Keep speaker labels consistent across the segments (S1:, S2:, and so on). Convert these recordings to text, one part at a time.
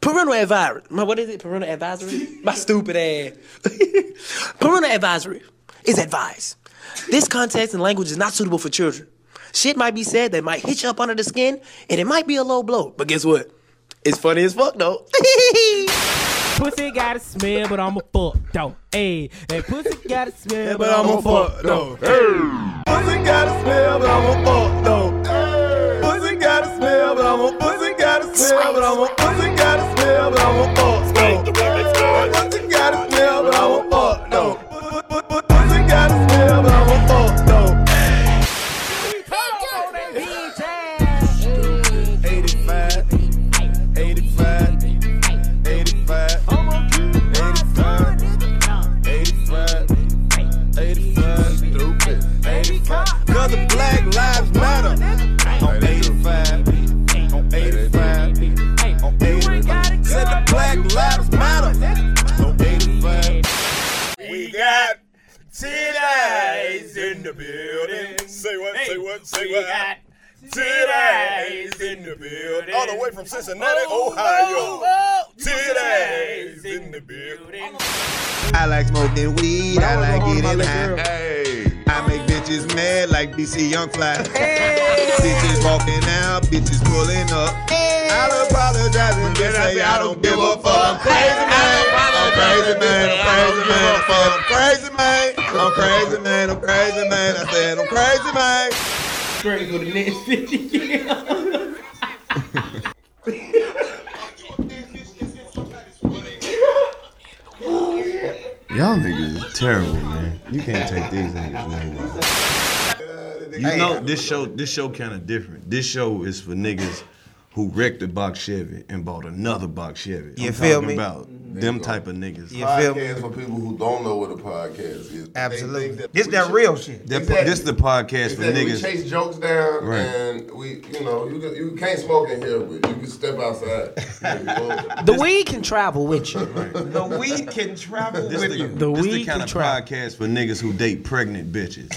S1: Parental advisory. My, what is it? Parental advisory? My stupid ass. Parental advisory is advice. This context and language is not suitable for children. Shit might be said that might hit you up under the skin, and it might be a low blow. But guess what? It's funny as fuck though.
S2: Pussy got a smell, but I'm a fuck though. Hey, that pussy got a smell,
S3: But I'm a fuck though. Pussy got a smell, but I'm a fuck though. Pussy got a smell, but I'm a pussy got a smell, but I'm a pussy got a smell, but I'm a fuck though. Pussy got a smell, but I'm a fuck though. Pussy got a smell, but I'm a fuck though.
S2: bitch.
S3: 85, 85, 85, 85. 85, 85, stupid. 85, cause the Black Lives Matter. On 85, on 85, on 85. Said the Black Lives Matter. On 85. We got titties in the building. Say what, say what, say what. Titties in the building. Oh, All the way from Cincinnati, Ohio. Titties oh. in the building. I like smoking weed. I like getting high. I make bitches mad like BC Young Fly. Bitches walking out, bitches pulling up. I'll apologize and just say I don't give a fuck. I'm crazy man. I'm crazy man. I'm crazy man. I'm crazy man. I'm crazy man. I'm crazy man. I said I'm crazy man.
S2: Straight for the next 50 years.
S4: Y'all niggas is terrible, man. You can't take these niggas nowhere. You know this show. This show kind of different. This show is for niggas who wrecked a box Chevy and bought another box Chevy.
S5: You
S4: I'm
S5: feel
S4: talking
S5: me?
S4: About them type of niggas.
S5: You feel me?
S6: Podcast for people who don't know what a podcast is. They
S5: Absolutely.
S6: think
S5: This
S6: we
S5: that
S6: should-
S5: real shit.
S4: That-
S6: Exactly.
S4: This the podcast
S6: Exactly.
S4: for
S6: We
S4: niggas.
S6: chase jokes down,
S4: Right.
S6: and we, you know, you can, you can't smoke in here, but you can step outside. You know?
S1: the weed can travel with you.
S5: The weed can travel
S4: This
S5: with
S4: the,
S5: you.
S4: this the
S1: weed
S4: kind of
S1: control.
S4: podcast for niggas who date pregnant bitches.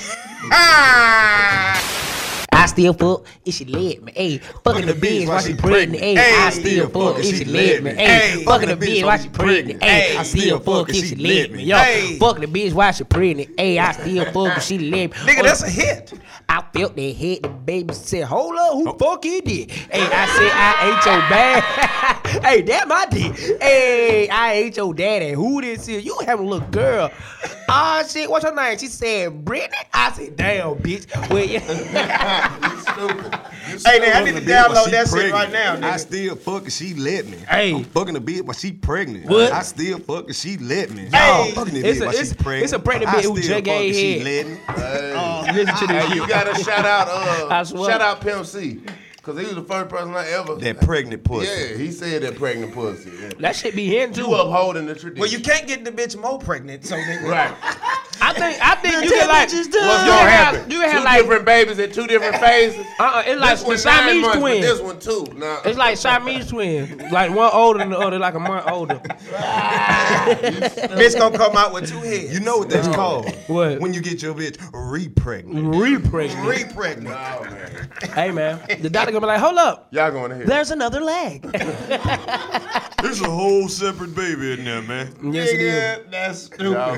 S1: I still fuck if she let me. Ayy, fucking the bitch while she pregnant. Ayy, I still fuck if she let me. Ayy, fucking the bitch while she pregnant. Ayy, I still fuck if she let me. Yo,
S5: Ayy.
S1: fuck the bitch while she pregnant. Ayy, I still fuck if she let me.
S5: Nigga, that's a hit.
S1: I felt that hit. The baby said, "Hold up, who
S6: Oh.
S1: fuck is this?" Hey, I said, "I ain't your bad." hey, that my dick. Hey, I ain't your daddy. Who this is? You having a little girl? Ah, shit. What's her name? She said, "Brittany." I said, "Damn, bitch." Well, yeah.
S6: you stupid. You
S5: Hey,
S6: stupid.
S5: nigga, I need to download that shit right now,
S4: I
S5: nigga.
S4: still fuck if she let me.
S1: Hey.
S4: I'm fucking a bitch while she pregnant.
S1: What?
S4: I still fuck if she let me.
S1: Hey.
S4: I'm fucking a
S1: It's
S4: bitch
S1: a-
S4: while she
S1: it's-
S4: pregnant.
S1: it's a pregnant
S4: I
S1: bitch who
S4: still
S1: just
S4: fuck
S1: gave
S4: if she
S1: head.
S4: let me.
S6: Oh,
S1: Listen to this.
S6: Hey, you gotta shout out,
S1: I
S6: uh,
S1: swear.
S6: shout out Pimp C, cause he was the first person I ever.
S4: That pregnant pussy.
S6: yeah, he said that pregnant pussy. Yeah.
S1: That shit be hitting too.
S6: You upholding the tradition.
S5: Well, you can't get the bitch more pregnant, so nigga.
S6: right.
S1: I think I think you get like you
S6: What's
S1: can have
S6: gonna happen?
S1: you can
S6: two
S1: have like
S6: different babies at two different phases.
S1: uh-uh, it's like
S6: This
S1: the
S6: one's nine
S1: Siamese
S6: months, but This
S1: twin.
S6: one too. Nah,
S1: It's like Siamese twin, like one older than the other, like a month older.
S5: Bitch gonna come out with two heads.
S4: You know what that's called?
S1: What?
S4: When you get your bitch re-pregnant.
S1: Repregnant.
S5: Re-pregnant.
S6: Oh, man.
S1: Hey man, the doctor gonna be like, hold up,
S6: Y'all going to hear?
S1: there's another leg.
S4: There's a whole separate baby in there, man.
S1: yes, it is.
S5: Nigga, that's stupid.
S6: Y'all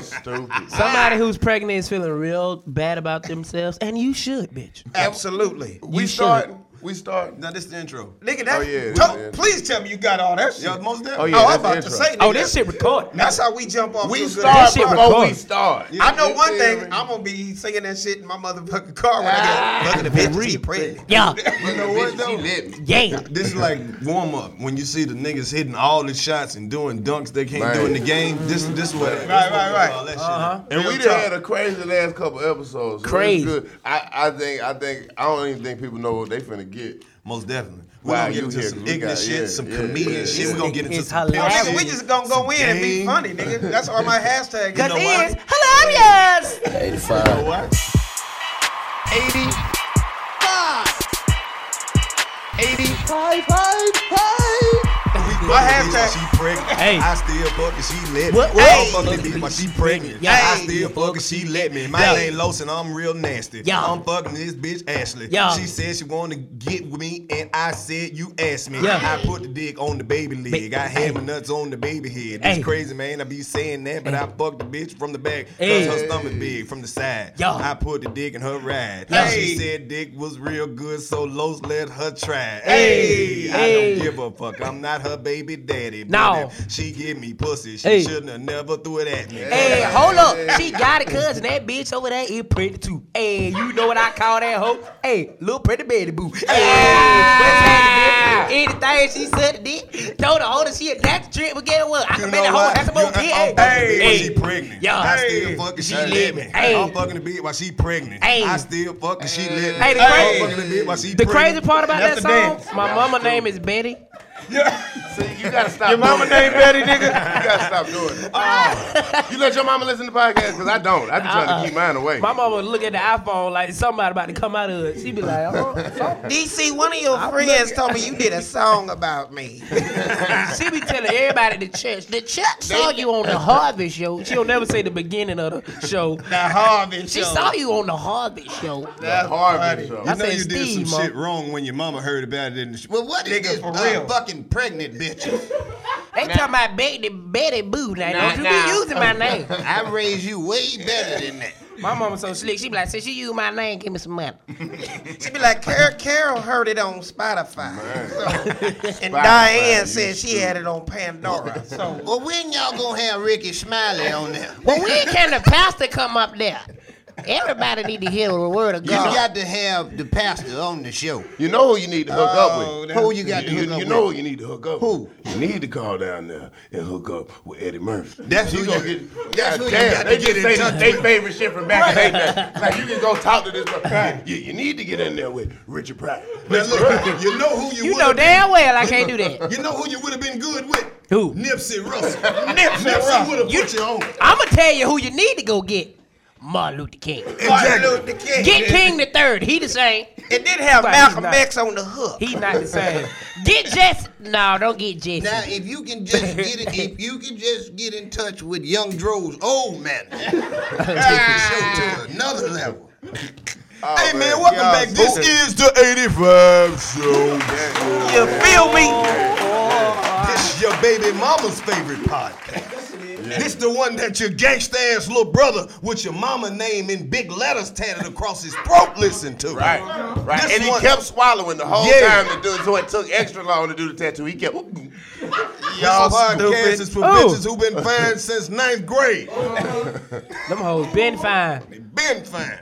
S6: stupid.
S1: Somebody who's pregnant is feeling real bad about themselves, and you should, bitch.
S5: Absolutely.
S6: we
S1: you
S6: start. We start.
S4: Now this is the intro.
S5: Nigga, that.
S6: Oh, yeah,
S5: Tell-
S6: yeah.
S5: Please tell me you got all that shit.
S4: Y'all most definitely.
S6: Oh yeah.
S5: oh,
S6: that's
S5: I'm about
S6: the
S5: to
S6: intro.
S5: say, nigga.
S1: Oh, this shit recorded.
S5: That's how we jump off. to
S6: We
S5: a good-
S6: start
S1: That shit
S6: before we
S1: recorded.
S6: start.
S5: I know one
S6: Yeah.
S5: thing. I'm gonna be singing that shit in my motherfucking car when I get fucking the bitch. She pregnant.
S1: Yeah,
S6: You know what though? She lit me.
S1: yeah.
S4: This is like warm up when you see the niggas hitting all the shots and doing dunks they can't do
S6: Right.
S4: in the game. This this way. Right,
S5: right, right.
S4: uh-huh.
S6: And we done had a crazy last couple episodes. So it's
S1: Crazy.
S6: Good. I, I think I think I don't even think people know what they finna get.
S4: Most definitely. We're
S6: Wow,
S4: gonna get
S6: you
S4: into
S6: here.
S4: some
S6: We
S4: ignorant
S6: got-
S4: shit,
S6: yeah,
S4: some
S6: yeah,
S4: comedian
S6: yeah.
S4: shit. We're gonna get into
S1: It's
S4: some pimp
S1: hilarious.
S4: shit.
S5: Nigga, we just gonna go in and be funny, nigga. That's all my hashtag.
S1: Cause
S4: know
S5: is.
S4: why?
S1: it's hilarious.
S6: 85.
S4: What?
S6: 85. 85.
S4: We My hashtag.
S5: hashtag-
S4: She pregnant.
S7: Hey.
S4: I still fuck if she let me.
S1: What- what?
S4: I don't fuck the bitch, but she pregnant.
S1: Yeah.
S4: I still fuck if she let me. My
S1: Yeah.
S4: name Los and I'm real nasty.
S1: Yeah.
S4: I'm fucking this bitch Ashley.
S1: Yeah.
S4: She said she wanted to get with me and I said you asked me.
S1: Yeah.
S4: I put the dick on the baby leg. I had my nuts on the baby head. That's
S1: Hey.
S4: crazy, man. I be saying that, but I fucked the bitch from the back.
S1: Hey.
S4: Cause her stomach big from the side.
S1: Yeah.
S4: I put the dick in her ride.
S1: Yeah.
S4: She said dick was real good, so Los let her try.
S1: Hey.
S4: Hey, I
S1: Hey.
S4: don't give a fuck. I'm not her baby daddy. but
S1: No.
S4: if She give me pussy. She
S1: Hey.
S4: shouldn't have never threw it at me.
S1: Hey, hold up. She got it, cuz, and that bitch over there is pretty too. Hey, you know what I call that hoe? Hey, little pretty baby boo. Hey, what's happening? Anything she said to dick, told the older she a doctor trip, but get what? I
S4: You
S1: can
S4: know
S1: make the whole
S4: what?
S1: ass more
S4: You-
S1: dick.
S4: I'm fucking the bitch
S1: Hey,
S4: when she
S1: hey.
S4: pregnant.
S1: Yeah.
S4: I
S1: Hey.
S4: still fuck if she let me.
S1: Hey.
S4: I'm fucking the bitch while she pregnant.
S1: Hey.
S4: I still fuck if she let me.
S1: Hey, the
S4: I'm
S1: crazy-
S4: fucking the bitch while she
S1: The
S4: pregnant.
S1: crazy part about
S4: That's
S1: that
S4: the
S1: song,
S4: dance.
S1: my mama name is Betty.
S6: See, you gotta stop.
S5: Your mama
S6: doing it.
S5: named Betty, nigga.
S6: You gotta stop doing it. Oh. You let your mama listen to podcasts because I don't. I be trying to keep mine away.
S1: My Uh-uh. mama look at the iPhone like somebody about to come out of it. She be like, oh, something.
S5: DC, one of your friends told me you did a song about me.
S1: She be telling everybody at the church. The church saw you on the Harvey show. She'll never say the beginning of the show.
S5: The Harvey
S1: She saw you on the Harvey show.
S6: That's hard,
S4: You
S6: though.
S1: I
S4: know
S1: said
S4: you did
S1: Steve,
S4: some
S1: Ma.
S4: shit wrong when your mama heard about it. In the sh-
S5: Well, what is
S4: Nigga,
S5: this
S4: for
S5: uh,
S4: real.
S5: fucking pregnant bitches?
S1: They talking about Betty, Betty Boo. Now,
S5: Nah,
S1: don't you
S5: nah.
S1: be using my name.
S5: I raised you way better than that.
S1: My mama so slick. She be like, since you use my name, give me some money.
S5: She be like, Carol, Carol heard it on Spotify. So, and
S6: Spotify,
S5: Diane
S6: you
S5: said she had it on Pandora. So, well, when y'all gonna have Ricky Smiley on there?
S1: Well, when can the pastor come up there? Everybody need to hear the word of
S5: You
S1: God.
S5: got to have the pastor on the show.
S6: You know who you need to hook
S5: Oh,
S6: up with.
S5: that's- Who you got to
S6: you,
S5: hook up
S6: You know
S5: with?
S6: who you need to hook up
S5: Who?
S6: with. You need to call down there and hook up with Eddie Murphy.
S5: That's
S6: you
S5: who
S6: gonna
S5: you-
S6: get.
S5: that's
S6: That's
S5: who you
S6: damn,
S5: got
S6: they
S5: to
S6: just
S5: get in
S6: say
S5: touch
S6: they favorite shit from back in their day. Like you can go talk to this. Right. You, you need to get in there with Richard Pryor.
S4: Now look, you know who you,
S1: You
S4: would
S1: know
S4: have
S1: damn well I can't do that.
S4: You know who you would have been good with?
S1: Who?
S4: Nipsey Russell. Nipsey Russell would have put you on.
S1: I'ma tell you who you need to go get. Martin Luther King.
S5: Martin Luther King.
S1: Get King the third. He the same.
S5: It did have
S1: Right,
S5: Malcolm
S1: he's not.
S5: X on the hook.
S1: He not the same. Get Jesse. No, don't get Jesse.
S5: Now, if you can just get it, if you can just get in touch with Young Dro's old man, take the show to another level.
S4: Hey man, welcome
S6: Oh, Y'all
S4: back. This
S6: stupid.
S4: is the 85 show.
S5: You feel me?
S4: This is your baby mama's favorite podcast. This the one that your gangsta ass little brother with your mama name in big letters tatted across his throat listen to.
S6: Right, right.
S4: This
S6: and he
S4: one-
S6: kept swallowing the whole
S4: Yeah.
S6: time to do it, so it took extra long to do the tattoo. He kept. "Ooh,
S4: Y'all podcast
S5: stupid.
S4: is for
S1: Ooh.
S4: bitches who been fine since ninth grade.
S1: Them hoes been fine.
S4: Been fine.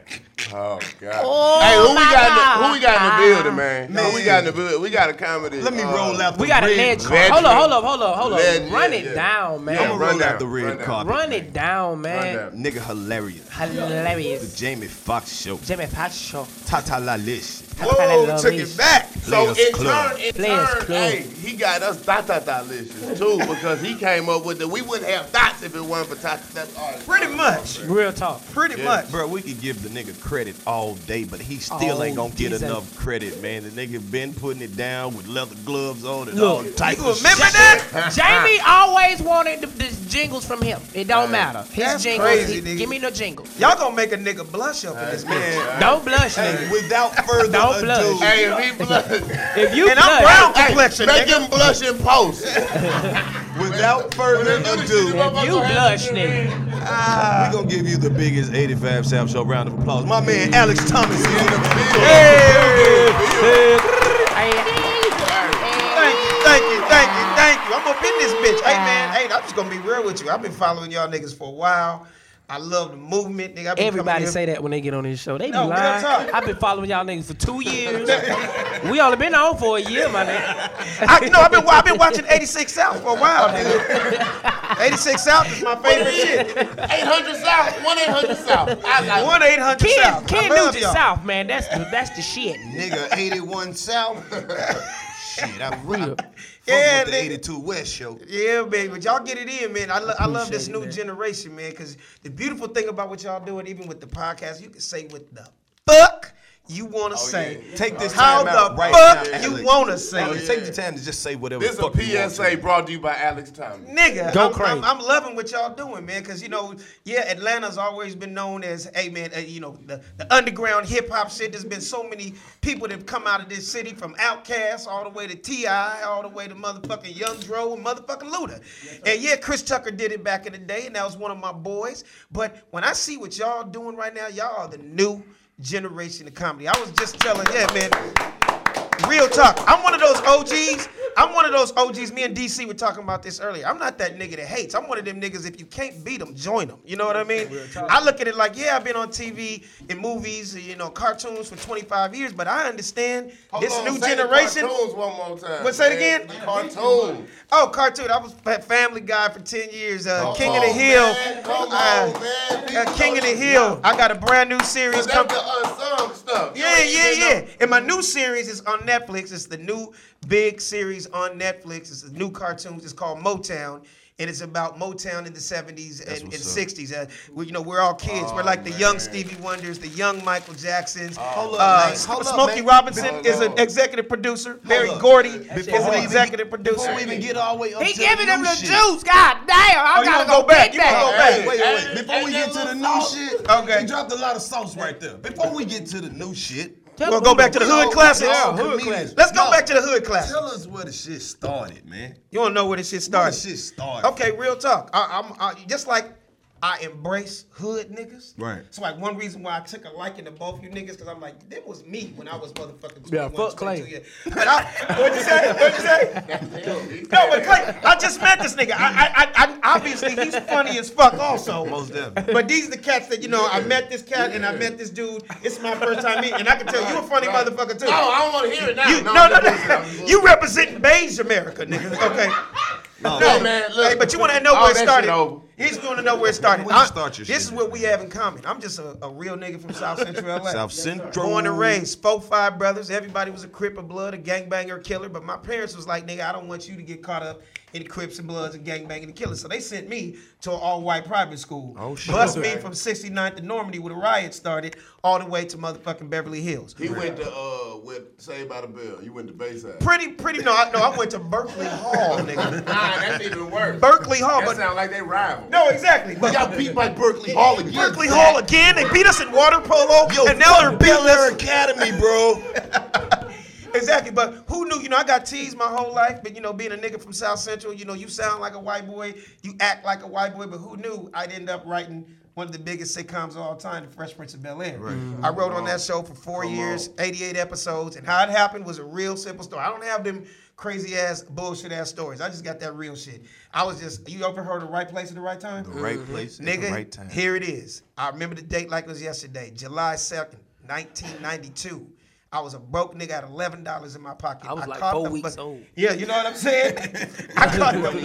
S6: Oh God.
S1: Oh,
S6: hey, who we
S1: my
S6: got? In the,
S1: God.
S6: who we got in the building, man?
S4: Man.
S6: Who we got in the building? We got a comedy.
S4: Let me
S6: uh,
S4: roll out the
S1: We got a
S4: red
S1: ledge.
S4: carpet.
S6: veteran.
S1: Hold up, hold up, hold up, hold up.
S6: Legend,
S1: run
S6: yeah.
S1: it down, man.
S6: Yeah,
S4: I'ma
S6: run
S4: roll out
S6: down,
S4: the
S6: run
S4: red
S6: down.
S4: carpet.
S1: Run it down, man.
S6: down.
S4: Nigga hilarious.
S1: Hilarious.
S4: Jamie Foxx show.
S1: Jimmy Fox show.
S4: Tata La Lish.
S1: Whoa,
S5: Took it back.
S6: So
S4: Players
S6: in
S4: Club.
S6: turn, in
S1: Players
S6: turn,
S1: Club.
S6: hey, he got us dot dot dot listens too because he came up with the. We wouldn't have dots if it wasn't for dot dot dot.
S5: Pretty much.
S1: Real talk.
S5: Pretty much.
S8: Bro, we could give the nigga credit all day, but he still
S1: Oh,
S8: ain't gonna get
S1: Jesus.
S8: enough credit, man. The nigga been putting it down with leather gloves on and all
S1: Look,
S8: types of shit.
S5: Remember that?
S1: Jamie always wanted the, the jingles from him. It don't matter. His
S5: that's
S1: jingles.
S5: crazy,
S1: he-
S5: nigga.
S1: give me no jingle.
S5: Y'all gonna make a nigga blush up in this bitch.
S1: Don't blush,
S4: Hey,
S1: nigga.
S4: without further
S1: Don't
S4: ado,
S1: blush.
S6: Hey, if he blush,
S1: If you
S5: And
S1: blush,
S5: I'm brown
S6: hey,
S5: complexion,
S6: make
S5: nigga.
S6: him blush in post.
S8: Without further ado,
S1: if you blush, nigga.
S8: we're gonna give you the biggest 85 South Show round of applause. My man Alex Thomas is in the building.
S5: Thank you, thank you, thank you, thank you. I'm up in this bitch. Hey man, hey, I'm just gonna be real with you. I've been following y'all niggas for a while. I love the movement, nigga. I been
S1: Everybody
S5: coming
S1: say
S5: here-
S1: that when they get on this show. They be
S5: No, real
S1: lying.
S5: talk.
S1: I've been following y'all niggas for two years. we only been on for a year, my nigga.
S5: I, no, I've been I've been watching 86 South for a while, nigga. 86 South is my favorite shit.
S6: 800 South, 1 800 South. I like
S5: One eight hundred
S1: Ken,
S5: South.
S1: Ken
S5: I love
S1: Nugent
S5: y'all.
S1: South, man. That's the that's the shit.
S5: nigga. 81 South.
S4: shit, I, I fuck
S5: Yeah,
S4: with
S5: nigga.
S4: the 82 West show.
S5: Yeah, baby, but y'all get it in, man. I, lo- I love this new generation, man, because the beautiful thing about what y'all doing, even with the podcast, you can say what the fuck you want to say.
S6: yeah.
S5: Take
S3: Take this
S5: how
S3: time out
S5: the
S3: right
S5: fuck
S3: now,
S5: you
S3: Alex. Oh,
S5: want to say.
S3: Alex,
S5: it.
S3: Take the time to just say whatever.
S6: This
S3: the fuck you
S6: is
S3: want
S6: a PSA
S3: to.
S6: brought to you by Alex Thomas.
S5: Nigga,
S1: Go
S5: I'm,
S1: crazy.
S5: I'm, I'm loving what y'all doing, man, because you know, yeah, Atlanta's always been known as, hey man, uh, you know, the, the underground hip hop shit. There's been so many people that have come out of this city from Outkast all the way to T.I., all the way to motherfucking Young Dro and motherfucking Luda. and yeah, Chris Tucker did it back in the day, and that was one of my boys. But when I see what y'all doing right now, y'all are the new generation of comedy. I was just telling, yeah, man. Real talk. I'm one of those OGs. I'm one of those OGs. Me and DC were talking about this earlier. I'm not that nigga that hates. I'm one of them niggas. If you can't beat them, join them. You know what I mean? I look at it like, yeah, I've been on TV and movies, you know, cartoons for 25 years, but I understand
S6: Hold
S5: this
S6: on,
S5: new
S6: say the
S5: generation.
S6: Cartoons one more time.
S5: What, say it
S6: man.
S5: again?
S6: The Cartoon.
S5: Oh, cartoon. I was fa- Family Guy for 10 years. Uh,
S6: Come
S5: King of the
S6: on,
S5: Hill.
S6: Oh, man. Come
S5: Uh,
S6: on, man.
S5: uh,
S6: People
S5: King of the
S6: don't-
S5: Hill. I got a brand new
S6: Cause
S5: series
S6: that's
S5: coming.
S6: the unsung stuff. You
S5: Yeah,
S6: ain't
S5: yeah,
S6: even
S5: yeah.
S6: know-
S5: And my new series is on Netflix. It's the new big series on Netflix. It's the new cartoons. It's called Motown. And it's about Motown in the 70s and, and
S4: what's up.
S5: 60s. Uh, we, you know, we're all kids.
S3: Oh,
S5: we're like the young Stevie Wonders, the young Michael Jacksons.
S3: Hold up,
S5: uh,
S3: man. Hold up,
S5: Smokey
S3: man.
S5: Robinson
S6: Hold
S5: is
S6: up.
S5: an executive producer. Barry
S3: up.
S5: Gordy is
S3: Before we
S5: an
S3: even-
S5: executive producer.
S3: Before we even get all the way up
S9: He
S3: to
S9: giving
S3: the
S9: him
S3: new
S9: the
S3: shit.
S9: juice. God damn. I
S5: Oh, you
S9: gotta
S5: gonna
S9: go,
S5: go back.
S9: get
S5: You gonna
S9: that.
S5: go back.
S3: Wait, wait, wait.
S6: Hey,
S3: Before
S6: hey,
S3: we get
S6: that
S3: to the
S6: little
S3: new
S6: sauce.
S3: shit,
S5: Okay.
S3: you dropped a lot of sauce right there. Before we get to the new shit,
S5: We're going to go back to the
S3: we all-
S5: hood classics.
S3: we all
S5: Let's
S3: comedians.
S5: go
S3: No,
S5: back to the hood classics.
S3: Tell us where the shit started, man.
S5: You don't know where this shit
S3: Where
S5: started.
S3: the shit started.
S5: Okay, real talk. I, I'm I, just like I embrace hood niggas.
S4: Right.
S5: So like one reason why I took a liking to both you niggas because I'm like, that was me when I was motherfucking 21,
S1: Yeah, fuck Clay.
S5: 22 years. But I, what you say? What you say? no, but Clay, I just met this nigga. I, I, I, I obviously he's funny as fuck also.
S3: Most definitely.
S5: But these are the cats that you know. I met this cat and I met this dude. It's my first time meeting, and I can tell you a funny motherfucker too.
S6: No, Oh, I don't want to hear it now.
S5: You, no, no,
S6: listen,
S5: no.
S6: I'm-
S5: You representing beige America, nigga. Okay. No,
S6: Hey, man, look.
S5: Hey, but you want to know
S6: All
S5: where it
S6: that shit
S5: started.
S6: over.
S5: He's going to know where it started.
S3: Where you
S5: I-
S3: start your
S5: this
S3: shit
S5: is what
S3: at?
S5: we have in common. I'm just a, a real nigga from South Central LA.
S3: South Central.
S5: Born and raised, four, five brothers. Everybody was a Crip of blood, a gangbanger, a killer. But my parents was like, nigga, I don't want you to get caught up in Crips and Bloods and gangbanging and killers. So they sent me to an all-white private school.
S3: Oh, shit.
S5: Bust me from 69th to Normandy where the riot started all the way to motherfucking Beverly Hills.
S6: He went to uh with Saved by the Bell. You went to Bayside.
S5: Pretty, pretty, no, I, no, I went to Berkeley Hall, nigga.
S6: Nah, that's even worse.
S5: Berkeley Hall,
S6: That
S5: but
S6: sound like they rival.
S5: no, exactly. But
S6: Y'all beat by Berkeley Hall again.
S5: Berkeley Hall again. They beat us in water polo,
S3: Yo,
S5: and now they're
S3: fuck Bel
S5: beating
S3: Air
S5: us.
S3: Academy, bro.
S5: Exactly, but who knew? You know, I got teased my whole life, but you know, being a nigga from South Central, you know, you sound like a white boy, you act like a white boy, but who knew? I'd end up writing one of the biggest sitcoms of all time, The Fresh Prince of Bel Air. I wrote on that show for four years, 88 episodes, and how it happened was a real simple story. I don't have them crazy ass bullshit ass stories. I just got that real shit. I was just, you ever heard of right place at the right time?
S3: right place, at the
S5: Nigga,
S3: right time.
S5: here it is. I remember the date like it was yesterday, July 2nd, 1992. I was a broke nigga at eleven dollars in my pocket.
S1: I was like
S5: caught
S1: four
S5: the
S1: weeks
S5: bu-
S1: old.
S5: Yeah, you know what I'm saying. I caught the bu-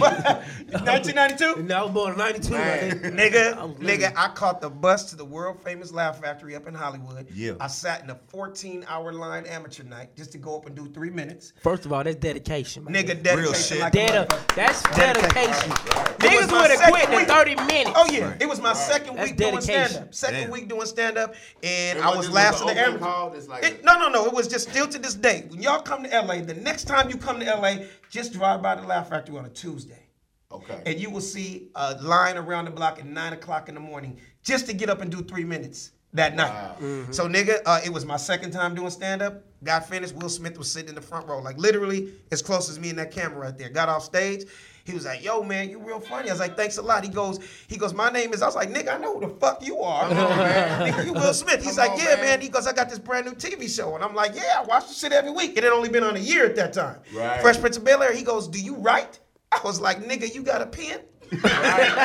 S5: 1992.
S1: I was born in '92. I was
S5: Nigga,
S1: little.
S5: nigga, I caught the bus to the world famous Laugh Factory up in Hollywood.
S3: Yeah.
S5: I sat in a 14 hour line amateur night just to go up and do three minutes.
S1: First of all, that's dedication. man.
S5: Nigga, dedication
S3: shit.
S5: like a
S1: Dedi-
S5: motherfucker.
S1: that's
S5: Dedication.
S1: dedication.
S5: It was
S1: Niggas
S5: my
S1: would have
S5: second
S1: quit in
S5: week.
S1: 30 minutes.
S5: Oh yeah, it was my second
S1: That's
S5: week doing
S1: dedication.
S5: stand up. Second
S3: Damn.
S5: week doing stand up, and
S6: It
S5: I
S6: wasn't
S5: was
S6: just
S5: last in
S6: an
S5: the
S6: open
S5: amateur.
S6: call, it's like
S5: It-
S6: a-
S5: no, no, no. It was just still to this day. When y'all come to LA, the next time you come to LA, just drive by the Laugh Factory on a Tuesday,
S6: Okay.
S5: and you will see a line around the block at nine o'clock in the morning just to get up and do three minutes that night.
S6: Mm-hmm.
S5: So nigga, uh, it was my second time doing stand up. Got finished. Will Smith was sitting in the front row, like literally as close as me and that camera right there. Got off stage. He was like, "Yo, man, you real funny." I was like, "Thanks a lot." He goes, "He goes, my name is." I was like, "Nigga, I know who the fuck you are." Nigga, you Will Smith. He's
S6: Come
S5: like,
S6: on,
S5: "Yeah,
S6: man.
S5: man." He goes, "I got this brand new TV show," and I'm like, "Yeah, I watch the shit every week." It had only been on a year at that time.
S6: Right.
S5: Fresh Prince of Bel Air. He goes, "Do you write?" I was like, "Nigga, you got a pen?"
S6: Right,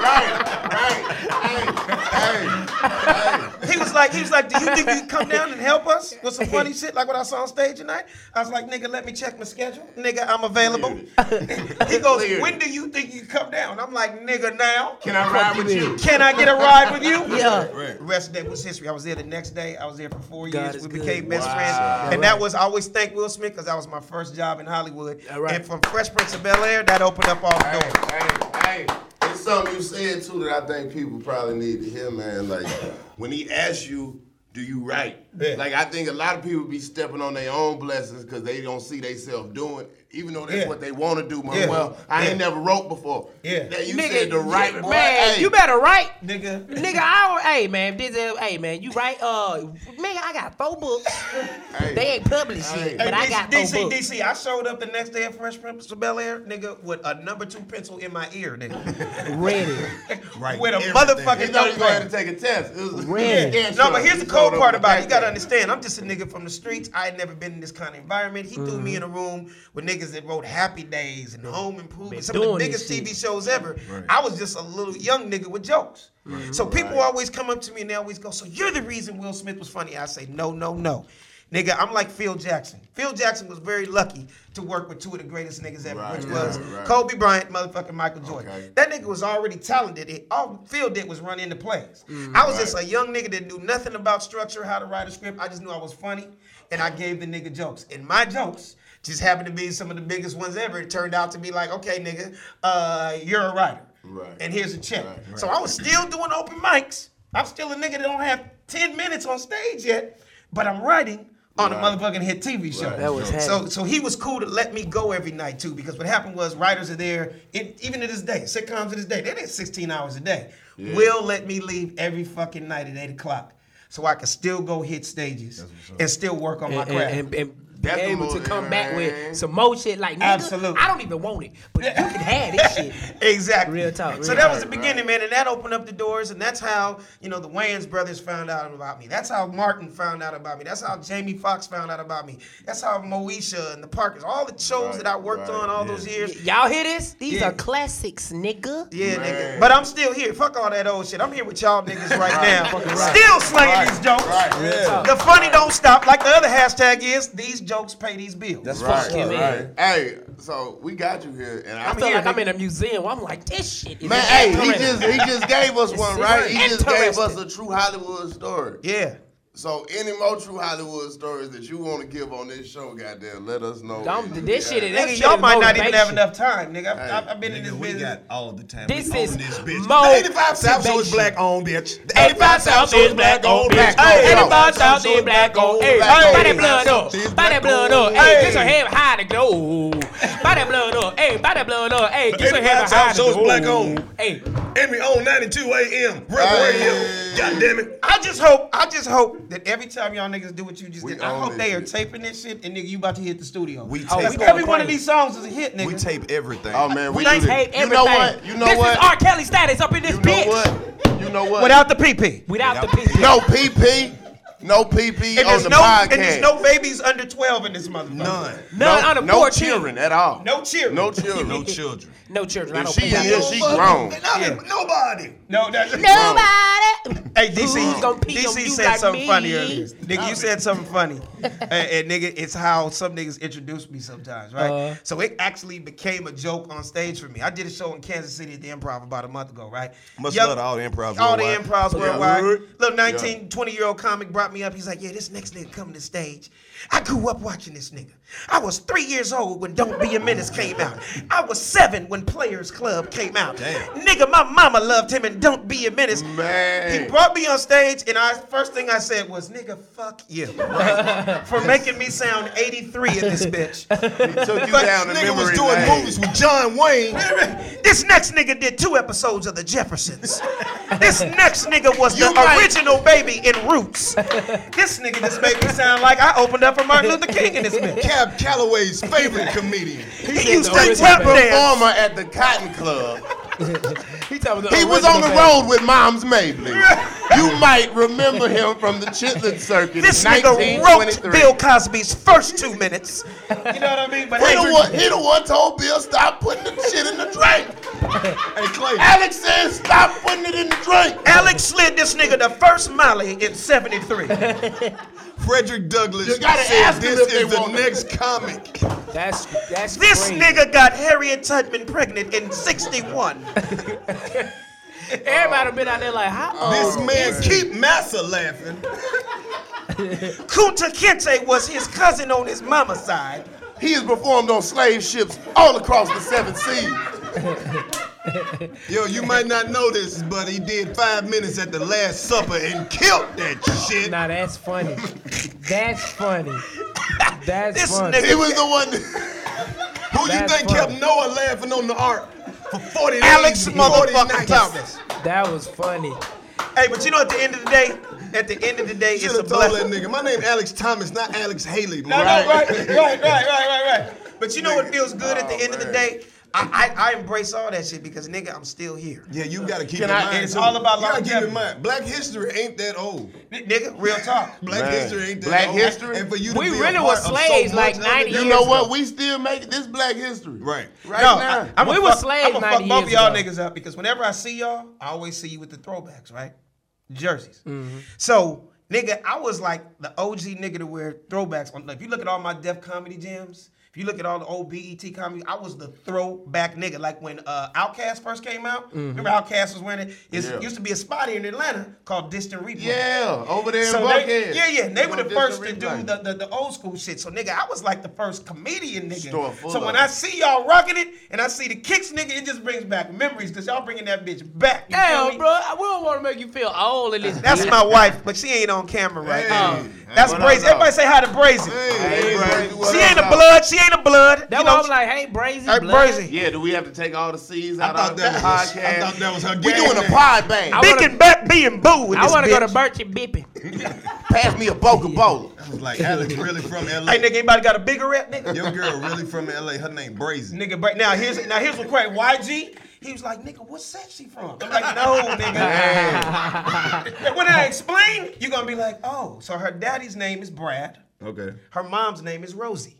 S6: right, right, right.
S5: He was like, he was like, "Do you think you can come down and help us with some funny shit like what I saw on stage tonight?" I was like, "Nigga, let me check my schedule. Nigga, I'm available." he goes,
S6: Cleared.
S5: "When do you think you can come down?" I'm like, "Nigga, now."
S6: Can I ride with you?
S5: Can I get a ride with you?
S1: Yeah.
S5: The rest of that was history. I was there the next day. I was there for four
S1: God
S5: years.
S1: is
S5: We
S1: good.
S5: became best
S6: Wow.
S5: friends. And that was, I always thank Will Smith because that was my first job in Hollywood.
S1: All right.
S5: And from Fresh Prince of Bel Air, that opened up all the
S6: Hey,
S5: doors.
S6: hey, hey. It's something you said too that I think people probably need to hear, man. Like when he asks you, do you right.
S5: Yeah.
S6: Like I think a lot of people be stepping on their own blessings because they don't see themselves doing, it, even though that's
S5: Yeah.
S6: what they want to do. man.
S5: Yeah.
S6: Well, I ain't
S5: Yeah.
S6: never wrote before.
S5: Yeah.
S6: Now you
S1: nigga,
S6: said the right
S1: man,
S6: boy. hey.
S1: you better write.
S5: nigga.
S1: Nigga, I don't, hey man, this is, hey man, you right? Uh, nigga, I got four books.
S6: Hey.
S1: They ain't published yet,
S6: Hey.
S1: but I
S5: DC,
S1: got four
S5: DC,
S1: books.
S5: DC, I showed up the next day at Fresh Prince of Bel Air, nigga, with a number two pencil in my ear, nigga.
S1: Ready.
S4: Right.
S5: with a
S4: everything.
S5: motherfucking
S6: You know you gonna
S5: notepad.
S6: have to take a test. It was-
S1: Really?
S6: Yeah,
S5: No,
S6: sure.
S5: but here's
S6: You
S5: the cold
S6: showed up
S5: part
S6: with
S5: about it. You
S6: that
S5: gotta
S6: thing.
S5: understand. I'm just a nigga from the streets. I had never been in this kind of environment. He threw
S1: Mm-hmm.
S5: me in a room with niggas that wrote Happy Days and Home Improvement, some of the
S1: doing this
S5: biggest
S1: shit.
S5: TV shows ever.
S4: Right.
S5: I was just a little young nigga with jokes. So people always come up to me and they always go, "So you're the reason Will Smith was funny?" I say, "No, no, no." Nigga, I'm like Phil Jackson. Phil Jackson was very lucky to work with two of the greatest niggas ever,
S6: Right,
S5: which
S6: right,
S5: was
S6: right.
S5: Kobe Bryant, motherfucking Michael Jordan.
S6: Okay.
S5: That nigga was already talented. It- All Phil did was run into plays.
S6: Mm,
S5: I was just a young nigga that knew nothing about structure, how to write a script. I just knew I was funny, and I gave the nigga jokes. And my jokes just happened to be some of the biggest ones ever. It turned out to be like, okay, nigga, uh, you're a writer,
S6: Right.
S5: and here's a check.
S6: Right, right.
S5: So I was still doing open mics. I'm still a nigga that don't have ten minutes on stage yet, but I'm writing on a
S6: Right.
S5: motherfucking hit TV show.
S6: That was
S5: so so he was cool to let me go every night too, because what happened was writers are there, it, even to this day, sitcoms to this day, they did 16 hours a day. Will let me leave every fucking night at 8 o'clock so I could still go hit stages and still work on my
S1: and,
S5: craft.
S1: and, and, and be
S6: That's the
S1: able to
S6: motive,
S1: come back
S6: man.
S1: with some more shit like nigga,
S5: Absolutely.
S1: I don't even want it, but you can have this shit.
S5: exactly.
S1: Real talk,
S5: so
S1: real
S5: that was the
S6: talk, right.
S5: beginning, man, and that opened up the doors, and that's how you know the Wayans brothers found out about me. That's how Martin found out about me. That's how Jamie Foxx found out about me. That's how Moesha and the Parkers, all the shows
S6: Right,
S5: that I worked
S6: right,
S5: on all
S4: yeah.
S5: those years.
S1: Y'all hear this? These
S5: Yeah.
S1: are classics, nigga.
S5: Yeah, nigga.
S6: Man.
S5: But I'm still here. Fuck all that old shit. I'm here with y'all niggas right, now.
S1: fucking right.
S5: Still slinging
S6: Right,
S5: these jokes.
S6: right, yeah.
S5: The funny don't stop. Like the other hashtag is, these jokes pay these bills.
S4: That's
S6: Right,
S4: fucked up.
S1: man.
S4: Right.
S6: Hey, so we got you here, and
S1: I
S6: I'm
S1: feel
S6: here.
S1: like I'm in a museum. I'm like, this shit is
S6: Man, hey, he
S1: interesting.
S6: just he just gave us one, right? He just gave us
S1: Interesting.
S6: a true Hollywood story.
S5: Yeah.
S6: So any more true Hollywood stories that you want to give on this show, goddamn, let us know.
S1: Dumb- this shit is-
S6: Yeah.
S1: That
S5: Nigga,
S1: shit
S5: y'all
S1: is
S5: might not even have
S1: motivation.
S5: enough time, nigga. I've,
S6: Hey,
S5: I've, I've been in this
S4: Nigga, we
S5: business.
S4: got all the time.
S1: This
S4: we
S1: is
S4: own this bitch.
S1: mo-
S4: The 85 South Show is
S1: motivation.
S4: black owned, bitch. The
S1: 85 South is black on black.
S6: Hey,
S1: Hey,
S6: yo.
S1: 85 South is black on. Hey,
S6: Black on.
S1: buy that blood up.
S6: She's
S1: Buy that
S6: black
S1: blood
S6: on.
S1: up. Hey,
S6: Hey.
S1: get your head high to go. Buy that blood up. Hey, buy that blood up. Hey, get your head
S4: 85
S1: high
S4: South
S1: to
S4: Show is black
S1: go.
S4: owned.
S1: Hey,
S4: And we own 92 AM. Rip
S6: Hey.
S4: Radio. God damn it.
S5: I just hope, I just hope that every time y'all niggas do what you just
S6: We
S5: did, I
S6: own
S5: hope
S6: this
S5: they are
S6: shit.
S5: taping this shit and nigga, you about to hit the studio.
S4: We
S5: Because
S4: tape- we
S5: every
S1: going
S5: one of
S1: crazy.
S5: these songs is a hit, nigga.
S4: We tape everything.
S6: Oh man, we,
S1: we
S6: do
S1: ain't
S6: this.
S1: paid everything.
S6: You know what? You know
S1: this
S6: what?
S1: is R. Kelly status up in this
S6: you know
S1: bitch.
S6: what? You know what?
S5: Without the PP.
S1: Without the
S4: Without the
S1: pizza.
S6: no PP, no PP
S5: And
S6: on
S5: there's,
S6: the
S5: no,
S6: podcast.
S5: and there's no babies under 12 in this motherfucker.
S4: None.
S1: None out of
S6: no
S1: 14.
S6: children at all.
S5: No children.
S6: No children.
S4: No children.
S1: No children. I
S6: If
S1: don't
S6: she
S1: think I
S6: is, she grown.
S5: Yeah.
S4: Nobody.
S5: No, that's
S1: Nobody.
S5: Hey, DC,
S1: Who's gonna pee on
S5: DC
S1: you
S5: said
S1: like
S5: something
S1: me?
S5: funny earlier. Nigga, you said something funny. and, and nigga, it's how some niggas introduce me sometimes, right?
S1: Uh.
S5: so it actually became a joke on stage for me. I did a show in Kansas City at the Improv about a month ago, right?
S4: Must
S5: Young-
S4: love to all the improvs worldwide.
S5: All the improvs
S4: Yeah.
S5: worldwide.
S4: Word.
S5: Little 19, 20 year old comic brought me up. He's like, yeah, this next nigga coming to stage. I grew up watching this nigga. I was three years old when Don't Be a Menace came out. I was seven when Players Club came out.
S4: Damn.
S5: Nigga, my mama loved him and Don't Be a Menace.
S6: Man.
S5: He brought me on stage, and I first thing I said was, "Nigga, fuck you for making me sound 83 in this bitch."
S6: He took you down in
S4: Nigga was
S6: memory
S4: doing
S6: lane.
S4: movies with John Wayne.
S5: this next nigga did two episodes of The Jeffersons. This next nigga was the
S6: You right.
S5: original baby in Roots. This nigga just made me sound like I opened up for Martin Luther King in this bitch.
S4: Cab Calloway's favorite comedian.
S5: He used
S6: The
S5: to
S6: top
S5: tap dance.
S6: performer at the Cotton Club.
S1: He, talking about
S6: He was on the
S1: original
S6: road with Moms Mabley. You might remember him from the Chitlin Circuit.
S5: This
S6: in
S5: nigga wrote
S6: 1923.
S5: Bill Cosby's first two minutes. You know what I mean? But
S6: He
S5: hey,
S6: the, one, he the one told Bill stop putting the shit in the drink.
S4: Hey, Clay.
S6: Alex said stop putting it in the drink.
S5: Alex slid this nigga the first Molly in 73.
S4: Frederick Douglass
S6: You gotta
S4: said
S6: ask them
S4: this
S6: if they
S4: is the
S6: want it."
S4: next comic.
S1: baby. That's that's
S5: This
S1: crazy.
S5: nigga got Harriet Tubman pregnant in 61.
S1: Everybody been out there like, how old?
S4: this
S5: Oh,
S4: man keep Massa laughing.
S5: Kunta Kinte was his cousin on his mama's side.
S6: He has performed on slave ships all across the seven seas.
S4: Yo, you might not know this, but he did five minutes at the Last Supper and killed that shit.
S2: Now that's funny. That's funny. That's
S5: This
S2: funny.
S4: He was the one who you
S2: That's
S4: think
S2: funny.
S4: kept Noah laughing on the ark for 40 days
S5: Alex
S4: and 40
S5: motherfucking
S4: nights.
S5: Thomas.
S2: That was funny.
S5: Hey, but you know, at the end of the day, at the end of the day,
S4: Should
S5: it's a
S4: have told
S5: blessing.
S4: that nigga. My name Alex Thomas, not Alex Haley.
S5: No, no,
S4: right?
S5: right, right, right, right, right, right. But you know what feels good at the
S4: Oh,
S5: end of the day? I, I, I embrace all that shit because nigga, I'm still here.
S4: Yeah, you gotta keep
S5: Can
S4: in
S5: I-
S4: mind.
S5: it's
S4: too.
S5: all about
S4: you gotta keep
S5: longevity.
S4: in mind. Black history ain't that old.
S5: N- nigga, real talk.
S4: Black
S6: Man.
S4: history ain't that
S6: Black
S4: old.
S6: history?
S4: And for you to
S2: We
S4: be a
S2: really
S4: part
S2: were
S4: of so
S2: slaves,
S4: much
S2: like
S4: of
S2: 90
S4: it-
S6: You
S2: years
S6: know
S2: ago.
S6: what? We still make it. This Black History.
S4: Right.
S6: Right
S5: no,
S6: now.
S5: I, am
S2: We
S5: gonna
S2: were
S5: fuck,
S2: slaves
S5: I'm
S2: 90
S5: fuck both of
S2: years
S5: y'all
S2: ago.
S5: niggas up because whenever I see y'all, I always see you with the throwbacks, right? Jerseys.
S2: Mm-hmm.
S5: So, nigga, I was like the OG nigga to wear throwbacks. On, if you look at all my deaf comedy jams, if you look at all the old BET comedy, I was the throwback nigga. Like when uh, Outcast first came out,
S2: Mm-hmm.
S5: remember Outcast was wearing it? It's- It
S6: Yeah.
S5: used to be a spot here in Atlanta called Distant Replay.
S6: yeah, over there in
S5: they-
S6: Buckhead.
S5: yeah, yeah, they
S6: You
S5: were
S6: know,
S5: the
S6: just
S5: first to do
S6: replay.
S5: the, the, the old school shit. So nigga, I was like the first comedian nigga.
S6: Store full
S5: so
S6: of
S5: when
S6: it.
S5: I see y'all rocking it and I see the kicks, nigga, it just brings back memories because y'all bringing that bitch back. you feel
S2: Damn,
S5: me?
S2: bro. I- We don't want to make you feel old in this.
S5: That's
S2: bitch.
S5: my wife, but she ain't on camera right
S4: Hey.
S5: now.
S4: Hey.
S5: That's
S6: What
S5: Brazen.
S6: up,
S5: Everybody say hi to Brazen.
S4: Hey,
S6: Hey,
S4: bro.
S6: Brazy, what
S5: she
S6: up,
S5: ain't a
S6: dog?
S5: blood. She ain't a blood.
S2: That's
S5: you
S2: why
S5: know,
S2: I'm like, hey, Brazy.
S5: Hey,
S2: blood.
S5: Brazy.
S6: Yeah, do we have to take all the C's
S4: I
S6: out
S4: thought
S6: of the
S4: that was.
S6: podcast?
S4: I thought that was her.
S6: we
S4: game
S6: doing a
S4: plan.
S6: pod bang.
S2: I
S5: big
S2: wanna-
S5: and back being boo with
S2: I
S5: this
S2: want to go to
S5: bitch.
S2: Birch and Bippy.
S6: Pass me a Boca Bowl.
S4: I was like, Alex really from LA.
S5: Hey, nigga, anybody got a bigger rep, nigga?
S4: Your girl really from LA. Her name Brazen.
S5: Nigga, but now here's now here's what crazy. YG, he was like, nigga, what set she from? I'm like, no, nigga. when I explain, you're gonna be like, oh, so her daddy's name is Brad,
S4: Okay.
S5: her mom's name is Rosie.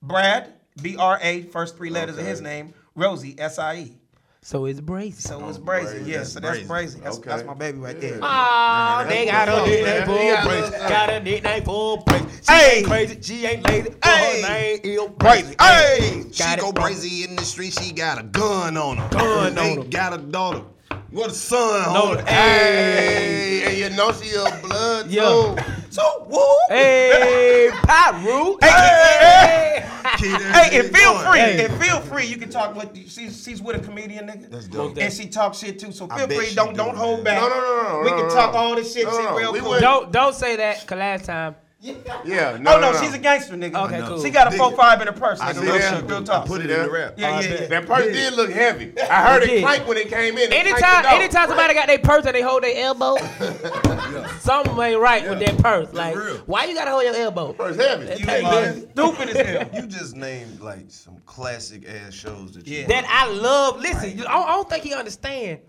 S5: Brad, B-R-A, first three letters of his name, Rosie, S-I-E.
S2: So it's Brazy.
S5: So it's Brazy. Yeah,
S4: That's
S5: so that's
S4: Brazy.
S5: Brazy. That's,
S6: Okay.
S5: that's my baby right there. Ah,
S2: Oh, they got a nickname for
S6: Yeah.
S2: Brazy. Got a nickname for Brazy. She
S5: Hey.
S2: ain't crazy. She ain't lazy. But
S5: Hey.
S2: her name is
S4: Brazy.
S2: Brazy.
S4: Hey, she
S2: Got it.
S4: go crazy in the street. She got a gun on her.
S2: Gun
S4: They
S2: on her.
S4: Got a daughter. What a son.
S2: No,
S4: on her.
S6: Hey, and you know she a blood
S2: Yeah.
S6: too.
S5: so woo.
S2: Hey, Pyru.
S5: Hey,
S2: Hey.
S4: Kid,
S5: Hey, and
S4: everything
S5: feel
S4: going.
S5: free.
S2: Hey.
S5: And feel free. You can talk with she's she's with a comedian, nigga.
S4: That's dope.
S5: and she talks shit too. So
S4: I
S5: feel
S4: bet
S5: free,
S4: she
S5: don't
S4: do,
S5: don't
S4: man.
S5: hold back.
S6: No, no, no, no,
S5: We
S6: no,
S5: can
S6: no,
S5: talk
S6: no.
S5: all this shit,
S6: No,
S5: shit
S6: no,
S5: real
S6: we
S5: cool.
S6: wouldn't.
S2: Don't don't say that. Cause last time.
S6: Yeah, no,
S5: oh no,
S6: no,
S5: she's a gangster nigga.
S2: Okay, cool.
S5: She got a
S4: Dig
S5: four five in her purse.
S4: I see
S5: Nigga. Real
S4: that.
S5: shit, real
S4: I
S5: talk.
S4: put it in the rap.
S2: Oh,
S5: yeah, yeah, yeah.
S6: That purse
S4: Yeah.
S6: did look heavy. I heard
S2: It
S6: it
S2: did.
S6: clank when it came in. It
S2: Anytime,
S6: clanked the door.
S2: anytime somebody got their purse and they hold their elbow, something ain't right with that purse. Like,
S4: real.
S2: why you gotta hold your elbow?
S6: Purse heavy.
S5: You are stupid as hell.
S4: You just named like some classic ass shows that you.
S5: Yeah.
S2: That I love. Listen, you- I don't- I don't think he understand.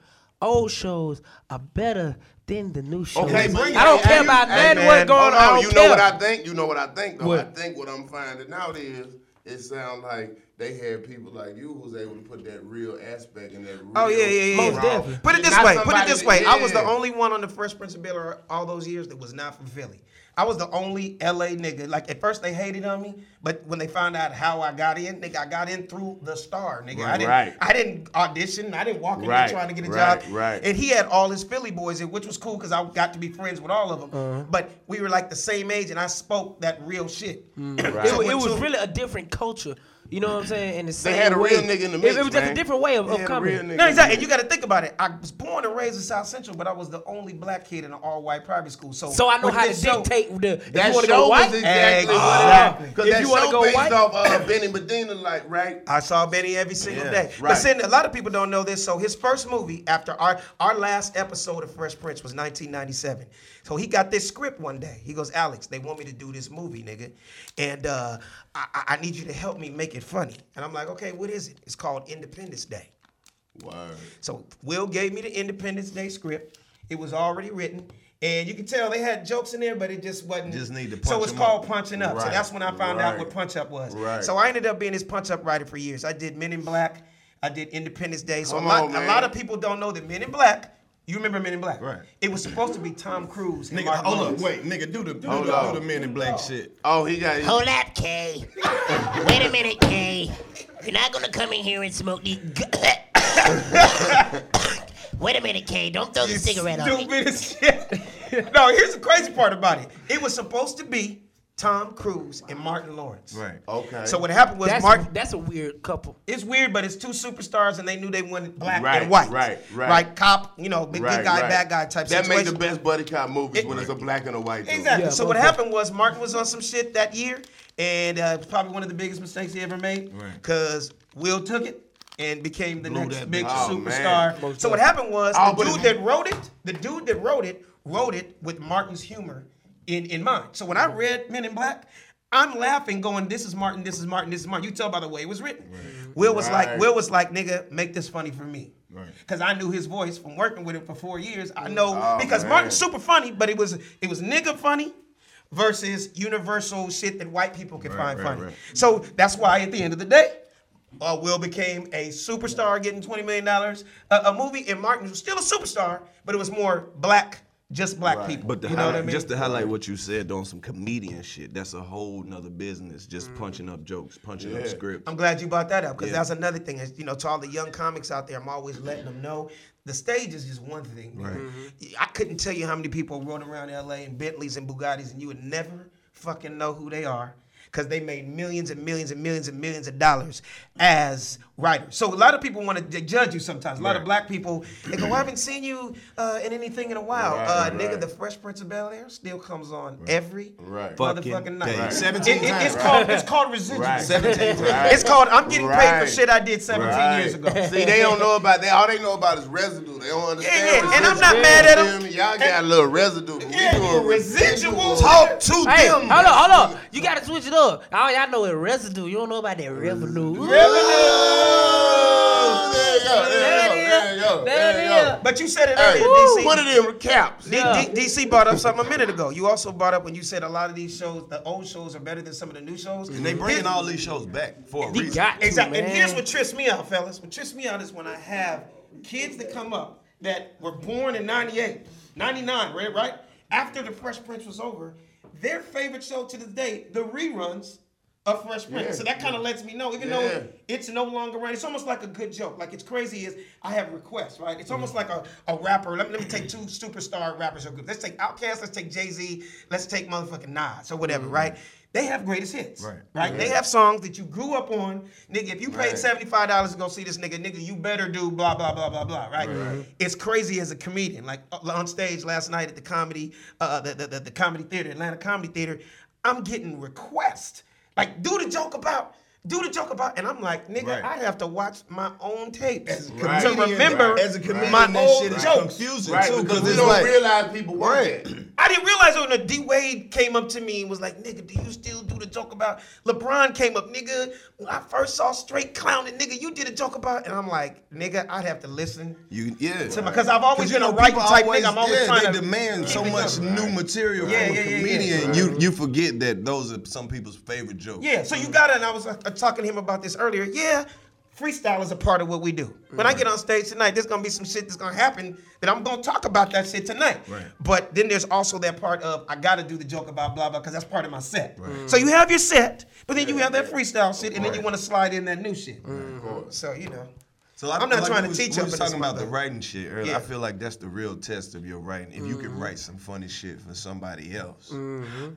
S2: Old shows are better than the new shows.
S6: Okay, bring it.
S2: I don't
S6: Hey,
S2: care
S6: hey,
S2: about
S6: hey,
S2: none
S5: man.
S2: what's going
S6: Hold
S2: on. I
S6: on,
S2: don't
S6: you
S2: care.
S6: know what I think? You know what I think though. I
S2: What?
S6: think what I'm finding out is it sounds like they had people like you who's able to put that real aspect in that real
S5: Oh yeah, yeah, yeah.
S2: Most
S5: yeah.
S2: definitely.
S5: Put it this
S6: Not
S5: way. Put it
S6: somebody
S5: this
S6: that-
S5: way. I was the
S6: yeah.
S5: only one on the Fresh Prince of Bel Air all those years that was not from Philly. I was the only LA nigga. Like at first they hated on me, but when they found out how I got in, nigga, I got in through the star, nigga. I didn't,
S6: Right.
S5: I didn't audition. I didn't walk in
S6: Right,
S5: there trying to get a
S6: right,
S5: job.
S6: right.
S5: And he had all his Philly boys, in, which was cool because I got to be friends with all of them. But we were like the same age, and I spoke that real shit.
S6: Right.
S2: It, wa- it
S5: Two-
S2: was really a different culture. You know what I'm saying? And the
S6: They
S2: same
S6: had a
S2: way.
S6: real nigga in the
S2: It-
S6: mix.
S2: It was just
S6: man.
S2: a different way of,
S6: They
S2: of
S6: had a
S2: coming.
S6: real nigga
S5: No,
S6: in the
S5: exactly. And
S6: mix.
S5: you got to think about it. I was born and raised in South Central, but I was the only black kid in an all-white private school. So,
S2: So I know
S5: with
S2: how to
S5: this show-
S2: dictate the. If
S6: That
S2: you want to
S6: show
S2: go
S6: was
S2: white,
S6: exactly what it
S2: Exactly.
S6: happened. Cause
S2: If
S6: that
S2: you wanna
S6: show
S2: go
S6: based
S2: white-
S6: off uh, Benny Medina, like right.
S5: I saw Benny every single
S4: Yeah,
S5: day. But
S6: right.
S5: see, a lot of people don't know this. So his first movie after our our last episode of Fresh Prince was 1997. So he got this script one day. He goes, Alex, they want me to do this movie, nigga, and uh, I, I I need you to help me make it funny. And I'm like, okay, what is it? It's called Independence Day.
S4: Word.
S5: So Will gave me the Independence Day script. It was already written. And you can tell they had jokes in there, but it just wasn't.
S4: Just need to
S5: so
S4: punch
S5: it's
S4: 'em
S5: called
S4: up.
S5: punching up. So
S4: Right,
S5: that's when I found out
S6: right,
S5: what punch up was.
S6: right.
S5: So I ended up being this punch up writer for years. I did Men in Black. I did Independence Day. So a
S6: Come
S5: lot,
S6: on,
S5: a
S6: man.
S5: lot of people don't know that Men in Black. You remember Men in Black?
S4: Right.
S5: It was supposed to be Tom Cruise. and
S4: Nigga,
S5: Martin
S4: hold up,
S5: Lawrence.
S4: wait, nigga, do the do,
S6: Hold
S4: the,
S6: on.
S4: do the men in black shit.
S6: Oh, he got.
S9: Hold up, Kay. Wait a minute, Kay. You're not gonna come in here and smoke these. G- Wait a minute, Kay. Don't throw the cigarette on me.
S5: Stupid as shit. no, here's the crazy part about it. It was supposed to be Tom Cruise and Martin Lawrence.
S4: Right.
S6: Okay.
S5: So what happened was
S2: That's,
S5: Martin.
S2: that's a weird couple.
S5: It's weird, but it's two superstars, and they knew they wanted black
S6: Right,
S5: and white.
S6: right, right.
S5: Right, cop, you know, big,
S6: Right,
S5: good guy,
S6: right.
S5: bad guy type
S6: That made
S5: situation.
S6: the best buddy cop movies when it's a black and a white. dude.
S5: Exactly.
S2: Yeah,
S5: so
S2: most
S5: what happened was Martin was on some shit that year, and uh, it's probably one of the biggest mistakes he ever made.
S4: Right.
S5: Cause Will took it and became the
S4: Blew
S5: next
S4: that
S5: big
S6: bitch. Oh,
S5: superstar.
S6: man.
S5: So what happened was
S6: Oh,
S5: the
S6: but-
S5: dude that wrote it, the dude that wrote it, wrote it with Martin's humor in in mind. So when I read Men in Black. I'm laughing, going, "This is Martin. This is Martin. This is Martin." You tell by the way it was written. Will was like,
S6: Right.
S5: "Will was like, nigga, make this funny for me,"
S4: Right.
S5: because I knew his voice from working with him for four years. I know
S6: Oh,
S5: because
S6: man.
S5: Martin's super funny, but it was it was nigga funny versus universal shit that white people can
S4: Right,
S5: find
S4: right,
S5: funny.
S4: right.
S5: So that's why at the end of the day, uh, Will became a superstar, getting twenty million dollars a, a movie, and Martin was still a superstar, but it was more black, just black
S6: Right.
S5: people.
S4: But the
S5: you know what I
S4: highlight-
S5: mean?
S4: just to highlight what you said on some comedian shit, that's a whole nother business. Just punching up jokes, punching up
S6: Mm. Yeah.
S4: scripts.
S5: I'm glad you brought that up because
S4: Yeah.
S5: that's another thing. Is, you know, to all the young comics out there, I'm always letting them know the stage is just one thing. man. Mm-hmm. I couldn't tell you how many people rode around LA in Bentleys and Bugattis, and you would never fucking know who they are because they made millions and millions and millions and millions of dollars as writers. So a lot of people want to judge you sometimes. A lot of black people they go, "Well, "I haven't seen you uh, in anything in a while."
S6: Right,
S5: uh,
S6: right.
S5: Nigga, the Fresh Prince of Bel Air still comes on every
S6: Right.
S4: Fucking
S5: motherfucking
S4: day.
S5: night.
S4: Right.
S10: 17
S5: It- it-
S10: times.
S5: it's called it's called residuals.
S6: Right.
S5: 17 times.
S6: Right.
S5: It's called I'm getting paid for
S6: Right.
S5: shit I did 17
S6: Right.
S5: years ago.
S6: See, they don't know about that. All they know about is residue. They don't understand.
S5: Yeah, yeah, and I'm
S6: residual.
S5: not mad at 'em.
S6: You feel me? Y'all got a little residue. We doing
S5: residual.
S6: Talk to
S2: Hey,
S6: them.
S2: hold up, hold up. You gotta switch it up. All y'all know is residue. You don't know about that revenue.
S6: Revenue. There you go. There you go. There you go. There you go.
S5: But you said it
S6: Hey,
S5: earlier, DC.
S6: put it in caps.
S5: D- D- DC brought up something a minute ago. You also brought up when you said a lot of these shows, the old shows are better than some of the new shows.
S4: And they bringing all these shows back for a
S5: We
S4: reason.
S2: got to,
S5: exactly.
S2: man.
S5: And here's what trips me out, fellas. What trips me out is when I have kids that come up that were born in 98, 99, right? right? After the Fresh Prince was over, their favorite show to this day, the reruns of Fresh Prince.
S6: Yeah.
S5: So that kind of lets me know, even
S6: Yeah.
S5: though it's no longer running, it's almost like a good joke. Like it's crazy is I have requests, right? It's
S6: Mm.
S5: almost like a, a rapper. Let me, let me take two superstar rappers or groups. Let's take Outkast, let's take Jay-Z, let's take motherfucking Nas or whatever,
S6: Mm.
S5: right? They have greatest hits.
S4: Right.
S5: Right? They have songs that you grew up on. Nigga, if you paid
S6: Right.
S5: $75 to go see this nigga, nigga, you better do blah, blah, blah, blah, blah, right? It's crazy as a comedian. Like uh, on stage last night at the comedy, uh, the, the, the, the comedy theater, Atlanta Comedy Theater, I'm getting requests. Like, do the joke about, do the joke about, and I'm like, nigga,
S4: Right.
S5: I have to watch my own tapes
S6: Right.
S5: to
S6: comedian,
S5: remember
S6: right.
S4: As a comedian,
S5: my
S4: that
S5: old
S4: shit is
S5: jokes.
S4: confusing
S6: Right,
S4: too, because
S6: because we
S4: it's
S6: don't
S4: like,
S6: realize people want
S4: Right.
S6: that.
S5: I didn't realize it when the D Wade came up to me and was like, nigga, do you still do the joke about LeBron came up, nigga? When I first saw straight clowning, nigga, you did a joke about and I'm like, nigga, I'd have to listen.
S4: you, yeah.
S5: To my, Cause I've always
S4: you
S5: been a
S4: know,
S5: right
S4: people
S5: type
S4: always-
S5: nigga. I'm always
S4: yeah,
S5: trying
S4: they
S5: to
S4: demand so
S5: keep it
S4: much
S5: up.
S4: new material
S5: Yeah,
S4: from
S5: yeah,
S4: a
S5: yeah, yeah.
S4: comedian. You you forget that those are some people's favorite jokes.
S5: Yeah, so you got it. And I was uh, talking to him about this earlier. Yeah, freestyle is a part of what we do. When I get on stage tonight, there's gonna be some shit that's gonna happen that I'm gonna talk about that shit tonight.
S4: Right.
S5: But then there's also that part of I gotta do the joke about blah blah because that's part of my set. So you have your set, but then you have that freestyle shit, and then you want to slide in that new shit. So you know.
S4: So I
S5: I'm
S4: feel
S5: not trying
S4: we
S5: to
S4: was-
S5: teach
S4: we
S5: up
S4: was
S5: in this
S4: talking about
S5: mother.
S4: the writing shit earlier.
S5: Yeah. Mm-hmm.
S4: I feel like that's the real test of your writing. If you can write some funny shit for somebody else,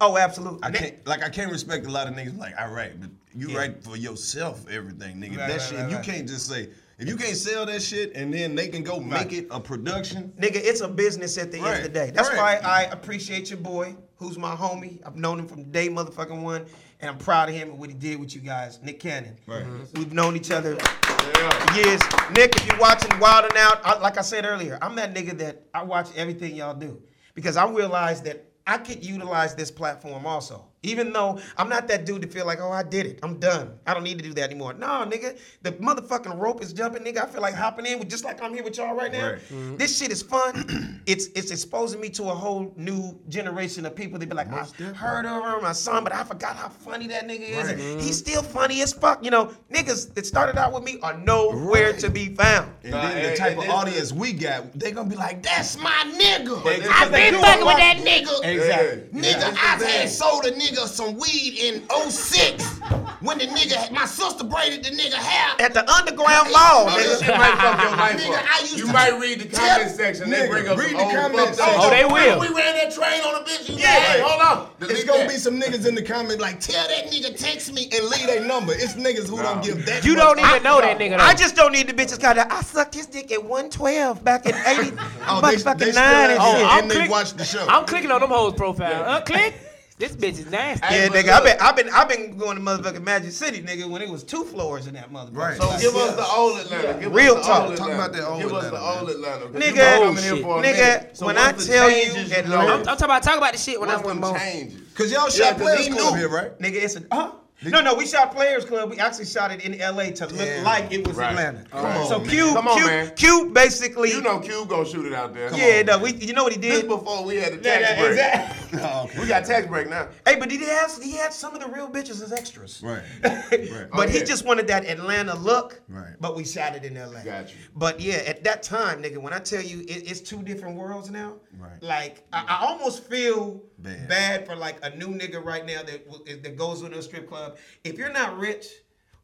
S5: Oh, absolutely.
S4: Mm-hmm. I can't like I can't respect a lot of niggas like I write, but you write for yourself everything, nigga.
S5: Right,
S4: that
S5: right,
S4: shit
S5: right,
S4: you
S5: right.
S4: can't just say if you can't sell that shit and then they can go make it a production.
S5: Nigga, it's a business at the end of the
S4: Right,
S5: day. That's
S4: right.
S5: why I appreciate your boy, who's my homie. I've known him from day motherfucking one, and I'm proud of him and what he did with you guys. Nick Cannon. Mm-hmm.
S4: Right.
S5: We've known each other for years. Nick, if you're watching Wild and Out, I, like I said earlier, I'm that nigga that I watch everything y'all do because I realize that I could utilize this platform also. Even though I'm not that dude to feel like, oh, I did it. I'm done. I don't need to do that anymore. No, nigga, the motherfucking rope is jumping, nigga. I feel like hopping in with just like I'm here with y'all right now.
S4: Right.
S10: Mm-hmm.
S5: This shit is fun. it's it's exposing me to a whole new generation of people that be like, I heard of him, I saw him, but I forgot how funny that nigga is.
S4: Right.
S5: And
S10: Mm-hmm.
S5: He's still funny as fuck. You know, niggas that started out with me are nowhere to be found.
S4: And
S6: Nah,
S4: then
S6: hey,
S4: the type
S6: and
S4: of
S6: this-
S4: audience we got, they gonna be like, that's my nigga.
S6: But this-
S9: I've been fucking with that nigga.
S6: Exactly.
S9: Nigga, I've had sold a nigga some weed in 06.
S10: when the nigga, my sister braided the nigga hair.
S5: At the underground mall,
S6: Oh, this
S5: nigga.
S6: shit might fuck your
S10: Nigga, I
S6: life up.
S10: used
S6: You
S10: to-
S6: might read the comment section. They
S3: Nigga,
S6: bring up
S3: read
S6: some
S3: the
S6: old
S3: comment
S6: fucked
S3: section.
S6: up
S1: Oh, they will.
S10: We ran that train on a bitch. You
S6: Yeah,
S10: like, hey, hold on.
S6: Delete
S10: it's gonna
S6: that.
S10: be some niggas in the comment like, tell that nigga text me and leave their number. It's niggas who don't give that.
S1: You
S10: much
S1: don't even
S10: fuck.
S1: know that nigga. Though.
S5: I just don't need the bitches got that. I sucked his dick at 112 back in 80, motherfucking
S10: Oh, they still
S5: nine and
S10: have
S5: shit.
S10: it.
S1: I'm
S10: and they
S1: click-
S10: watch the show.
S1: I'm clicking on them hoes profile. Uh, click. This bitch is nasty.
S5: Yeah,
S6: but
S5: nigga, I've
S6: look.
S5: been, I've been, I've been going to motherfucking Magic City, nigga, when it was two floors in that motherfucker.
S4: Right.
S5: So
S6: Give us the old Atlanta. Give
S5: Real
S6: us the
S5: talk.
S6: Old
S4: Talk
S6: Atlanta.
S4: about that old
S6: Give us the
S4: Atlanta,
S6: old Atlanta. 'cause
S5: Nigga,
S6: you been coming
S1: oh,
S6: here
S1: shit.
S6: for a minute.
S5: nigga,
S6: So
S5: when I
S6: what's the
S5: tell you
S6: changes
S5: that
S6: know?
S1: I'm, I'm talking about talk about the shit when I
S6: What's
S1: went
S6: them
S1: home.
S6: changes?
S10: Cause y'all
S6: Yeah,
S10: shot
S6: 'cause
S10: players
S6: he
S10: club
S6: knew.
S10: here, right?
S5: Nigga, it's a huh? No, no, we shot Players Club. We actually shot it in L.A. to look
S10: Damn.
S5: like it was
S6: Right.
S5: Atlanta.
S6: Right.
S5: So
S6: Come on,
S5: Q,
S6: man. Come on,
S5: Q,
S6: man.
S5: Q, basically.
S6: You know Q gonna shoot it out there.
S5: yeah, no, we, you know what he
S6: This
S5: did?
S6: before we had the
S5: Yeah,
S6: tax
S5: yeah,
S6: break.
S5: exactly.
S6: We got tax break now.
S5: hey, but he had he had some of the real bitches as extras.
S4: Right. Oh,
S5: But he
S6: Okay.
S5: just wanted that Atlanta look.
S4: Right.
S5: But we shot it in Atlanta.
S6: Got you.
S5: But yeah, at that time, nigga, when I tell you it, it's two different worlds now.
S4: Right.
S5: Like I, I almost feel bad.
S4: Bad.
S5: for like a new nigga right now that w- that goes into a strip club. If you're not rich.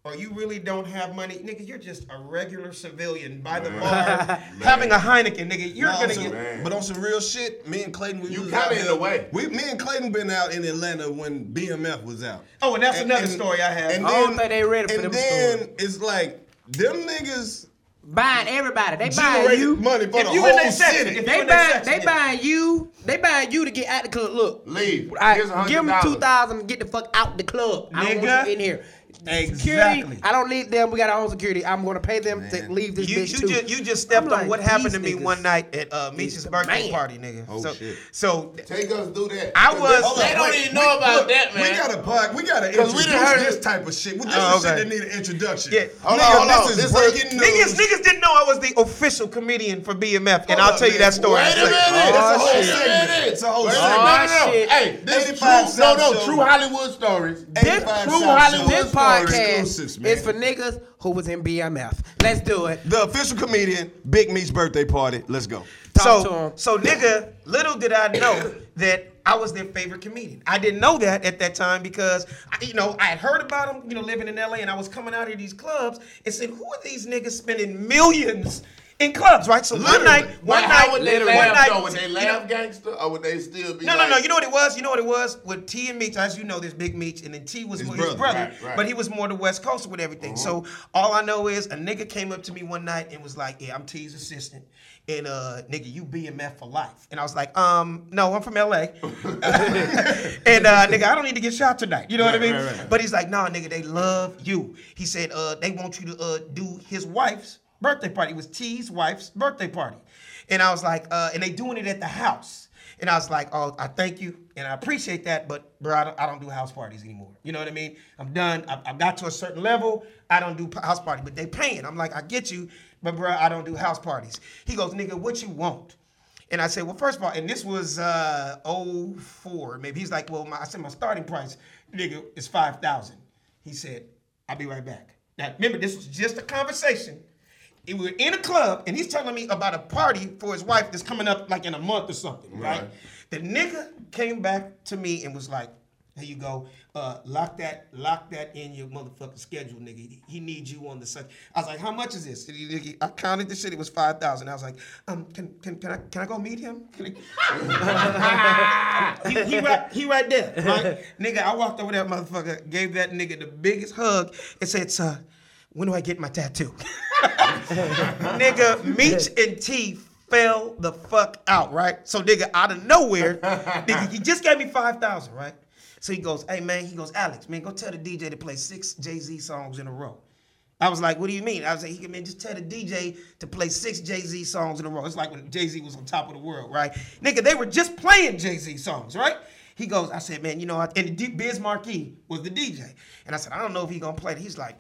S5: Or you really don't have money, nigga. You're just a regular civilian by the bar, having a Heineken, nigga. You're
S10: Nah, on
S5: gonna
S10: some-
S5: get.
S6: Man.
S10: But on some real shit, me and Clayton, we
S6: You
S10: was
S6: kinda
S10: out
S6: in the way.
S10: We, me and Clayton been out in Atlanta when BMF was out.
S5: Oh, and that's another story I have.
S1: I don't think they ready for
S10: and
S1: them
S10: then
S1: stories.
S10: it's like them niggas
S1: Buying everybody. They buying
S10: generated
S1: you.
S10: money for
S5: If
S10: the
S5: you in
S10: whole
S5: that section,
S10: city.
S5: if you
S1: They
S5: in that
S1: buying.
S5: section,
S1: They buying you. They buying you to get out the club. Look.
S6: Leave.
S1: I
S6: Here's a
S1: give them
S6: $100.
S1: two thousand. Get the fuck out the club. I don't
S5: Nigga.
S1: want you in here.
S5: Exactly.
S1: Security. I don't need them. We got our own security. I'm gonna pay them to leave this
S5: You, you
S1: bitch too.
S5: just you just stepped
S1: I'm
S5: on
S1: like,
S5: what happened to
S1: these
S5: me
S1: niggas
S5: one night at uh, Misha's
S1: the
S5: birthday
S1: man.
S5: party, nigga.
S4: Oh,
S5: so,
S4: shit.
S5: So
S6: Take us through that.
S5: I
S6: 'Cause
S5: was-
S6: hold on,
S5: They
S10: don't
S6: wait.
S10: even
S6: We-
S10: know
S6: look,
S10: We got a pod. We got to
S6: Cause
S10: introduce
S6: we done heard-
S10: this type of shit. This
S5: Oh,
S10: is
S5: okay.
S10: shit that need an introduction.
S5: Yeah.
S6: Hold
S10: Nigga,
S6: on, hold on.
S10: this is
S6: This is-
S10: breaking
S5: niggas
S10: news.
S5: niggas didn't know I was the official comedian for BMF, and I'll
S10: up,
S5: tell you that
S10: man.
S5: story.
S6: Wait a minute.
S10: That's a whole
S6: Wait a
S10: segment.
S6: minute.
S10: It's a whole
S6: Wait a
S10: segment.
S6: minute. No, no, no.
S1: shit.
S6: Hey, this is true.
S10: 85
S6: No,
S10: South
S6: no.
S10: Show.
S6: True Hollywood stories.
S1: This,
S10: 85
S1: true
S10: South
S1: Hollywood
S10: Show.
S1: this podcast
S10: Exclusives, man.
S1: is for niggas who was in BMF. Let's do it.
S10: The official comedian, Big Me's birthday party. Let's go.
S1: Talk to
S5: so
S1: 'em.
S5: so nigga, little did I know that I was their favorite comedian. I didn't know that at that time because I, you know I had heard about them, you know, living in LA, and I was coming out of these clubs and said, who are these niggas spending millions in clubs, right? So one
S10: Literally.
S5: night, one
S6: But
S5: night,
S6: how would they
S5: one
S6: laugh
S5: night,
S6: though? Would they
S5: you know-
S6: laugh gangster or would they still be
S5: No,
S6: like,
S5: no, no. You know what it was? You know what it was? With T and Meach, as you know, there's Big Meach, and then T was his, brother,
S10: brother,
S6: right, right.
S5: but he was more the West Coast with everything. So all I know is a nigga came up to me one night and was like, "Yeah, I'm T's assistant, and uh, nigga, you BMF for life." And I was like, "Um, no, I'm from LA, and uh, nigga, I don't need to get shot tonight." You know what I mean? But he's like, "Nah, nigga, they love you." He said, "Uh, they want you to uh do his wife's birthday party. It was T's wife's birthday party." And I was like, uh, and they doing it at the house. And I was like, oh, I thank you and I appreciate that, but bro, I don't, I don't do house parties anymore. You know what I mean? I'm done. I, I got to a certain level. I don't do p- house party, but they paying. I'm like, I get you, but bro, I don't do house parties. He goes, nigga, what you want? And I said, well, first of all, and this was uh, 04, maybe. He's like, well, my, I said, my starting price, nigga, is 5000 He said, I'll be right back. Now, remember, this was just a conversation. And we were in a club, and he's telling me about a party for his wife that's coming up like in a month or something, right? The nigga came back to me and was like, "Here you go, uh, lock that, lock that in your motherfucking schedule, nigga. He- He needs you on the such." I was like, "How much is this?" And he- he- I counted the shit. It was five thousand. I was like, "Um, can can can I can I go meet him?" Can I- he, he right he right there, right? nigga. I walked over there, motherfucker, gave that nigga the biggest hug, and said, "Son." When do I get my tattoo? nigga, Meech and T fell the fuck out, right? So nigga, out of nowhere, nigga, he just gave me five thousand, right? So he goes, hey man, he goes, Alex, man, go tell the DJ to play six Jay Z songs in a row. I was like, what do you mean? I was like, he can man, just tell the DJ to play six Jay Z songs in a row. It's like when Jay Z was on top of the world, right? Nigga, they were just playing Jay Z songs, right? He goes, I said, man, you know, I, and D- Biz Marquee was the DJ, and I said, I don't know if he gonna play. it." He's like,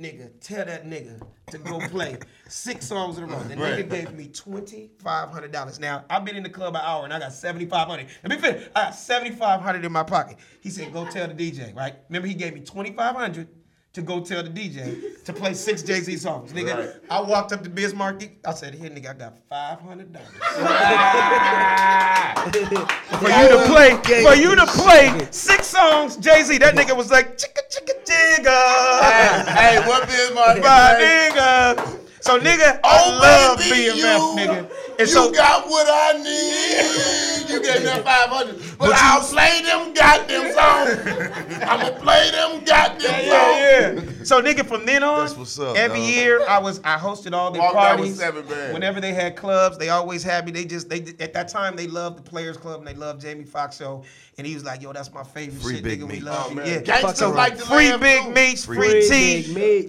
S5: nigga, tell that nigga to go play six songs in a row. The nigga gave me twenty five hundred dollars. Now I've been in the club an hour and I got seventy five hundred. Let me finish. I got seventy five hundred in my pocket. He said, go tell the DJ, right? Remember he gave me twenty five hundred to go tell the DJ to play six Jay Z songs. Nigga, I walked up to Biz Markie. I said, here, nigga, I got five hundred dollars for you to play. For you to play six songs, Jay Z. That nigga was like chicka chicka jigga,
S6: Hey, what is my
S5: my nigga. So nigga, I
S6: Oh,
S5: love
S6: baby,
S5: BMF,
S6: you-
S5: nigga. And
S6: you
S5: so
S6: got what I need. You gave me a 500. But, I'll play them goddamn songs. I'm going to play them goddamn songs.
S5: yeah, yeah. So nigga, from then on,
S6: That's what's up,
S5: every
S6: dog.
S5: year I was I hosted all their
S6: Walked out with
S5: parties.
S6: seven bands.
S5: Whenever they had clubs, they always had me. They just they at that time they loved the Players Club and they loved Jamie Foxx show. And he was like, yo, that's my favorite
S4: Free
S5: shit,
S4: Big
S5: nigga. We
S4: Meat.
S5: love
S6: Oh,
S5: you.
S6: man.
S5: Yeah.
S6: Gangsta
S5: so
S6: like the
S5: free
S6: lamb,
S5: big
S6: too.
S5: meats, free, tea.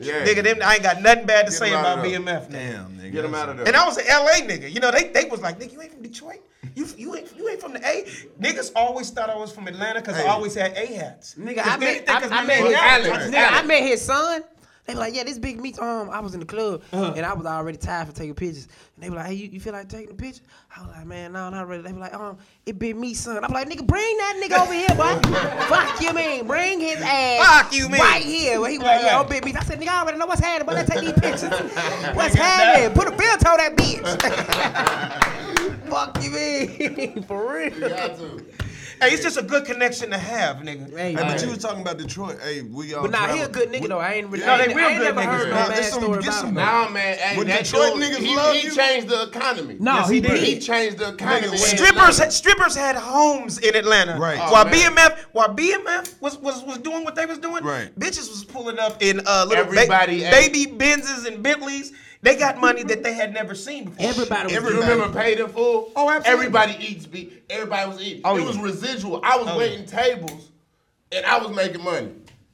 S6: Yeah.
S5: Nigga, them I ain't got nothing bad to say
S6: him
S5: about
S6: out of there.
S5: BMF, nigga.
S4: Damn, nigga.
S6: Get them out of there.
S5: And I was an LA nigga. You know, they they was like, nigga, you ain't from Detroit. You you ain't you ain't from the A. Niggas always thought I was from Atlanta because I always had A hats.
S1: Nigga, I
S5: They
S1: met,
S5: think
S1: I,
S5: 'cause
S1: I
S5: my
S1: met
S5: name
S1: his,
S5: Alex.
S1: nigga, I met his son. They were like, yeah, this big meat. Um, I was in the club
S5: Uh-huh.
S1: and I was already tired for taking pictures. And they were like, hey, you, you feel like taking a picture? I was like, man, no, not really. They were like, um, it big meat, son. I'm like, nigga, bring that nigga over here, boy. Fuck you, man. Bring his ass.
S5: Fuck you, man.
S1: Right here. Where he was like,
S5: Right,
S1: yeah,
S5: right.
S1: I'm big meat. I said, nigga, I already know what's happening, but let's take these pictures. what's happening? Put a filter on that bitch. Fuck you, man. for real.
S6: Got to.
S5: Hey, it's just a good connection to have, nigga.
S1: Hey,
S4: Hey, but you was talking about Detroit. Hey, we all.
S1: But nah, he a
S4: traveled-
S1: good nigga though. I ain't really.
S5: No, they
S1: I ain't-
S5: real
S1: I ain't
S5: good
S1: never
S5: niggas,
S1: heard no
S5: man.
S1: bad
S4: There's some-
S1: story
S4: get
S1: about
S4: some
S1: him.
S4: back.
S6: Nah, man. Hey,
S4: When
S6: that
S4: Detroit
S6: dude,
S4: niggas
S6: he,
S4: love
S6: he
S4: you-
S6: changed the economy.
S1: No, he did.
S6: He changed the economy.
S5: Strippers, had, strippers had homes in Atlanta.
S4: Right. Oh,
S5: While
S6: man.
S5: BMF, while BMF was, was was doing what they was doing,
S4: Right.
S5: bitches was pulling up in uh, little ba-
S6: Everybody had-
S5: baby Benzes and Bentleys. They got money that they had never seen before.
S1: Everybody was
S6: You remember paid in full?
S5: Oh, absolutely.
S6: Everybody eats beef. Everybody was eating.
S5: Oh,
S6: it
S5: yeah.
S6: was residual. I was
S5: Oh,
S6: waiting tables, and I was making money.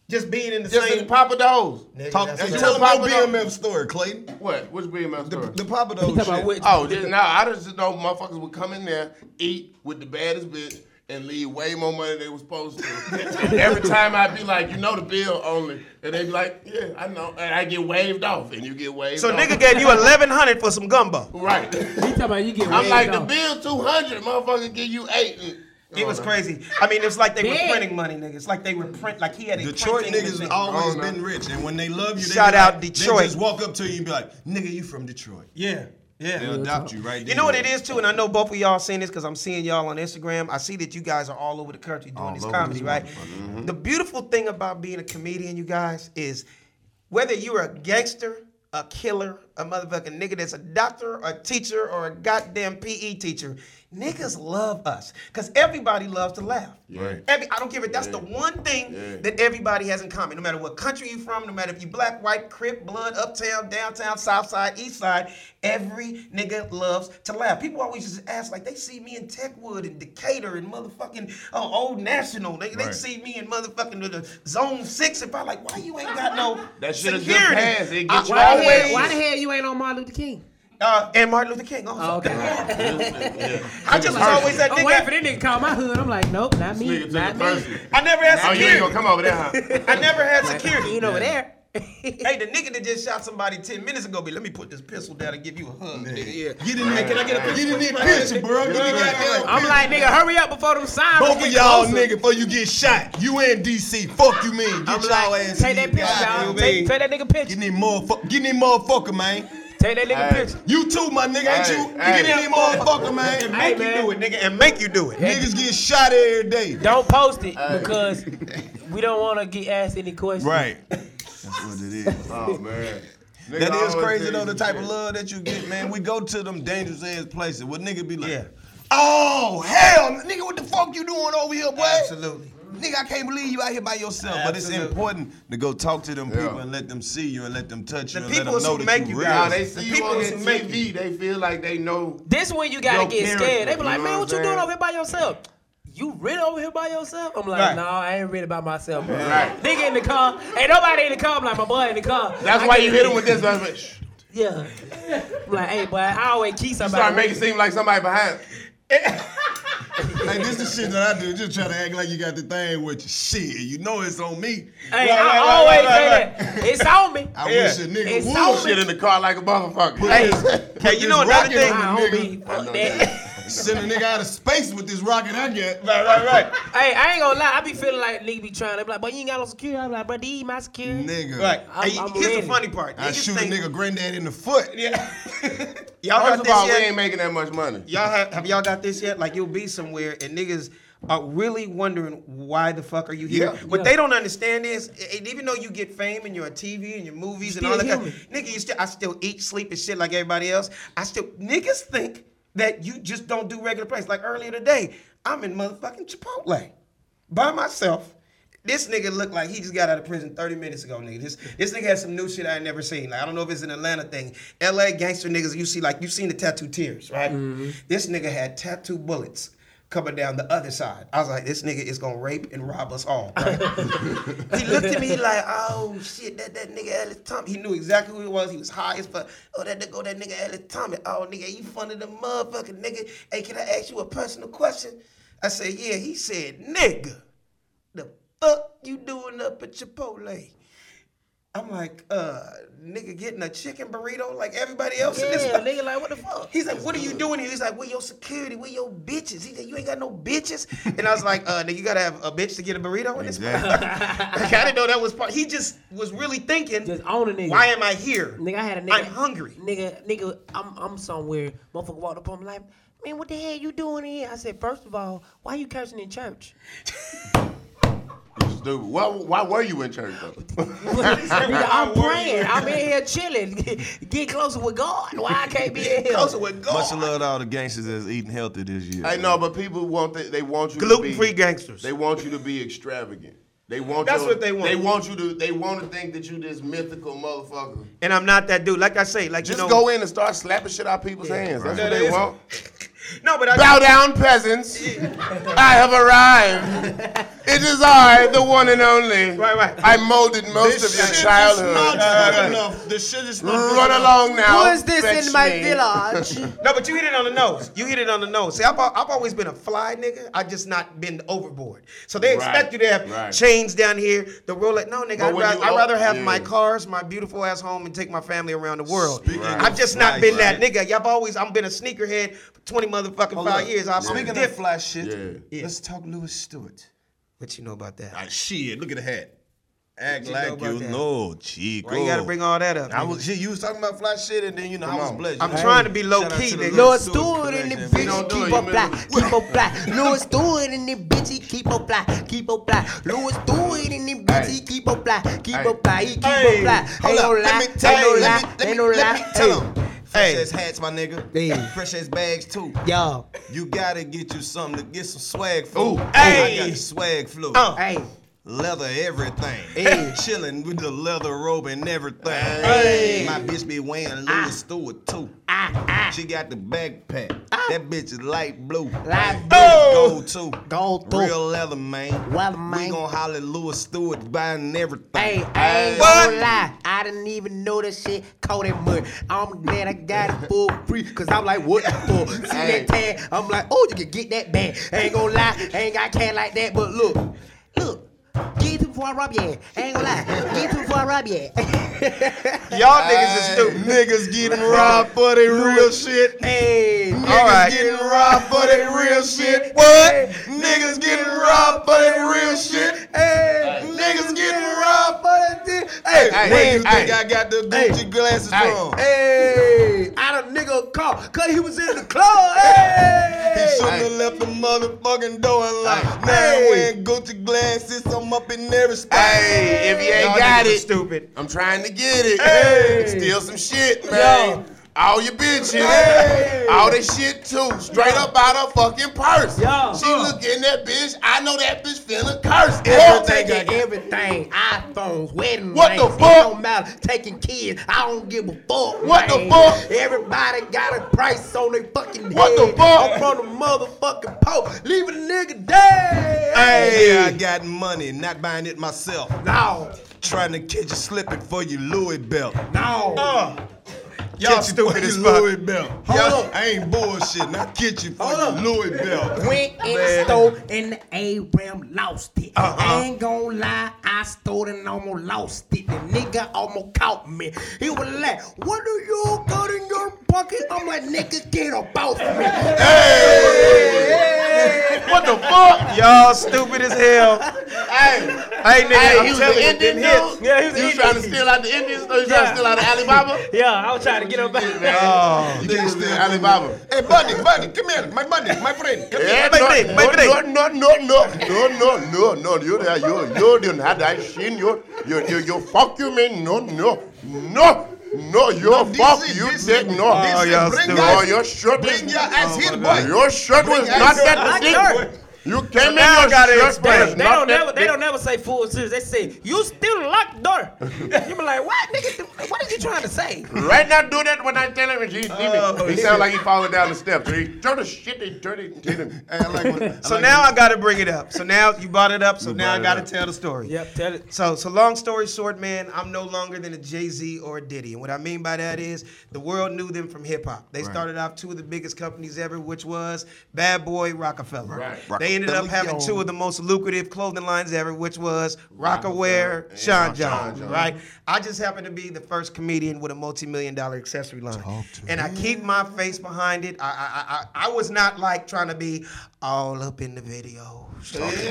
S5: just being in the
S6: Just
S5: same.
S6: in Papa Do's.
S11: Talk,
S5: that's
S11: hey,
S5: what
S11: tell
S6: I'm
S11: them your
S6: talking about.
S11: BMF story, Clayton.
S6: What? Which being my story?
S11: The Papa Doe
S1: Talking about
S11: shit.
S1: which-
S6: oh, just now. I just know motherfuckers would come in there, eat with the baddest bitch, and leave way more money than they was supposed to. and every time I'd be like, you know the bill only, and they'd be like, yeah, I know, and I get waved off, and you get waved.
S5: So
S6: off.
S5: nigga gave you eleven hundred for some gumbo.
S6: right.
S1: He talking about you get.
S6: I'm
S1: raised
S6: like the
S1: on.
S6: bill two hundred, motherfucker, give you eight. and-
S5: It
S6: Oh.
S5: was crazy. I mean, it's like they were
S1: Yeah.
S5: printing money, nigga. It's like they were print, like he had a
S4: Detroit
S5: printing
S4: niggas
S5: machine.
S4: always
S6: Oh, no.
S4: been rich, and when they love you, they
S5: Shout
S4: be
S5: out
S4: like-
S5: Detroit.
S4: They just walk up to you and be like, "Nigga, you from Detroit?"
S5: Yeah, yeah.
S4: They'll adopt you right there.
S5: You know what it is too, and I know both of y'all seen this because I'm seeing y'all on Instagram. I see that you guys are all over the country doing this
S4: over
S5: comedy,
S4: this Mm-hmm.
S5: right? The beautiful thing about being a comedian, you guys, is whether you're a gangster, a killer, a motherfucking nigga that's a doctor, a teacher, or a goddamn PE teacher, niggas love us because everybody loves to laugh.
S4: Right.
S5: Every, I don't give it. That's the one thing that everybody has in common. No matter what country you're from, no matter if you black, white, crip, blood, uptown, downtown, south side, east side, every nigga loves to laugh. People always just ask, like, they see me in Techwood and Decatur and motherfucking uh, Old National. They, they
S4: Right.
S5: see me in motherfucking uh, the, the Zone 6. If I like, why you ain't got no
S6: That shit is just
S5: security?
S6: passed. It
S5: I
S6: gets you
S1: Why the,
S5: always-
S1: hell, why the hell you ain't on Martin Luther King?
S5: Uh, and Martin Luther King also.
S1: Oh, okay.
S5: I just was always that
S1: I'm waiting
S5: nigga.
S1: for this nigga to call my hood. I'm like, nope, not me,
S6: Nigga
S1: not
S6: took the
S1: me.
S6: first.
S5: I never had
S6: Oh, you ain't
S5: security.
S6: gonna come over there, huh?
S5: I never had security.
S1: You know there.
S5: Hey, the nigga that just shot somebody 10 minutes ago, be let me put this pistol down and give you a hug. nigga. Yeah.
S4: Get in there. Can I get a picture? Get in there, picture, bro. Give me that damn
S1: I'm like, nigga, hurry up before them signs.
S4: Both of
S1: get
S4: y'all
S1: closer.
S4: nigga before you get shot. You in DC. Fuck you mean. Get
S1: I'm
S4: y'all
S1: like,
S4: ass.
S1: take that
S4: in here,
S1: picture,
S4: goddamn
S1: y'all.
S4: man.
S1: Take, take that nigga
S4: Get
S1: picture.
S4: in there, motherfucker. Get in there, motherfucker, man.
S1: Take that nigga
S6: Hey.
S1: picture.
S4: You too, my nigga. Ain't
S6: Hey,
S4: you?
S6: hey.
S4: Get in there, motherfucker, man.
S1: Hey,
S5: Make
S1: man.
S5: you do it, nigga, and make you do it.
S4: Niggas get shot every day.
S1: Don't post it because we don't want to get asked any questions.
S4: Right. That's what it is.
S6: Oh man. Nigga,
S4: That
S6: I
S4: is
S6: always
S4: crazy
S6: tell
S4: though,
S6: you
S4: the
S6: some
S4: type
S6: shit.
S4: of love that you get, man. We go to them dangerous ass places where nigga be like,
S5: Yeah.
S4: oh hell, nigga, what the fuck you doing over here, boy?
S5: Absolutely.
S4: Nigga, I can't believe you out here by yourself. But
S5: Absolutely.
S4: it's important to go talk to them
S6: Yeah.
S4: people and let them see you and let them touch you
S5: The
S4: and let
S5: people
S4: them know
S5: who
S4: that
S5: make
S4: you
S5: you
S4: real.
S6: Nah,
S5: guys-
S6: they see
S5: The
S6: you
S5: people
S6: on
S5: who make
S6: TV, they feel like they know.
S1: This when you gotta
S6: Your
S1: get
S6: parents,
S1: scared. They be
S6: you
S1: like,
S6: know
S1: man,
S6: what
S1: what you
S6: I'm
S1: doing
S6: saying?
S1: over here by yourself? You really over here by yourself? I'm like,
S5: Right.
S1: no, I ain't really by myself. Bro.
S6: Right.
S1: Nigga in the car. Ain't nobody in the car. I'm like, my boy in the car.
S6: That's
S1: I
S6: why
S1: can't
S6: you hit
S1: even-
S6: them with this. Like, shh.
S1: Yeah. I'm like, hey, boy, I always keep somebody.
S6: Start making
S1: with
S6: it seem like somebody behind.
S4: Like this is shit that I do. Just try to act like you got the thing with you. Shit, you know it's on me.
S1: me. Hey, I
S5: Right, right, right,
S1: always
S5: right,
S1: say
S5: right,
S1: that. It's on me.
S4: I
S5: Yeah.
S4: wish a nigga
S1: It's
S4: would
S1: so-
S6: Shit in the car like a motherfucker.
S5: Hey, hey, you know another
S4: rocket
S5: thing.
S4: on
S1: I don't be.
S6: I know
S1: Fuck that.
S12: Send a nigga out of space with this rocket I get.
S6: Right, right, right.
S1: Hey, I ain't gonna lie. I be feeling like nigga be trying. They be like, "But you ain't got no security." I'm like, "Bro, these my security."
S12: Nigga.
S5: Right.
S1: I'm-
S5: Hey,
S1: I'm
S5: here's
S1: ready.
S5: the funny part.
S12: I
S5: Niggas
S12: shoot
S5: think-
S12: a nigga granddad in the foot.
S5: Yeah. y'all
S6: First
S5: got
S6: of all, we
S5: this
S6: ain't
S5: yet?
S6: making that much money.
S5: Y'all have, have y'all got this yet? Like you'll be somewhere and niggas are really wondering why the fuck are you here?
S6: Yeah.
S5: What they don't understand is, i- and even though you get fame and you're on TV and your movies and all that,
S1: still
S5: kind- nigga, you still I still eat, sleep, and shit like everybody else. I still niggas think that you just don't do regular places. Like earlier today, I'm in motherfucking Chipotle by myself. This nigga looked like he just got out of prison 30 minutes ago, nigga. This this nigga has some new shit I ain't never seen. Like I don't know if it's an Atlanta thing. LA gangster niggas, you see like you seen the tattoo tears, right? This nigga had tattoo bullets coming down the other side. I was like, this nigga is gonna rape and rob us all. right? he looked at me like, oh shit, that that nigga Alice Thompson. He knew exactly who he was. He was high as fuck. Oh that nigga, oh, that nigga Alice Thompson. Oh nigga, you funny the motherfucking nigga. Hey, can I ask you a personal question? I said, yeah. He said, nigga the fuck you doing up at Chipotle? I'm like, uh, nigga getting a chicken burrito like everybody else in this.
S1: Yeah, nigga, like what the fuck?
S5: He's like, what are you doing here? He's like, where your security? Where your bitches? He said, you ain't got no bitches. And I was like, uh, nigga, you gotta have a bitch to get a burrito in this.
S4: Exactly.
S5: motherfucker. like, I didn't know that was part. He just was really thinking,
S1: Just own a nigga.
S5: why am I here?
S1: Nigga, I had a nigga.
S5: I'm hungry.
S1: Nigga, nigga, I'm I'm somewhere. Motherfucker walked up on me like, man, what the hell you doing here? I said, first of all, why you cursing in church?
S6: You stupid. Why, why were you in church though?
S1: Nigga, I'm
S5: Why were you
S1: praying.
S5: in-
S1: I'm in here chilling. Get closer with God. Why I can't be in here?
S5: Closer with God.
S4: Much love to all the gangsters that's eating healthy this year.
S6: I know, but people want they, they want you to be,
S5: Gluten-free gangsters.
S6: They want you to be extravagant. They want
S5: That's
S6: your-
S5: what they want.
S6: They want you to. They want to think that you this mythical motherfucker.
S5: and I'm not that dude. Like I say, like
S6: Just
S5: you know,
S6: go in and start slapping shit out of people's hands. That's
S5: That
S6: what they
S5: is-
S6: want.
S5: No, but I
S6: Bow down, peasants. I have arrived. It is I, the one and only.
S5: Right, right.
S6: I molded most of your childhood.
S12: enough. The shit is not good
S6: Run
S12: enough.
S6: along now.
S1: Who is this in
S6: fetch
S1: my
S6: me.
S1: village?
S5: No, but you hit it on the nose. You hit it on the nose. See, I've, al- I've always been a fly nigga. I just not been overboard. So they expect you to have
S6: right.
S5: chains down here, the Rolex. No, nigga, I'd,
S6: when
S5: rather,
S6: you
S5: I'd
S6: o-
S5: rather have my
S6: yeah.
S5: cars, my beautiful ass home, and take my family around the world.
S4: Speaking Right.
S5: I've just
S4: of
S5: not
S4: fly
S5: been
S4: shit.
S5: that nigga. Y'all always, I've been a sneakerhead for 20 motherfucking five years. I'm
S4: Speaking
S5: speaking
S4: of fly shit,
S5: Yeah.
S4: let's talk Lewis Stewart.
S5: What you know about that?
S4: Like, shit, look at the hat. Act
S5: you
S4: like
S5: know
S4: you
S5: about that?
S4: know, Chico.
S5: Why you gotta bring all that up?
S4: I was, shit, you was talking about fly shit, and then you know I was blessed.
S5: I'm
S4: Hey.
S5: trying to be low
S4: Shout out
S5: key,
S4: to the
S5: nigga.
S1: Lord
S4: Lord
S1: Stewart in the
S4: collection.
S6: We
S1: bitch,
S6: don't do
S1: keep
S6: it,
S1: on
S6: you
S1: fly,
S6: remember?
S1: keep on fly. Lord Stewart in the bitch, he keep on fly, keep on fly. Lord Stewart in the bitch, he
S6: Hey.
S1: keep on fly, keep
S6: Hey.
S1: on fly, he keep
S5: Hey.
S1: on fly.
S12: Hold
S1: Ain't no
S12: up, let
S1: lie,
S12: me
S1: ain't
S12: tell
S1: no
S12: you, let
S1: lie,
S12: me- let
S1: ain't
S12: me-
S1: no
S12: let me
S1: lie.
S12: tell him. Fresh
S5: Hey.
S12: as hats, my nigga.
S1: Hey.
S12: Fresh as bags too.
S1: Yo,
S4: You gotta get you something to get some swag flu.
S6: Ooh.
S4: I
S5: Hey.
S4: got the swag flu.
S5: Uh.
S1: hey,
S4: Leather everything.
S1: Hey.
S4: Chilling with the leather robe and everything.
S5: Hey.
S4: My bitch be wearing Louis
S1: Ah.
S4: Stewart too. She got the backpack.
S1: Ah.
S4: That bitch is light blue.
S1: live
S5: Oh.
S4: Gold too.
S1: Gold too.
S4: Real leather man.
S1: Leather,
S4: We
S1: man.
S4: gon' holler Louis Stewart buying everything.
S1: Hey, I ain't
S5: What?
S1: gonna lie. I didn't even know that shit called it mud. I'm glad I got it for free. Cause I'm like, what the fuck? See
S6: Hey.
S1: that tag? I'm like, oh, you can get that bag. I ain't gonna lie. I ain't got cat like that. But look, look. Get it before I rob you. I ain't gonna lie. Get it before I rob you.
S5: Y'all niggas is stupid.
S4: Niggas getting robbed for their real shit.
S1: hey.
S5: All right.
S4: Getting robbed for their real shit.
S5: What?
S4: Niggas getting robbed for their real shit. Hey, niggas getting robbed for that shit. Hey,
S6: Hey,
S4: where
S6: hey,
S4: you think
S6: hey.
S4: I got the Gucci glasses
S6: hey,
S4: from?
S1: Hey. I done nigga call. Cause he was in the club. Hey.
S4: He shouldn't
S6: hey.
S4: have left the motherfucking door unlocked. Now
S1: Hey.
S4: I'm wearing Gucci glasses. I'm up in every spot.
S6: Hey, if you ain't
S5: Y'all
S6: got
S5: niggas is
S6: it,
S5: stupid.
S6: I'm trying to get it. Steal some shit, man. All your bitches. All that shit too. Straight up out her fucking purse.
S1: Yo.
S6: She look in that bitch. I know that bitch finna curse.
S1: Girl
S6: Everything I
S1: taking
S6: got.
S1: everything, iPhones, wedding
S6: What the
S1: rings,
S6: fuck?
S1: It don't matter. Taking kids, I don't give a fuck.
S6: What the
S1: man.
S6: fuck?
S1: Everybody got a price on their fucking
S6: What the
S1: head.
S6: fuck?
S1: I'm from the motherfucking po. Leave a nigga dead.
S4: Hey, I got money, not buying it myself.
S1: No,
S4: Trying to catch you slipping for your Louis belt.
S1: no.
S5: Y'all
S4: Catch you for
S5: stupid as
S4: your
S5: fuck.
S4: Louis belt.
S1: Hold up.
S4: I ain't bullshitting. I catch you for your Louis belt.
S1: Went in the store and the A-Ram lost it. I ain't gonna lie, I stole it and almost lost it. The nigga almost caught me. He was like, what do you got in your pocket? motherfucker. I'm like, nigga, get up off me.
S6: What the fuck?
S5: Y'all stupid as hell.
S6: Hey,
S5: Hey, nigga,
S6: hey,
S5: I'm
S6: he was
S5: telling
S6: an
S5: you,
S6: Indian
S5: didn't hit.
S6: dude.
S1: Yeah, he was an
S6: you
S1: Indian
S6: trying to
S1: dude.
S6: steal out the Indians? No, you trying to
S1: Yeah.
S6: steal out of Alibaba?
S1: Yeah, I was trying to get up out
S6: Man, oh, you can't steal Alibaba.
S10: Hey, buddy, buddy, come here. My buddy, my friend. Come here.
S6: Yeah, no,
S5: baby,
S6: no,
S5: baby.
S6: no, no, no, no, no, no, no, you, you, you didn't have that shit. You, you, you, you fuck you, man. No, no, no, no, you
S10: No, this
S6: fuck
S10: is-
S6: you,
S10: this
S6: dick.
S10: is-
S6: No,
S10: this is-
S5: y'all
S10: bring
S5: stupid.
S6: no,
S10: us-
S6: your shirt was
S10: Bring your ass here, boy.
S6: Your shirt was
S10: Bring
S6: not
S10: us-
S6: that
S1: like
S6: dick. You came in
S5: Now I
S6: your
S5: gotta
S6: shirt
S5: explain.
S6: was
S1: They
S6: not
S1: don't never
S6: that
S1: they
S6: thick.
S1: don't never say full sentence. They say you still locked door. you be like, what nigga? What is you trying to say?
S6: Right now, do that when I tell him. and He, he,
S5: Oh,
S6: he sound like he falling down the steps. He turned the shit. He turned it. turned it.
S10: Hey, I like what-
S5: So now I gotta bring it up. So now you brought it up. So
S4: You
S5: now
S4: brought
S5: I
S4: it
S5: gotta
S4: up.
S5: tell the story.
S1: Yep, tell it.
S5: So, so long story short, man, I'm no longer than a Jay Z or a Diddy, and what I mean by that is the world knew them from hip hop. They started off two of the biggest companies ever, which was Bad Boy Rockefeller.
S10: Right.
S5: They ended up having
S10: Rockefeller.
S5: two of the most lucrative clothing lines ever, which was Rockaware, Sean John. Right. I just happen to be the first comedian with a multi-million dollar accessory line, and I keep my face behind it. I, I, I, I was not like trying to be all up in the video.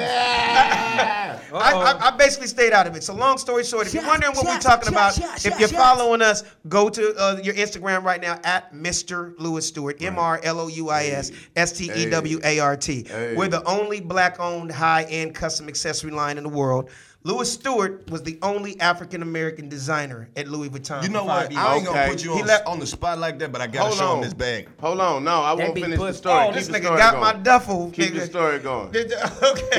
S6: Yeah.
S5: I, I, I basically stayed out of it. So long story short, if you're
S1: Shots,
S5: wondering what
S1: shots,
S5: we're talking about,
S1: shots, shots,
S5: if
S1: shots,
S5: you're
S1: shots.
S5: following us, go to uh, your Instagram right now at Mr. Lewis Stewart, M R L O U I S S T E W A R T.
S6: Hey.
S5: We're the only black-owned high-end custom accessory line in the world. Lewis Stewart was the only African American designer at Louis Vuitton.
S10: You know
S5: for five
S10: what? I ain't gonna
S6: Okay.
S10: put you
S5: He
S10: on,
S5: left-
S10: on the spot like that, but I gotta
S6: Hold
S10: show
S6: on.
S10: him this bag.
S6: Hold on. No, I won't
S1: be
S6: finish the
S1: pussy.
S6: story.
S5: Oh, this
S6: Keep the
S5: nigga
S6: story
S5: got
S6: going.
S5: my duffel.
S6: Keep
S5: nigga.
S6: the story going.
S5: okay.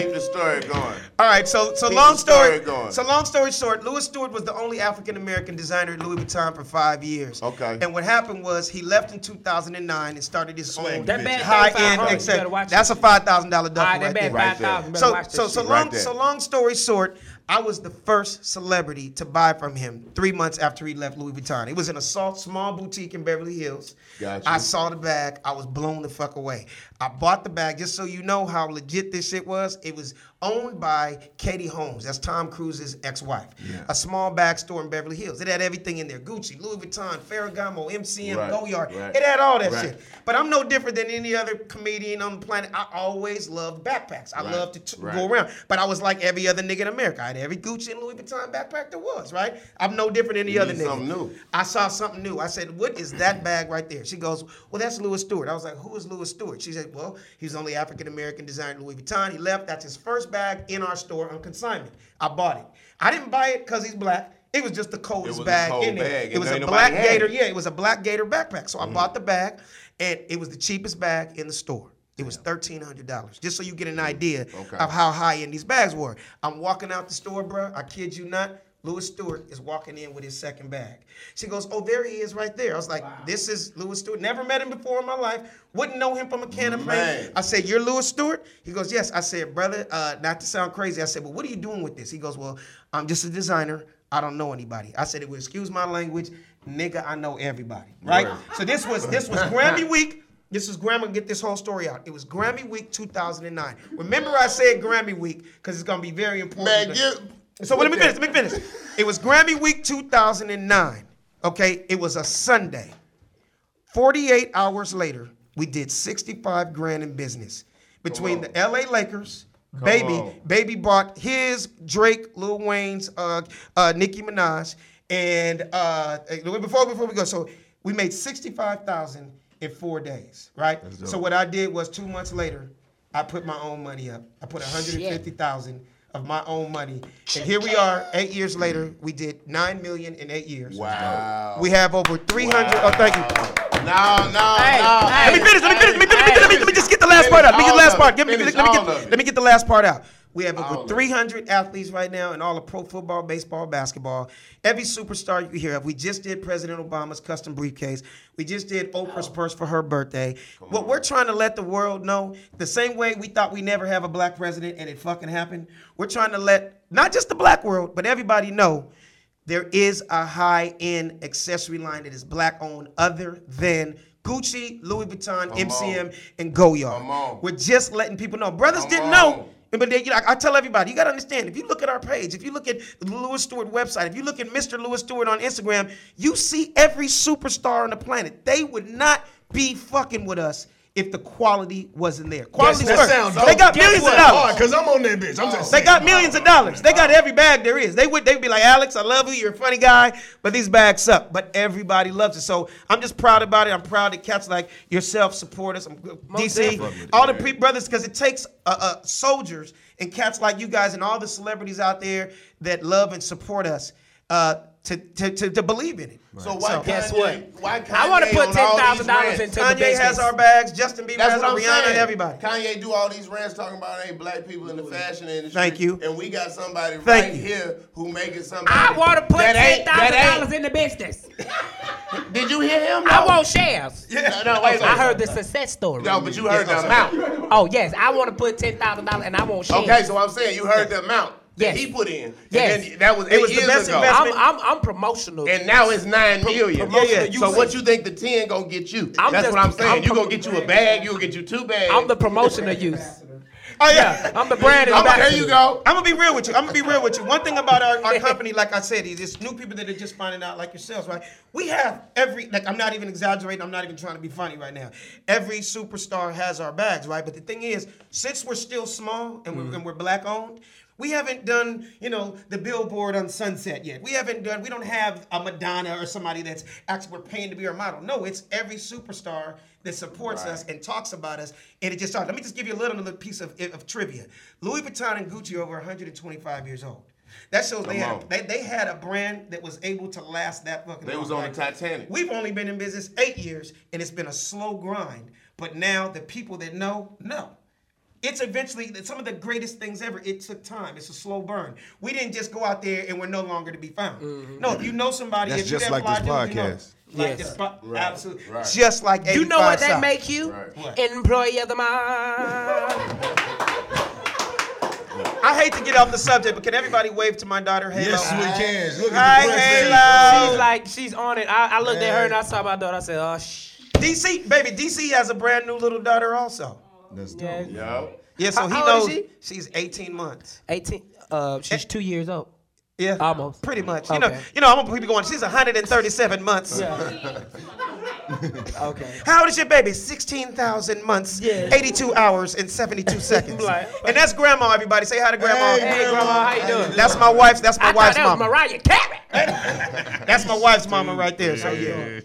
S6: Keep the story going.
S5: All right, so so
S6: Keep
S5: long
S6: the
S5: story.
S6: story going.
S5: So long story short, Louis Stewart was the only African American designer at Louis Vuitton for five years.
S6: Okay.
S5: And what happened was he left in 2009 and started his own
S1: That bad thing
S5: high-end
S1: 500, you
S5: accessory.
S1: better watch it.
S5: That's a five thousand dollar
S1: All
S5: duffel
S1: right,
S5: right
S1: that
S5: there.
S1: bad five
S6: Right
S1: thousand.
S6: there.
S1: Better
S5: So
S1: watch
S5: so
S1: this
S5: so
S1: shit.
S5: long
S6: Right there.
S5: so long story short, I was the first celebrity to buy from him three months after he left Louis Vuitton. It was in a soft, small boutique in Beverly Hills.
S6: Gotcha.
S5: I saw the bag. I was blown the fuck away. I bought the bag just so you know how legit this shit was. It was owned by Katie Holmes. That's Tom Cruise's ex-wife. A small bag store in Beverly Hills. It had everything in there: Gucci, Louis Vuitton, Ferragamo, MCM,
S6: Right,
S5: Goyard.
S6: right,
S5: It had all that
S6: right.
S5: shit. But I'm no different than any other comedian on the planet. I always loved backpacks. I
S6: Right,
S5: love to t-
S6: right.
S5: go around. But I was like every other nigga in America. I had every Gucci and Louis Vuitton backpack there was, right? I'm no different than any
S6: You
S5: other
S6: need
S5: nigga.
S6: something new.
S5: I saw something new. I said, What is that bag right there? She goes, Well, that's Louis Stewart. I was like, Who is Louis Stewart? She said, Well, he was the only African American designer at Louis Vuitton. He left. That's his first bag in our store on consignment. I bought it. I didn't buy it because he's black. It was just the coldest
S6: was a
S5: bag
S6: cold
S5: in there.
S6: bag,
S5: it
S6: and
S5: was
S6: there
S5: a
S6: ain't
S5: black
S6: nobody had
S5: gator.
S6: it.
S5: Yeah, it was a black gator backpack. So
S6: Mm-hmm.
S5: I bought the bag, and it was the cheapest bag in the store. It was thirteen hundred dollars, just so you get an idea
S6: Okay.
S5: of how high end these bags were. I'm walking out the store, bruh. I kid you not. Louis Stewart is walking in with his second bag. She goes, "Oh, there he is, right there." I was like, "This is Louis Stewart. Never met him before in my life. Wouldn't know him from a can of paint."
S6: Man.
S5: I said, "You're Louis Stewart?" He goes, "Yes." I said, "Brother, uh, not to sound crazy." I said, "But what are you doing with this?" He goes, "Well, I'm just a designer. I don't know anybody." I said, "It would excuse my language, nigga. I know everybody, right?"
S6: Word.
S5: So this was this was Grammy week. This was Grammy. Get this whole story out. It was Grammy week 2009. Remember, I said Grammy week because it's gonna be very important.
S6: Man, you.
S5: So let me finish. Let me finish. It was Grammy Week 2009. Okay, it was a Sunday. 48 hours later, we did 65 grand in business between the LA Lakers. Baby,
S6: on.
S5: baby bought his Drake, Lil Wayne's, uh, uh, Nicki Minaj, and uh, before before we go, so we made 65,000 in four days, right? So what I did was two months later, I put my own money up. I put 150,000 of my own money, and here we are. Eight years later, we did nine million in eight years.
S6: Wow.
S5: We have over 300. Oh, thank you.
S6: No, no,
S1: Hey,
S6: no.
S1: hey.
S5: Let me finish. Let me finish. Let me finish. Let me, finish, let me, let me just get the last part out. Let me get the last part. Give me. Let me, let me get. Let me get the last part out. We have
S6: All
S5: over
S6: of it.
S5: 300 athletes right now in all of pro football, baseball, basketball. Every superstar you hear of. We just did President Obama's custom briefcase. We just did Oprah's purse for her birthday. What we're trying to let the world know, the same way we thought we never have a black president and it fucking happened, we're trying to let not just the black world, but everybody know there is a high-end accessory line that is black-owned other than Gucci, Louis Vuitton, MCM, and Goyard.
S6: Come on.
S5: We're just letting people know. Brothers
S6: Come
S5: didn't
S6: on.
S5: know But then, you know, I, I tell everybody, you gotta understand. If you look at our page, if you look at the Lewis Stewart website, if you look at Mr. Lewis Stewart on Instagram, you see every superstar on the planet. They would not be fucking with us if the quality wasn't there. Quality
S10: that
S5: first.
S10: sounds
S5: They
S10: dope.
S5: got
S10: Guess
S5: millions of
S10: what?
S5: dollars.
S10: Because I'm on that bitch. I'm just
S5: They
S10: saying.
S5: got millions of dollars. They got every bag there is. They would they'd be like, Alex, I love you. You're a funny guy, but these bags suck. But everybody loves it. So I'm just proud about it. I'm proud that cats like yourself support us. I'm,
S4: definitely.
S5: DC, all the pre brothers, because it takes uh, uh, soldiers and cats like you guys and all the celebrities out there that love and support us uh, to, to, to, to believe in it.
S6: So why
S5: So-
S1: Guess
S6: Kanye-
S1: what?
S6: Why Kanye
S1: I wanna put
S6: on all these
S1: $10,000
S6: rants?
S1: into- the
S5: Kanye has
S1: business.
S5: our bags. Justin Bieber
S6: That's
S5: has
S6: what
S5: our
S6: I'm
S5: Rihanna
S6: saying.
S5: and everybody.
S6: Kanye do all these rants talking about ain't black people in the fashion industry.
S5: Thank you.
S6: And we got somebody
S5: Thank
S6: right
S5: you.
S6: here who making somebody.
S1: I want to put
S6: That ain't-
S1: ten
S6: that ain't-
S1: thousand dollars in the business.
S6: Did you hear him?
S1: I want shares.
S6: No, no, wait.
S1: I heard the success story.
S6: No, but you heard
S1: Yes.
S6: the amount.
S1: Oh yes, I want to put ten thousand dollars and I want shares.
S6: Okay, so I'm saying you heard the amount that
S1: Yes.
S6: he put in.
S1: Yes.
S6: And then that was
S5: It
S6: eight
S5: was the
S6: years
S5: best
S6: ago.
S5: investment.
S1: I'm, I'm I'm promotional.
S6: And now it's nine million.
S1: promotional
S5: Yeah, yeah.
S6: So
S1: usage.
S6: what you think the ten gonna get you?
S1: I'm
S6: That's
S1: just-
S6: what I'm saying.
S1: I'm
S6: you
S1: pro-
S6: gonna get you a bag. You'll get you two bags.
S1: I'm the promotional use.
S5: Oh yeah.
S1: I'm the brand
S6: I'm-
S1: ambassador.
S6: there you go.
S5: I'm gonna be real with you. I'm gonna be real with you. One thing about our, our company, like I said, is it's new people that are just finding out, like yourselves, right? We have every, like, I'm not even exaggerating. I'm not even trying to be funny right now. Every superstar has our bags, right? But the thing is, since we're still small and we're, and we're black owned, we haven't done, you know, the billboard on Sunset yet. We haven't done. We don't have a Madonna or somebody that's actually we're paying to be our model. No, it's every superstar that supports us and talks about us, and it just starts. Let me just give you a little, little piece of, of trivia. Louis Vuitton and Gucci are over 125 years old. That shows they
S6: Come
S5: had,
S6: on.
S5: a, they, they had a brand that was able to last that fucking.
S6: They
S5: long,
S6: was on
S5: right?
S6: the Titanic.
S5: We've only been in business eight years, and it's been a slow grind. But now the people that know know. It's eventually some of the greatest things ever. It took time. It's a slow burn. We didn't just go out there and we're no longer to be found. No, if you know somebody,
S4: That's
S5: if
S4: just
S5: you
S4: like this
S5: fly dude, you
S4: podcast.
S5: know. Like
S1: Mm-hmm. Yes.
S5: this po-
S6: Right,
S5: absolutely,
S6: right.
S5: just like
S1: You know what
S5: 85
S1: that
S5: South.
S1: make you?
S6: Right.
S5: What?
S1: Employee of the month.
S5: I hate to get off the subject, but can everybody wave to my daughter? Halo.
S10: Yes, we can. Look
S5: Hi,
S10: at the president.
S5: Halo.
S1: She's like, she's on it. I, I looked at her and I saw my daughter. I said, oh sh.
S5: DC, baby, DC has a brand new little daughter also.
S4: That's dope.
S1: Yes.
S6: Yo.
S5: Yeah,
S1: How
S5: so he
S1: old is
S5: knows
S1: she?
S5: she's 18 months.
S1: Eighteen. Uh, she's two years old.
S5: Yeah,
S1: Almost.
S5: Pretty much. You know,
S1: Okay.
S5: you know, I'm gonna keep it going. She's 137 months.
S1: Okay.
S5: How old is your baby? 16,000 months,
S1: Yeah.
S5: 82 hours, and 72 seconds.
S1: Like-
S5: and that's grandma, everybody. Say hi to grandma.
S1: Hey, grandma, how you doing?
S5: That's my wife's. That's my
S1: I thought
S5: wife's
S1: that was
S5: mama.
S1: Mariah Carey.
S5: That's my wife's mama right there. So yeah.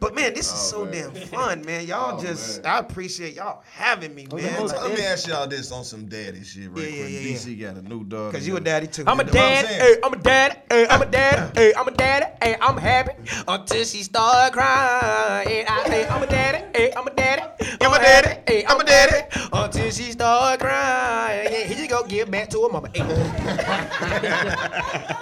S5: But Oh, man, this is so damn fun, man. Y'all just, I appreciate y'all having
S1: Oh,
S5: me, man.
S4: Let me ask y'all this on some daddy shit right
S5: Yeah, yeah,
S4: quick.
S5: yeah, yeah.
S4: DC got a new dog.
S5: Cause you a daddy too.
S1: I'm a dad.
S4: saying.
S1: Hey, I'm a dad. Hey, I'm a dad. Hey, I'm a dad. Hey, I'm happy until she started crying. I say, I'm a daddy. Hey, I'm a daddy.
S5: I'm a daddy.
S1: happy. Hey, I'm a daddy until she started crying. Yeah, he just gonna give back to her mama. Hey.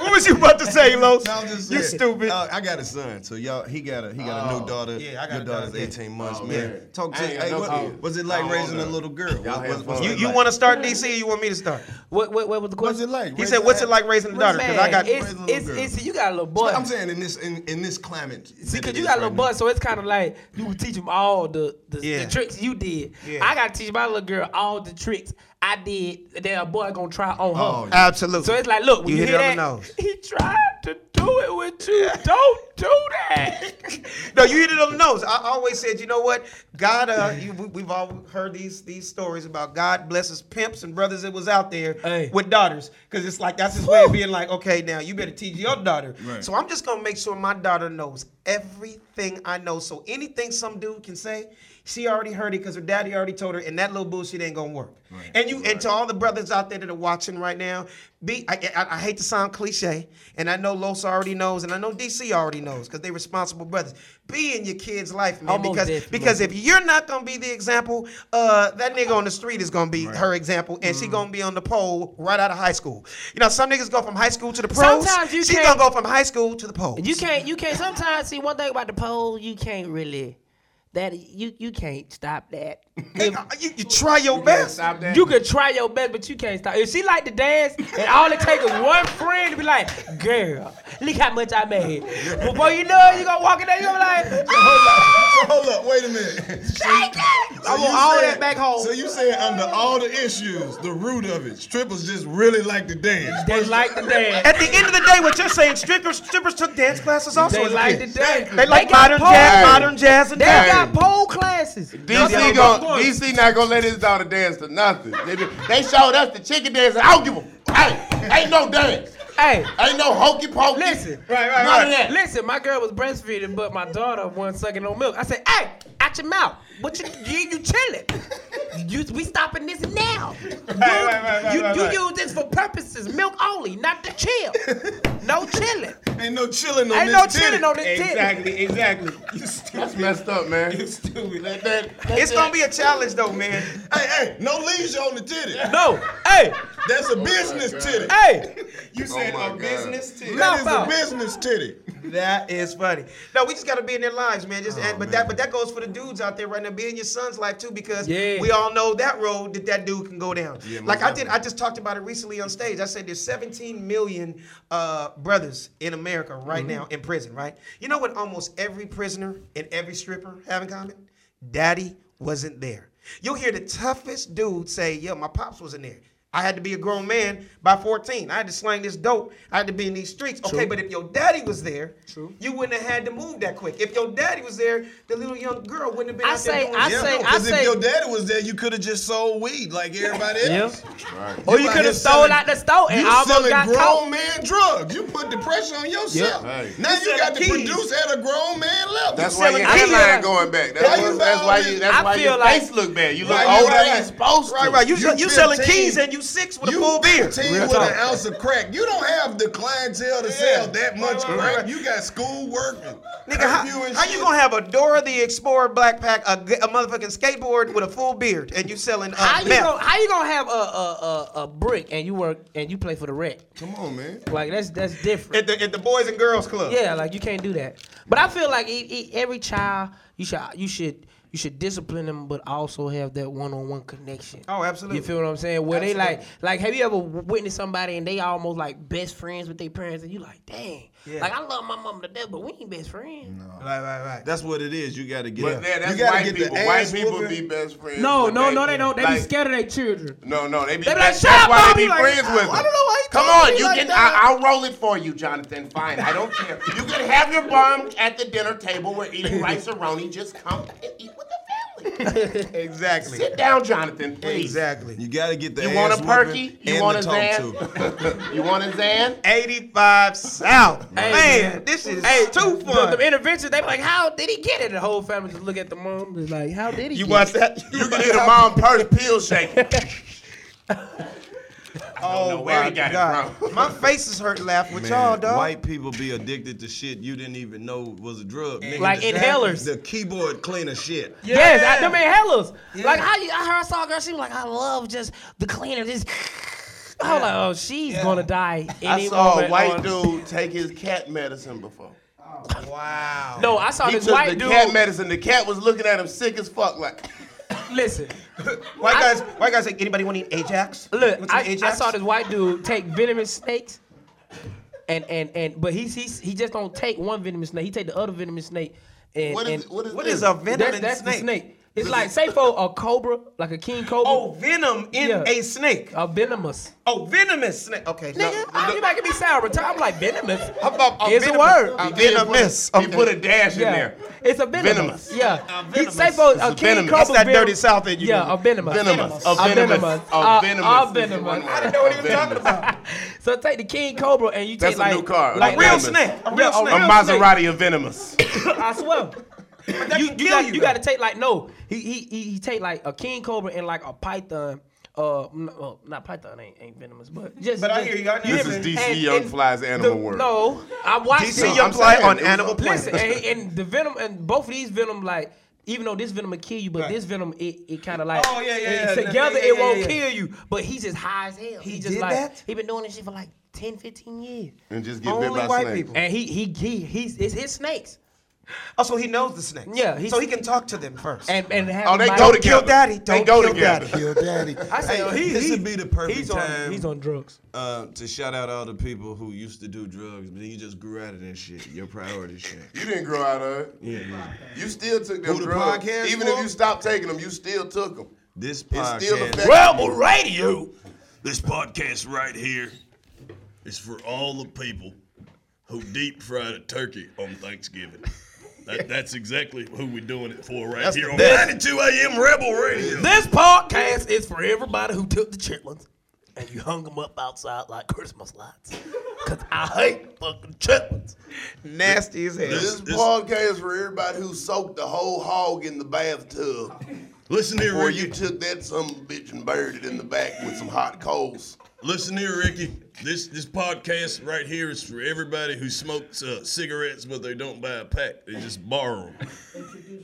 S5: What was you about to say, Los?
S4: No, I'm just
S5: you
S4: saying.
S5: stupid.
S4: Uh, I got a son, so y'all. He got a he got a
S6: Oh,
S4: new daughter.
S5: yeah, I got
S4: Your
S5: a
S4: daughter's
S5: daughter, yeah.
S4: 18 months,
S6: Oh,
S4: man.
S6: yeah.
S4: Talk
S6: I
S4: to
S6: ain't got
S4: hey,
S6: no
S4: what,
S6: kids.
S4: was it
S6: I
S4: like
S6: don't
S4: raising
S6: know.
S4: a little girl?
S6: Y'all
S4: What-
S6: had
S4: what- what's
S6: fun.
S4: it
S5: you you
S4: like?
S5: want to start DC? or You want me to start?
S1: What, what, what was the question?
S4: What's it like?
S5: He said, "What's it like raising a daughter?" Because I got.
S1: it's,
S4: raising a little
S1: it's,
S4: girl.
S1: it's, you got a little boy.
S4: I'm saying in this in, in this climate.
S1: See, cause you got a little buzz, so it's kind of like you would teach him all the the, the
S5: Yeah.
S1: tricks you did.
S5: Yeah.
S1: I gotta teach my little girl all the tricks I did that a boy gonna try on
S4: Oh,
S1: her.
S4: yeah.
S5: Absolutely.
S1: So it's like, look, when
S5: You
S1: you,
S5: hit
S1: hear
S5: it on
S1: that,
S5: the nose.
S1: he tried to do it with you. Don't do that.
S5: no, you hit it on the nose. I always said, you know what? God, uh, you, we, we've all heard these these stories about God blesses pimps and brothers that was out there
S1: Hey.
S5: with daughters, because it's like that's his way of being like, okay, now you better teach your daughter.
S4: Right.
S5: So I'm just gonna make sure my daughter knows everything I know. So anything some dude can say, she already heard it because her daddy already told her, and that little bullshit ain't gonna work. And you and to all the brothers out there that are watching right now, be I, I, I hate to sound cliche, and I know Los already knows, and I know DC already knows because they're responsible brothers. Be in your kid's life, man,
S1: Almost
S5: because
S1: definitely.
S5: because if you're not gonna be the example, uh, that nigga on the street is gonna be her example, and
S1: Mm.
S5: she gonna be on the pole right out of high school. You know, some niggas go from high school to the pros.
S1: Sometimes you
S5: she
S1: can't-
S5: gonna go from high school to the pole.
S1: You can't. You can't. Sometimes see one thing about the pole, you can't really. That you you can't stop that. If-
S5: you, you try your best.
S6: Stop that.
S1: You can try your best, but you can't stop. If she like to dance, and all it takes is one friend to be like, "Girl, Look how much I made. Before you know it, you gonna walk in there, you gonna be like,
S10: Hold up, so hold up, wait a minute. So
S1: I
S10: you
S1: want all
S10: said-
S1: that back home.
S10: So you saying under all the issues, the root of it, strippers just really like to dance.
S1: they like the dance.
S5: At the end of the day, what you're saying, strippers, strippers took dance classes also.
S1: They
S5: as a
S1: like
S5: kid.
S1: the dance.
S5: They like
S1: got
S5: modern
S1: pole-
S5: jazz, modern jazz, and
S1: They
S5: dance.
S1: got pole classes.
S6: DC, gonna, DC not gonna let his daughter dance to nothing. They, be- they showed us the chicken dance. and I don't give a. Hey, ain't no dance.
S1: Hey,
S6: Ain't no hokey pokey.
S1: Listen.
S6: right, right, none of that.
S1: Listen, my girl was breastfeeding, but my daughter wasn't sucking no milk. I said, "Hey, out your mouth! What you you, you chilling? You, we stopping this now? You,
S6: right, right,
S1: you,
S6: right,
S1: you
S6: right.
S1: use this for purposes, milk only, not to chill. No chilling.
S10: Ain't no chilling on
S1: Ain't
S10: this
S1: no
S10: titty.
S1: chilling on this titty.
S13: Exactly, exactly. You stupid.
S6: That's messed up, man.
S13: You stupid.
S6: Let that, let
S5: It's
S6: that-
S5: gonna be a challenge though, man.
S10: Hey, hey, no leisure on the titty.
S1: No, hey,
S10: That's a business titty.
S1: hey,
S13: You said
S6: my
S13: a
S6: God.
S13: business tip.
S10: That is
S1: Mouth out.
S10: a business titty.
S5: That is funny. No, we just gotta be in their lives, man. Just and, but that but that goes for the dudes out there right now. Be in your son's life too, because
S1: Yeah.
S5: we all know that road that that dude can go down.
S6: most
S5: like I did, I just talked about it recently on stage. I said there's 17 million uh, brothers in America right now in prison. Right? You know what? Almost every prisoner and every stripper have in common? Daddy wasn't there. You'll hear the toughest dude say, "Yeah, my pops wasn't there." I had to be a grown man by 14. I had to slang this dope. I had to be in these streets. Okay, but if your daddy was there, you wouldn't have had to move that quick. If your daddy was there, the little young girl wouldn't have been
S1: I
S5: out there
S1: say-
S5: doing
S1: I
S5: this.
S1: say-
S10: Yeah,
S1: I
S10: because if
S1: say-
S10: your daddy was there, you could have just sold weed like everybody else.
S1: or you
S10: out here
S1: could have stole
S10: selling-
S1: out the store and
S10: you
S1: almost
S10: selling
S1: got
S10: grown
S1: caught.
S10: man drugs. You put the pressure on yourself.
S6: Right.
S10: Now you,
S5: selling
S10: got to
S5: keys.
S10: produce at a grown man level.
S6: That's why your
S1: I feel
S6: hairline
S1: like-
S6: going back. That's
S10: Why
S6: why,
S10: you
S6: that's why you. That's
S1: I
S6: why
S1: feel
S6: your
S1: like-
S6: face look bad. You look
S10: Why you
S6: older
S10: right.
S6: than you supposed to.
S5: Right, right. You, you,
S10: You
S5: selling
S10: 15.
S5: keys and you six with a
S10: you
S5: full beer.
S10: 15 with an ounce of crack. You don't have the clientele to sell that much crack. You got school work. and
S5: Nigga, how,
S10: curfew and
S5: how
S10: shit.
S5: you gonna have a Dora the Explorer black pack, a, g- a motherfucking skateboard with a full beard, and you selling uh,
S1: How you
S5: meth?
S1: gonna how you gonna have a a, a a brick and you work and you play for the rec?
S10: Come on, man.
S1: Like that's that's different.
S5: at the at the Boys and Girls Club?
S1: Yeah, like you can't do that. But I feel like e e every child, you should you should you should discipline them, but also have that one-on-one connection.
S5: Oh, absolutely.
S1: You feel what I'm saying? Where they like like have you ever w- witnessed somebody and they almost like best friends with their parents, and you like, dang,
S5: Yeah.
S1: like I love my mom to death, but we ain't best friends.
S5: Right, right, right.
S4: That's what it is. You gotta get
S6: But
S4: it.
S6: that, that's
S10: You gotta
S6: white
S10: get the
S6: people.
S10: ass
S6: White people
S10: whooping.
S6: be best friends.
S1: No,
S6: with
S1: no,
S6: they-
S1: no, they don't. They be
S6: like-
S1: scared of their children.
S6: No, no, they be.
S1: They be like,
S6: that's
S1: "Shut
S6: that's
S1: up,
S6: why
S1: Mom."
S6: they
S1: You
S6: be
S1: like,
S6: friends
S1: "I-
S6: with them.
S1: I don't know why you
S6: Come
S1: talking
S6: on,
S1: to me
S6: you
S1: like
S6: can.
S1: that."
S6: I, I'll roll it for you, Jonathan. Fine, I don't care. You can have your bum at the dinner table. We're eating rice roni. Just come and eat with the family.
S5: Exactly.
S6: Sit down, Jonathan. Please.
S5: Exactly.
S4: You gotta get the
S6: You want
S4: ass
S6: a perky?
S4: whooping
S6: You
S4: and
S6: want a
S4: the talk to.
S6: Zan? you want a Zan?
S5: 85 South. man, this is
S1: Hey,
S5: too fun.
S1: The, the intervention, they be like, how did he get it? The whole family just look at the mom, is like, how did he?
S5: you
S1: get
S5: watch
S1: it?
S5: that?
S6: You can hit a mom purse pill shaking.
S5: Oh,
S6: where
S5: my
S6: he got it
S5: God. My face is hurt laughing with
S4: Man,
S5: y'all, dog.
S4: White people be addicted to shit you didn't even know was a drug. Nigga,
S1: Like
S4: the-
S1: inhalers.
S4: The keyboard cleaner shit.
S1: Yes, I, them ain't hellas. Like how you, I heard, I saw a girl. She was like, I love just the cleaner. Just I was like, oh, she's gonna die any
S6: I saw a
S1: moment
S6: white
S1: on-
S6: dude take his cat medicine before.
S5: Wow.
S1: No, I saw
S6: He
S1: this
S6: took
S1: white
S6: the
S1: dude.
S6: cat medicine. The cat was looking at him sick as fuck. Like,
S1: listen,
S5: White guys, white guys, like, anybody want to eat Ajax? Want
S1: look,
S5: some
S1: I, I saw this white dude take venomous snakes, and and and but he's he's he just don't take one venomous snake. He take the other venomous snake, and
S6: what
S1: and
S6: is, what is,
S5: What
S6: this?
S5: is a venom
S1: that's,
S5: in
S1: that's
S5: snake?
S1: the snake. It's like say for a cobra, like a king cobra,
S5: Oh, venom in
S1: Yeah.
S5: a snake.
S1: a venomous.
S5: Oh, venomous snake. Okay. no,
S1: Nigga, oh,
S5: no.
S1: you making me sound retarded? I'm like venomous.
S5: How about a
S1: It's a
S5: venomous-
S1: word.
S5: a
S6: He didn't put a-
S5: venomous.
S6: He
S5: Okay.
S6: put a dash in
S1: Yeah,
S6: there.
S1: it's a venomous.
S6: Venomous.
S1: Yeah,
S5: A
S1: it's safe
S5: venomous.
S1: for
S6: It's
S1: a
S6: a
S1: king
S6: venomous.
S1: cobra.
S5: That's that
S1: venom-
S5: dirty South that you
S1: Yeah,
S5: do.
S1: a venomous.
S6: Venomous.
S1: A
S6: A venomous.
S1: venomous.
S6: A
S1: A
S6: venomous.
S1: venomous.
S5: I didn't know what he was
S6: Venomous.
S5: talking about.
S1: So take the king cobra and you
S6: That's
S1: take like
S6: a new car.
S1: like
S5: A real
S6: venomous.
S5: snake. A
S1: Yeah,
S5: real
S1: a
S5: snake.
S6: A Maserati of venomous.
S1: I swear.
S5: That
S1: You,
S5: can
S1: you,
S5: kill
S1: got, you got to take like no. He he he, he take like a king cobra and like a python. Uh, n- well, not python ain't, ain't venomous, but just.
S5: But I
S1: just-
S5: hear you. I know
S6: This
S5: you
S6: is
S5: mean-
S6: DC
S1: and-
S6: Young
S1: and
S6: Fly's Animal
S1: the-
S6: World.
S1: No, I watched
S5: DC
S1: it.
S5: Young
S6: I'm
S5: Fly
S6: saying,
S5: on
S6: it was
S5: Animal
S6: on-
S5: Planet.
S1: Listen, and, and the venom and both of these venom like. Even though this venom will kill you, but this venom it, it kind of like
S5: Oh, yeah, yeah,
S1: it-
S5: yeah, yeah,
S1: together
S5: yeah,
S1: it
S5: yeah,
S1: won't
S5: yeah.
S1: kill you. But he's just high as hell. He, just
S5: did
S1: like
S5: that?
S1: he been doing this shit for like 10, 15 years,
S6: And just get bit
S5: Only
S6: by
S5: white
S6: snakes.
S5: people.
S1: and he he he he's it's his snakes.
S5: Oh, so he knows the snakes.
S2: Yeah, he-
S5: so he can talk to them first.
S2: And and have
S6: Oh, they
S2: my-
S6: go together.
S5: Kill daddy. Don't
S6: They go
S5: kill
S6: together.
S5: daddy.
S10: Yo, daddy.
S2: I say
S4: Hey,
S2: he,
S4: this
S2: he-
S4: would be the perfect
S2: he's on,
S4: time.
S2: He's on drugs.
S4: Uh, to shout out all the people who used to do drugs, but you just grew out of that shit. Your priority shit.
S6: You didn't grow out of it.
S4: Yeah, yeah.
S6: You still took them
S4: Who the
S6: drugs.
S4: podcast
S6: Even
S4: for?
S6: if you stopped taking them, you still took them.
S4: This
S6: It's still
S4: podcast.
S6: affecting
S4: Rebel Radio. This podcast right here is for all the people who deep fried a turkey on Thanksgiving. That, that's exactly who we're doing it for right here on 92 AM Rebel Radio.
S2: This podcast is for everybody who took the chitlins and you hung them up outside like Christmas lights. Cause I hate fucking chitlins.
S5: Nasty as hell.
S6: This
S4: This-
S6: podcast for everybody who soaked the whole hog in the bathtub
S4: Listen here,
S6: before
S4: Ricky.
S6: you took that some bitch and buried it in the back with some hot coals.
S4: Listen here, Ricky. This this podcast right here is for everybody who smokes uh, cigarettes, but they don't buy a pack. They just borrow them.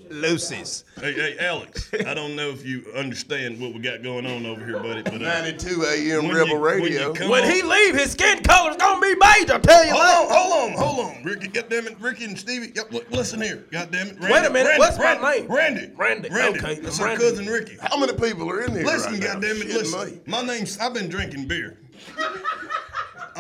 S5: Lucy's.
S4: Hey, hey, Alex. I don't know if you understand what we got going on over here, buddy. But uh,
S6: 92 AM
S4: when
S6: Rebel
S4: you- when you
S6: Radio.
S4: come
S2: When
S4: on-
S2: he leave, his skin color's gonna be major. I tell you
S4: Hold
S2: that.
S4: on, hold on, hold on, Ricky. Goddamn it, Ricky and Stevie. Yep, look, listen here. Goddamn it. Randy,
S2: Wait a minute,
S4: Randy,
S2: what's my
S4: Randy,
S2: name?
S4: Randy.
S2: Randy,
S4: Randy.
S2: okay,
S4: That's
S2: I'm
S4: my
S2: Randy.
S4: cousin Ricky.
S6: How many people are in here?
S4: Listen,
S6: right now?
S4: goddamn it,
S6: Shit,
S4: listen.
S6: mate.
S4: My name's. I've been drinking beer.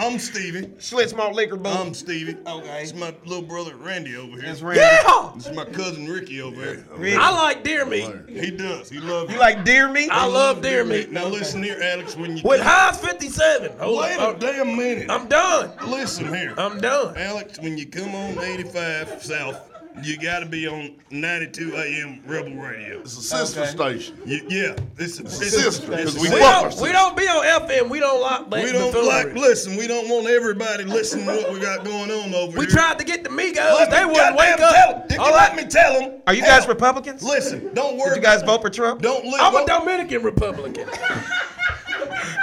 S4: I'm Stevie.
S5: Schlitz malt liquor bowl.
S4: I'm Stevie. Okay. It's my little brother Randy over here. That's
S2: Yeah.
S4: This is my cousin Ricky over here.
S2: I like deer meat.
S4: He does. He loves
S5: You like deer meat?
S2: I love deer meat.
S4: Now listen here, Alex. When you
S2: With Heinz 57. Hold
S4: wait a
S2: on.
S4: damn minute.
S2: Oh, I'm done.
S4: listen here,
S2: I'm done.
S4: Alex. When you come on 85 South, you got to be on 92 AM Rebel Radio.
S6: It's a sister station.
S4: You, yeah, it's, it's,
S6: sister, 'cause we
S2: We
S6: fuck
S4: don't-
S6: our
S2: don't, Oh, we don't be on FM. We don't like Black
S4: we don't
S2: Buffalo.
S4: like. Listen, we don't want everybody listening to what we got going on over
S2: We
S4: here.
S2: tried to get the Migos.
S4: Let
S2: They
S4: me
S2: wouldn't wake
S4: goddamn tell 'em.
S2: up.
S4: Did
S2: All
S4: you
S2: right.
S4: let me tell them?
S5: Are you guys Republicans?
S4: Listen, don't worry.
S5: Did you guys vote for Trump?
S4: Don't let.
S2: I'm a
S4: don't-
S2: Dominican Republican.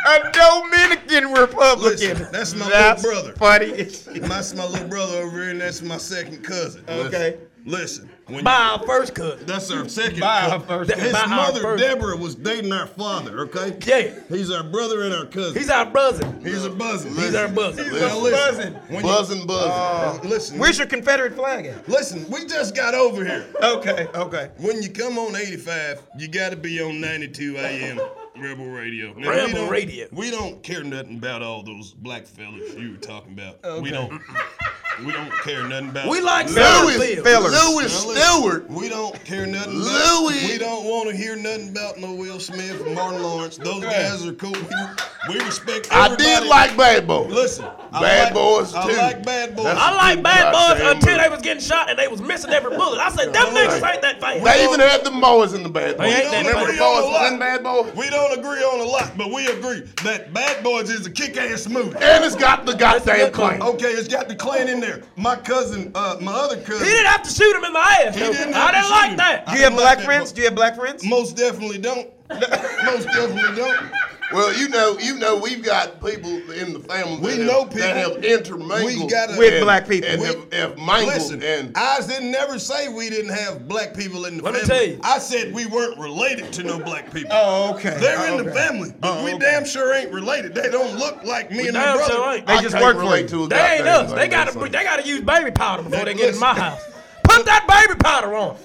S5: A Dominican Republican.
S4: Listen, that's my little brother.
S5: Funny. as shit.
S4: That's my little brother over here, and that's my second cousin.
S5: Okay.
S4: Listen, when
S2: By our first cousin.
S4: that's our second.
S5: By our
S4: cousin.
S5: first-
S4: His
S2: by our
S4: mother
S2: first-
S4: Deborah was dating our father. Okay.
S2: Yeah.
S4: He's our brother and our cousin.
S2: He's our brother.
S4: He's a buzzing.
S2: He's our brother.
S4: Now listen, when you-
S6: Buzzing, buzzing.
S2: Uh,
S4: listen,
S5: Where's your Confederate flag at?
S4: listen, we just got over here.
S5: Okay, okay.
S4: When you come on 85, you got to be on 92 AM Rebel Radio. Now, we
S2: Rebel
S4: don't-
S2: Radio.
S4: We don't care nothing about all those black fellas you were talking about. We don't. We don't care nothing about.
S2: We like
S6: Louis,
S2: Southfield.
S6: Louis
S4: Now, listen,
S6: Stewart.
S4: We don't care nothing.
S6: Louis.
S4: About, we don't want to hear nothing about no Will Smith, Martin Lawrence. Those guys are cool. We, we respect.
S6: I did
S4: everybody.
S6: like Bad Boy.
S4: Listen, I
S6: Bad
S4: like-
S6: Boys
S4: I
S6: too.
S4: like bad boys.
S2: I like bad boys
S6: Goddamn
S2: until they
S6: movie.
S2: was getting shot and they was missing every bullet. I said, them niggas ain't that fast.
S6: They even had the boys in the Bad Boy.
S2: ain't that
S6: Remember the
S4: funny.
S6: boys was in Bad Boy?
S4: we don't agree on a lot, but we agree that Bad Boys is a kick-ass movie.
S6: And it's got the goddamn
S2: good
S6: claim.
S4: Okay, it's got the clan in there. My cousin, uh, my other cousin.
S2: He didn't have to shoot him in the ass.
S4: He
S2: though.
S4: didn't
S2: I
S4: have to
S2: didn't
S4: shoot
S2: like
S4: him.
S2: that.
S4: I
S5: Do you have
S4: didn't
S5: black
S4: like that
S5: friends?
S4: book.
S5: Do you have black friends?
S4: Most definitely don't. Most definitely don't.
S6: Well, you know, you know, we've got people in the family.
S4: We
S6: that
S4: know
S6: have,
S4: people.
S6: that have intermingled
S4: We gotta-
S5: With
S6: and-
S5: black people.
S6: and
S4: We-
S6: have, have mingled.
S4: Listen,
S6: and
S4: I didn't never say we didn't have black people in the
S2: Let me
S4: family.
S2: tell you.
S4: I said we weren't related to no black people.
S5: Oh, okay.
S4: They're
S5: Oh,
S4: in the
S5: okay.
S4: family, but
S5: Oh,
S4: we
S5: okay.
S4: damn sure ain't related. They don't look like me and my
S2: damn
S4: brother.
S2: sure ain't.
S5: They
S6: I
S5: just
S6: can't
S5: work for
S6: relate
S5: you.
S6: to a
S2: They ain't
S6: goddamn
S2: us.
S6: thing
S2: They gotta
S6: that's on.
S2: they gotta use baby powder before they get in
S4: Listen.
S2: my house. Put that baby powder on.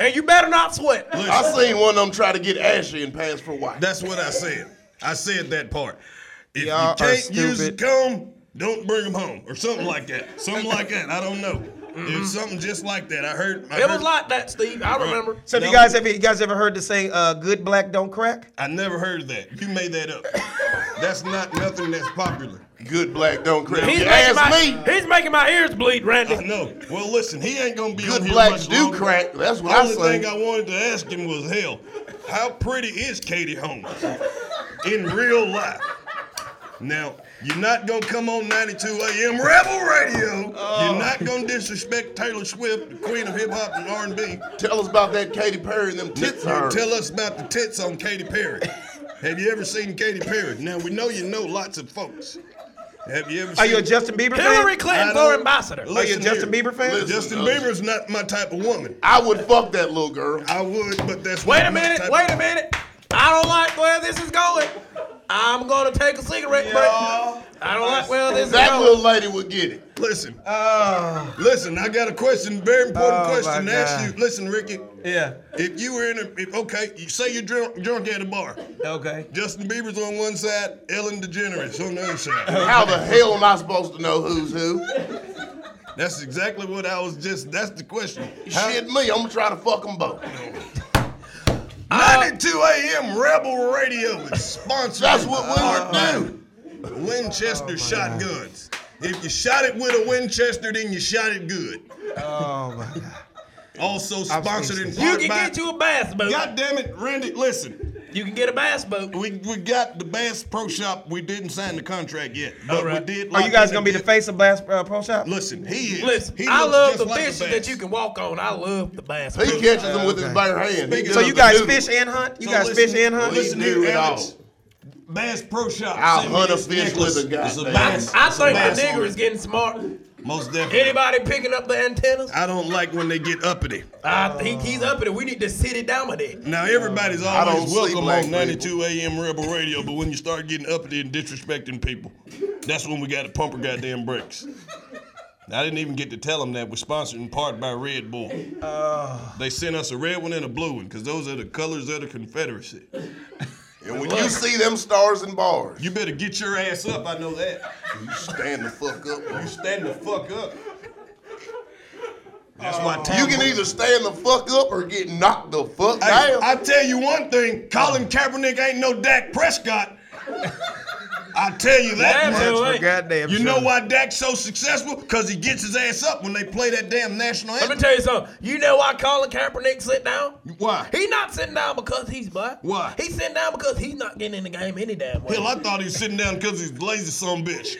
S2: And you better not sweat.
S6: I seen one of them try to get ashy and pass for white.
S4: That's what I said. I said that part. If
S5: Y'all
S4: you
S5: are
S4: can't use a
S5: stupid.
S4: comb, don't bring them home, or something like that. Something like that. I don't know. It was something just like that. I heard.
S2: Mm-hmm.
S4: I
S2: It
S4: heard-
S2: was like that, Steve. I remember.
S5: So do you guys ever you guys ever heard to say uh, good black don't crack?
S4: I never heard that. You made that up. that's not nothing that's popular.
S6: Good black don't crack.
S2: He's
S6: You
S2: making,
S6: ask
S2: my,
S6: me,
S2: he's making my ears bleed, Randy.
S4: I know. Well, listen, he ain't gonna be on
S6: good
S4: here much
S6: blacks do
S4: longer.
S6: crack. That's what
S4: The
S6: I
S4: only thing
S6: say.
S4: I wanted to ask him was, hell, how pretty is Katie Holmes in real life? Now, you're not gonna come on 92 AM Rebel Radio.
S5: Oh.
S4: You're not gonna disrespect Taylor Swift, the queen of hip hop and R&B.
S6: Tell us about that Katy Perry and them tits. of hers.
S4: Tell us about the tits on Katy Perry. Have you ever seen Katy Perry? Now we know you know lots of folks. Have you ever?
S5: Are
S4: seen
S5: you a Justin Bieber fan?
S2: Hillary Clinton
S4: I
S2: for
S4: don't-
S2: ambassador.
S5: Are you a
S4: Listen
S5: Justin
S4: here.
S5: Bieber fan?
S6: Listen.
S4: Justin Bieber's not my type of woman.
S6: I would fuck that little girl.
S4: I would, but that's
S2: Wait a
S4: not my
S2: minute,
S4: type
S2: wait
S4: of-
S2: a minute. I don't like where this is going. I'm gonna take a cigarette break.
S5: I don't like. Well, this
S6: That little lady would get it.
S4: Listen. Listen, I got a question, very important
S5: Oh, my
S4: question to ask
S5: God.
S4: you. Listen, Ricky,
S5: Yeah.
S4: if you were in a, if, okay, you say you're drunk, drunk at a bar.
S5: Okay.
S4: Justin Bieber's on one side, Ellen DeGeneres on the other side.
S6: How the hell am I supposed to know who's who?
S4: That's exactly what I was just, that's the question.
S6: Shit me, I'm gonna try to fuck them both.
S4: 92 AM Rebel Radio is sponsored
S6: That's what we
S4: Art
S6: would do. Oh,
S4: by Winchester shotguns. If you shot it with a Winchester, then you shot it good.
S5: Oh my God.
S4: Also sponsored in
S1: You
S4: part
S1: can
S4: by.
S1: get you a bass boat.
S4: God damn it, Randy, listen.
S1: You can get a bass boat.
S4: We we got the Bass Pro Shop. We didn't sign the contract yet, but we did.
S5: Are
S4: lock
S5: Oh, you guys
S4: in a
S5: gonna be the
S4: deal.
S5: face of Bass uh, Pro Shop?
S4: Listen, he is.
S1: Listen,
S4: He
S1: I
S4: looks
S1: love
S4: just
S1: the
S4: like a
S1: fishes
S4: bass.
S1: that you can walk on. I love the bass boat.
S6: He catches them with his bare hand. He
S5: So
S6: does
S5: you
S6: the
S5: guys
S6: noodle.
S5: fish and hunt? You
S4: So
S5: guys
S4: listen-
S5: fish and hunt?
S4: Listen
S6: We
S4: here,
S6: do it
S4: Alex.
S6: all.
S4: Bass Pro Shop.
S6: I'll
S4: sent me
S6: hunt a
S4: this
S6: fish
S4: necklace.
S6: with a
S4: It's
S6: goddamn-
S4: bass-
S1: I
S4: it's a
S1: think
S4: bass
S1: the
S4: on
S1: nigger
S4: it.
S1: is getting smart.
S4: most definitely.
S1: Anybody picking up the antennas?
S4: I don't like when they get uppity.
S1: I
S4: Oh.
S1: think he's up it. We need to sit it down with it.
S4: Now everybody's
S6: don't
S4: always
S6: see
S4: welcome
S6: black
S4: on 92 AM Rebel Radio, but when you start getting uppity and disrespecting people, that's when we got to pump our goddamn brakes. And I didn't even get to tell them that we're sponsored in part by Red Bull. They sent us a red one and a blue one because those are the colors of the Confederacy.
S6: And when you see them stars and bars,
S4: You better get your ass up. I know that.
S6: you stand the fuck up.
S4: You stand the fuck up. That's why Tom.
S6: You can either stand the fuck up or get knocked the fuck
S4: Hey,
S6: down.
S4: I tell you one thing, Colin Kaepernick ain't no Dak Prescott. I tell you that much.
S5: For goddamn
S4: You
S5: sure.
S4: know why Dak's so successful? Because he gets his ass up when they play that damn national
S1: Let me
S4: anthem.
S1: tell you something. You know why Colin Kaepernick sit down?
S4: Why?
S1: He not sitting down because he's black.
S4: Why?
S1: He sitting down because he's not getting in the game any damn way.
S4: Hell, I thought he was sitting down because he's lazy, some bitch.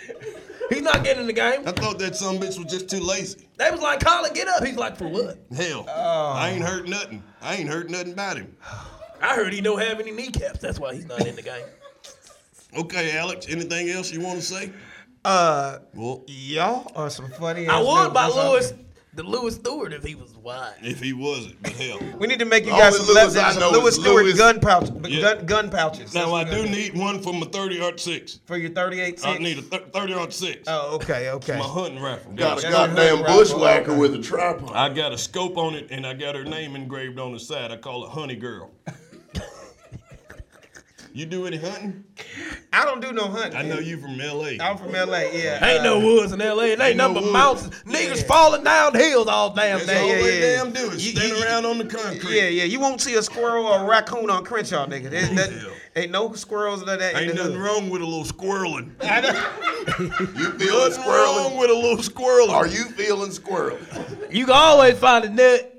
S1: He's not getting in the game.
S4: I thought that some bitch was just too lazy.
S1: They was like, Colin, get up. He's like, for what?
S4: Hell, I ain't heard nothing. I ain't heard nothing about him.
S1: I heard he don't have any kneecaps. That's why he's not in the game.
S4: Okay, Alex, anything else you want to say?
S5: Uh,
S4: Well,
S5: y'all are some funny.
S1: I
S5: ass
S1: would
S5: dudes.
S1: by
S5: That's all.
S1: Lewis, the Lewis Stewart if he was wide.
S4: if he wasn't, but hell.
S5: We need to make you
S6: All
S5: guys
S6: the
S5: some
S6: Lewis
S5: letters,
S6: I
S5: some
S6: know
S5: Lewis
S6: is
S5: Stewart
S6: Lewis.
S5: gun pouch, b-
S4: Yeah.
S5: gun, gun pouches. That's
S4: Now, I
S5: what
S4: do
S5: we-
S4: need one from a 30 art 6.
S5: for your 38
S4: I
S5: cents.
S4: need a thir- 30 art 6.
S5: Oh, okay, okay.
S4: My hunting rifle.
S6: Got a
S5: Yeah.
S6: goddamn
S5: Yeah.
S6: bushwhacker with a tripod.
S4: I got a scope on it and I got her name engraved on the side. I call it Honey Girl. you do any hunting?
S5: I don't do no hunting.
S4: I know
S5: man.
S4: you from LA.
S5: I'm from LA. Yeah. Uh,
S1: Ain't no woods in L.A. It ain't nothing but mountains. Niggas falling down hills all damn
S4: That's all
S1: day.
S5: yeah,
S4: they
S5: yeah.
S4: damn do is
S5: You-
S4: stand
S5: you-
S4: around on the
S5: Uh,
S4: concrete.
S5: yeah, yeah. You won't see a squirrel or a raccoon on Crenshaw, nigga. There- that- ain't no squirrels none of that. in
S4: Ain't
S5: the
S4: nothing
S5: hood.
S4: wrong with a little squirreling.
S5: I know.
S6: You feeling
S4: Nothing wrong
S6: squirrely?
S4: with a little squirreling.
S6: Are you feeling squirrely?
S1: You can always find a nut.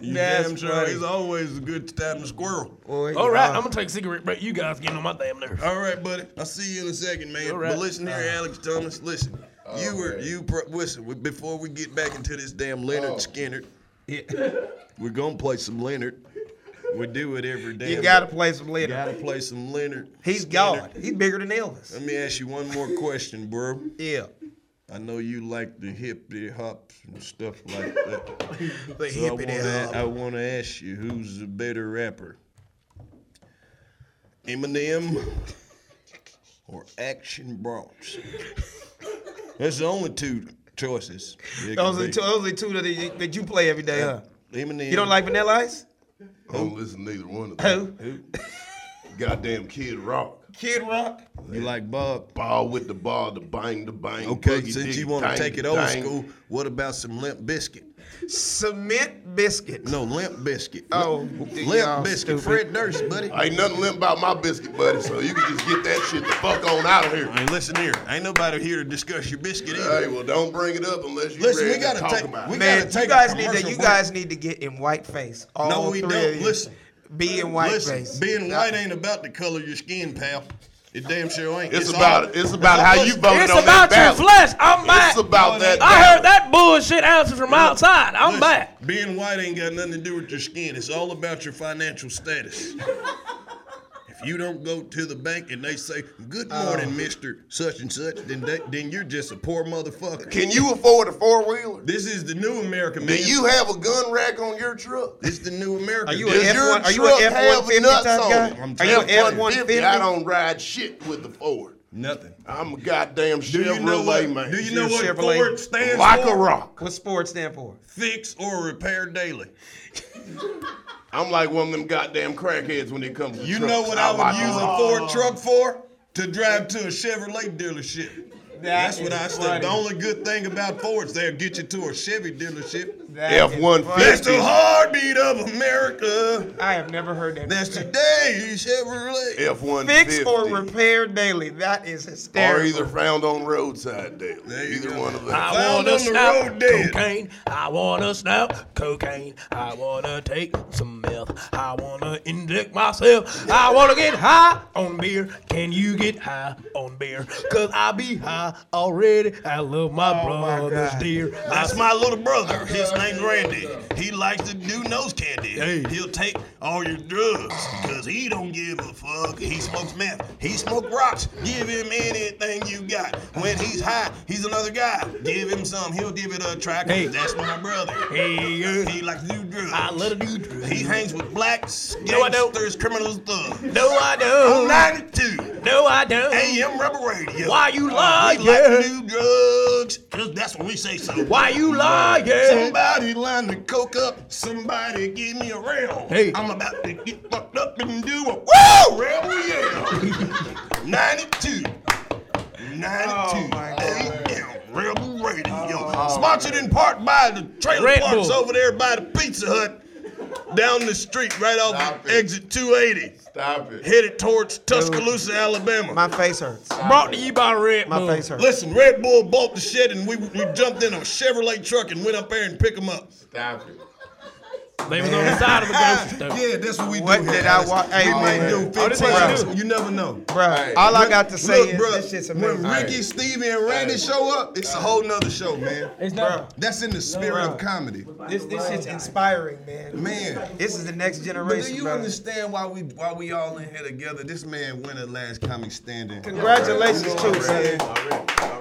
S4: You
S5: That's
S4: damn sure
S5: funny.
S4: it's always a good time to squirrel.
S5: Boy,
S1: All right,
S5: uh,
S1: I'm gonna take a cigarette break. You guys getting on my damn nerves.
S4: All right, buddy. I'll see you in a second, man.
S1: right.
S4: But listen here,
S5: Uh-huh.
S4: Alex Thomas. Listen, you were you pro- listen we- before we get back into this damn
S5: Oh.
S4: Leonard Skinner. We're gonna play some Leonard. We do it every day.
S5: you gotta play some later.
S4: gotta play some Leonard.
S5: He's
S4: Skinner.
S5: God. He's bigger than Elvis.
S4: Let me ask you one more question, bro.
S5: Yeah.
S4: I know you like the hippie hops and stuff like that.
S5: The
S4: So I
S5: hippity
S4: wanna-
S5: hop.
S4: I want to ask you, who's the better rapper, Eminem or Action Bronx? That's the only two choices. it
S5: Those
S4: could
S5: are the two,
S4: be.
S5: those are the two that, you- that you play every day, huh?
S4: Eminem.
S5: You don't like Vanilla Ice?
S6: I don't listen to neither one of them.
S5: Who?
S6: Goddamn Kid Rock.
S5: Kid Rock?
S4: You like Bob?
S6: Ball with the ball, the bang, the bang.
S4: Okay,
S6: boogie,
S4: since you
S6: diggy,
S4: want to
S6: dang,
S4: take it old
S6: dang.
S4: school, what about some Limp Biscuit?
S5: Cement Biscuit.
S4: No, Limp Biscuit.
S5: Oh, y'all
S4: Limp Biscuit.
S5: stupid.
S4: Fred Durst, buddy.
S6: Ain't nothing limp about my biscuit, buddy, so you can just get that shit the fuck on out of here.
S4: Hey, listen here. Ain't nobody here to discuss your biscuit either.
S6: Hey, well, don't bring it up unless you
S4: Listen,
S6: ready
S4: we gotta
S6: to talk
S4: take-
S6: about
S4: we
S6: it.
S4: gotta
S5: Man, you
S4: take a
S5: guys need to
S4: commercial
S5: you
S4: break.
S5: guys need to get in white face. All
S4: No, we
S5: three
S4: don't.
S5: Of you.
S4: Listen.
S5: Be in white
S4: Listen,
S5: face.
S4: being white ain't about the color of your skin, pal. It damn sure ain't.
S6: It's, about
S4: all-
S6: it's about how you voted
S1: It's
S6: on that
S1: about your
S6: ballot.
S1: flesh. I'm back.
S6: It's about that.
S1: I
S6: ballot.
S1: heard that bullshit answer from outside. I'm
S4: Listen,
S1: back.
S4: Being white ain't got nothing to do with your skin. It's all about your financial status. if you don't go to the bank and they say, "Good morning,
S5: Oh.
S4: Mister Such and Such," then they, then you're just a poor motherfucker.
S6: Can you afford a four wheeler?
S4: This is the new America, man.
S6: Do you have a gun rack on your truck?
S4: this is the new America.
S5: Are you
S4: This-
S6: Does
S5: an F
S6: your
S5: one? Are you an
S6: truck
S5: F one
S6: have
S5: fifty
S6: nuts
S5: type
S6: on
S5: guy?
S6: it?
S5: Are you an F one
S6: F-150, I
S5: fifty?
S6: don't ride shit with the Ford.
S4: Nothing.
S6: I'm a goddamn
S4: Do you know
S6: Chevrolet
S4: what,
S6: man.
S4: do you know what
S5: Chevrolet.
S4: Ford stands
S6: like
S4: for?
S6: a rock.
S5: What's Ford stand for?
S4: Fix or repair daily.
S6: I'm like one of them goddamn crackheads when it comes to
S4: You
S6: trucks.
S4: know what I would
S6: like
S4: use
S6: them.
S4: a Ford truck for? To drive to a Chevrolet dealership. That's what I said. The only good thing about Fords, they'll get you to a Chevy dealership. That's the
S6: F-150.
S4: heartbeat of America.
S5: I have never heard that.
S4: That's today, Chevrolet.
S6: F-150.
S5: Fix or repair daily. That is
S6: Or
S5: hysterical.
S6: either found on roadside deal.
S4: There you
S6: Either
S4: go.
S6: one of them.
S4: I
S1: I
S4: Found
S1: wanna
S4: on the road
S1: snap
S4: dead.
S1: cocaine. I wanna snap cocaine. I wanna take some meth. I wanna inject myself. I wanna get high on beer. Can you get high on beer? Cause I be high already. I love
S6: Oh,
S1: my brothers dear.
S4: That's my little brother. His name's Randy. He likes to do nose candy. He'll take all your drugs because he don't give a fuck. He smokes meth. He smoke rocks. Give him anything you got. When he's high, he's another guy. Give him some. He'll give it a try. 'cause
S1: Hey.
S4: That's my brother.
S1: Hey, yeah.
S4: He likes to do drugs.
S1: I love to do drugs.
S4: He hangs with blacks,
S1: No, I don't.
S4: gangsters, criminals, thugs.
S1: No, I don't.
S4: 92
S1: No, I don't.
S4: AM Rubber Radio. Uh,
S1: Why you
S4: We like to
S1: lying?
S4: do drugs, cause that's what we say so.
S1: Why you lying?
S4: Somebody line the coke up. Somebody give me a rail.
S1: Hey.
S4: I'm about to get fucked up and do a woo rebel Oh, yeah. 92. 92
S1: Oh,
S4: AM Rebel Radio. Sponsored in part by the trailer
S1: Red
S4: parks
S1: Bull.
S4: over there by the Pizza Hut. Down the street, right off
S6: Stop
S4: of
S6: it.
S4: exit 280,
S6: Stop it.
S4: headed towards Tuscaloosa, Alabama.
S5: My face hurts.
S1: Brought to you by Red
S5: My
S1: Bull.
S5: face hurts.
S4: Listen, Red Bull bought the shit and we, we jumped in a Chevrolet truck and went up there and picked them up.
S6: Stop it.
S1: They was on the side of the grocery store.
S4: Ah, Yeah, that's what we
S5: What
S4: do.
S5: did
S4: here,
S5: I
S4: Alex.
S5: wa- hey,
S4: we might
S5: man.
S4: do
S1: Oh,
S4: 15
S1: this what you
S4: rounds.
S1: do.
S4: You never know.
S5: Bro, all I got to say
S4: Look,
S5: is
S4: bruh,
S5: this shit's amazing.
S4: When Ricky, Stevie, and Randy show up, it's a whole nother show, man.
S1: It's not.
S4: That's in the spirit of comedy.
S5: This this shit's inspiring, man.
S4: Man.
S5: This is the next
S4: But do
S5: generation,
S4: you
S5: brother.
S4: understand why we why we all in here together? This man winner last comic standing.
S5: Congratulations, too, man.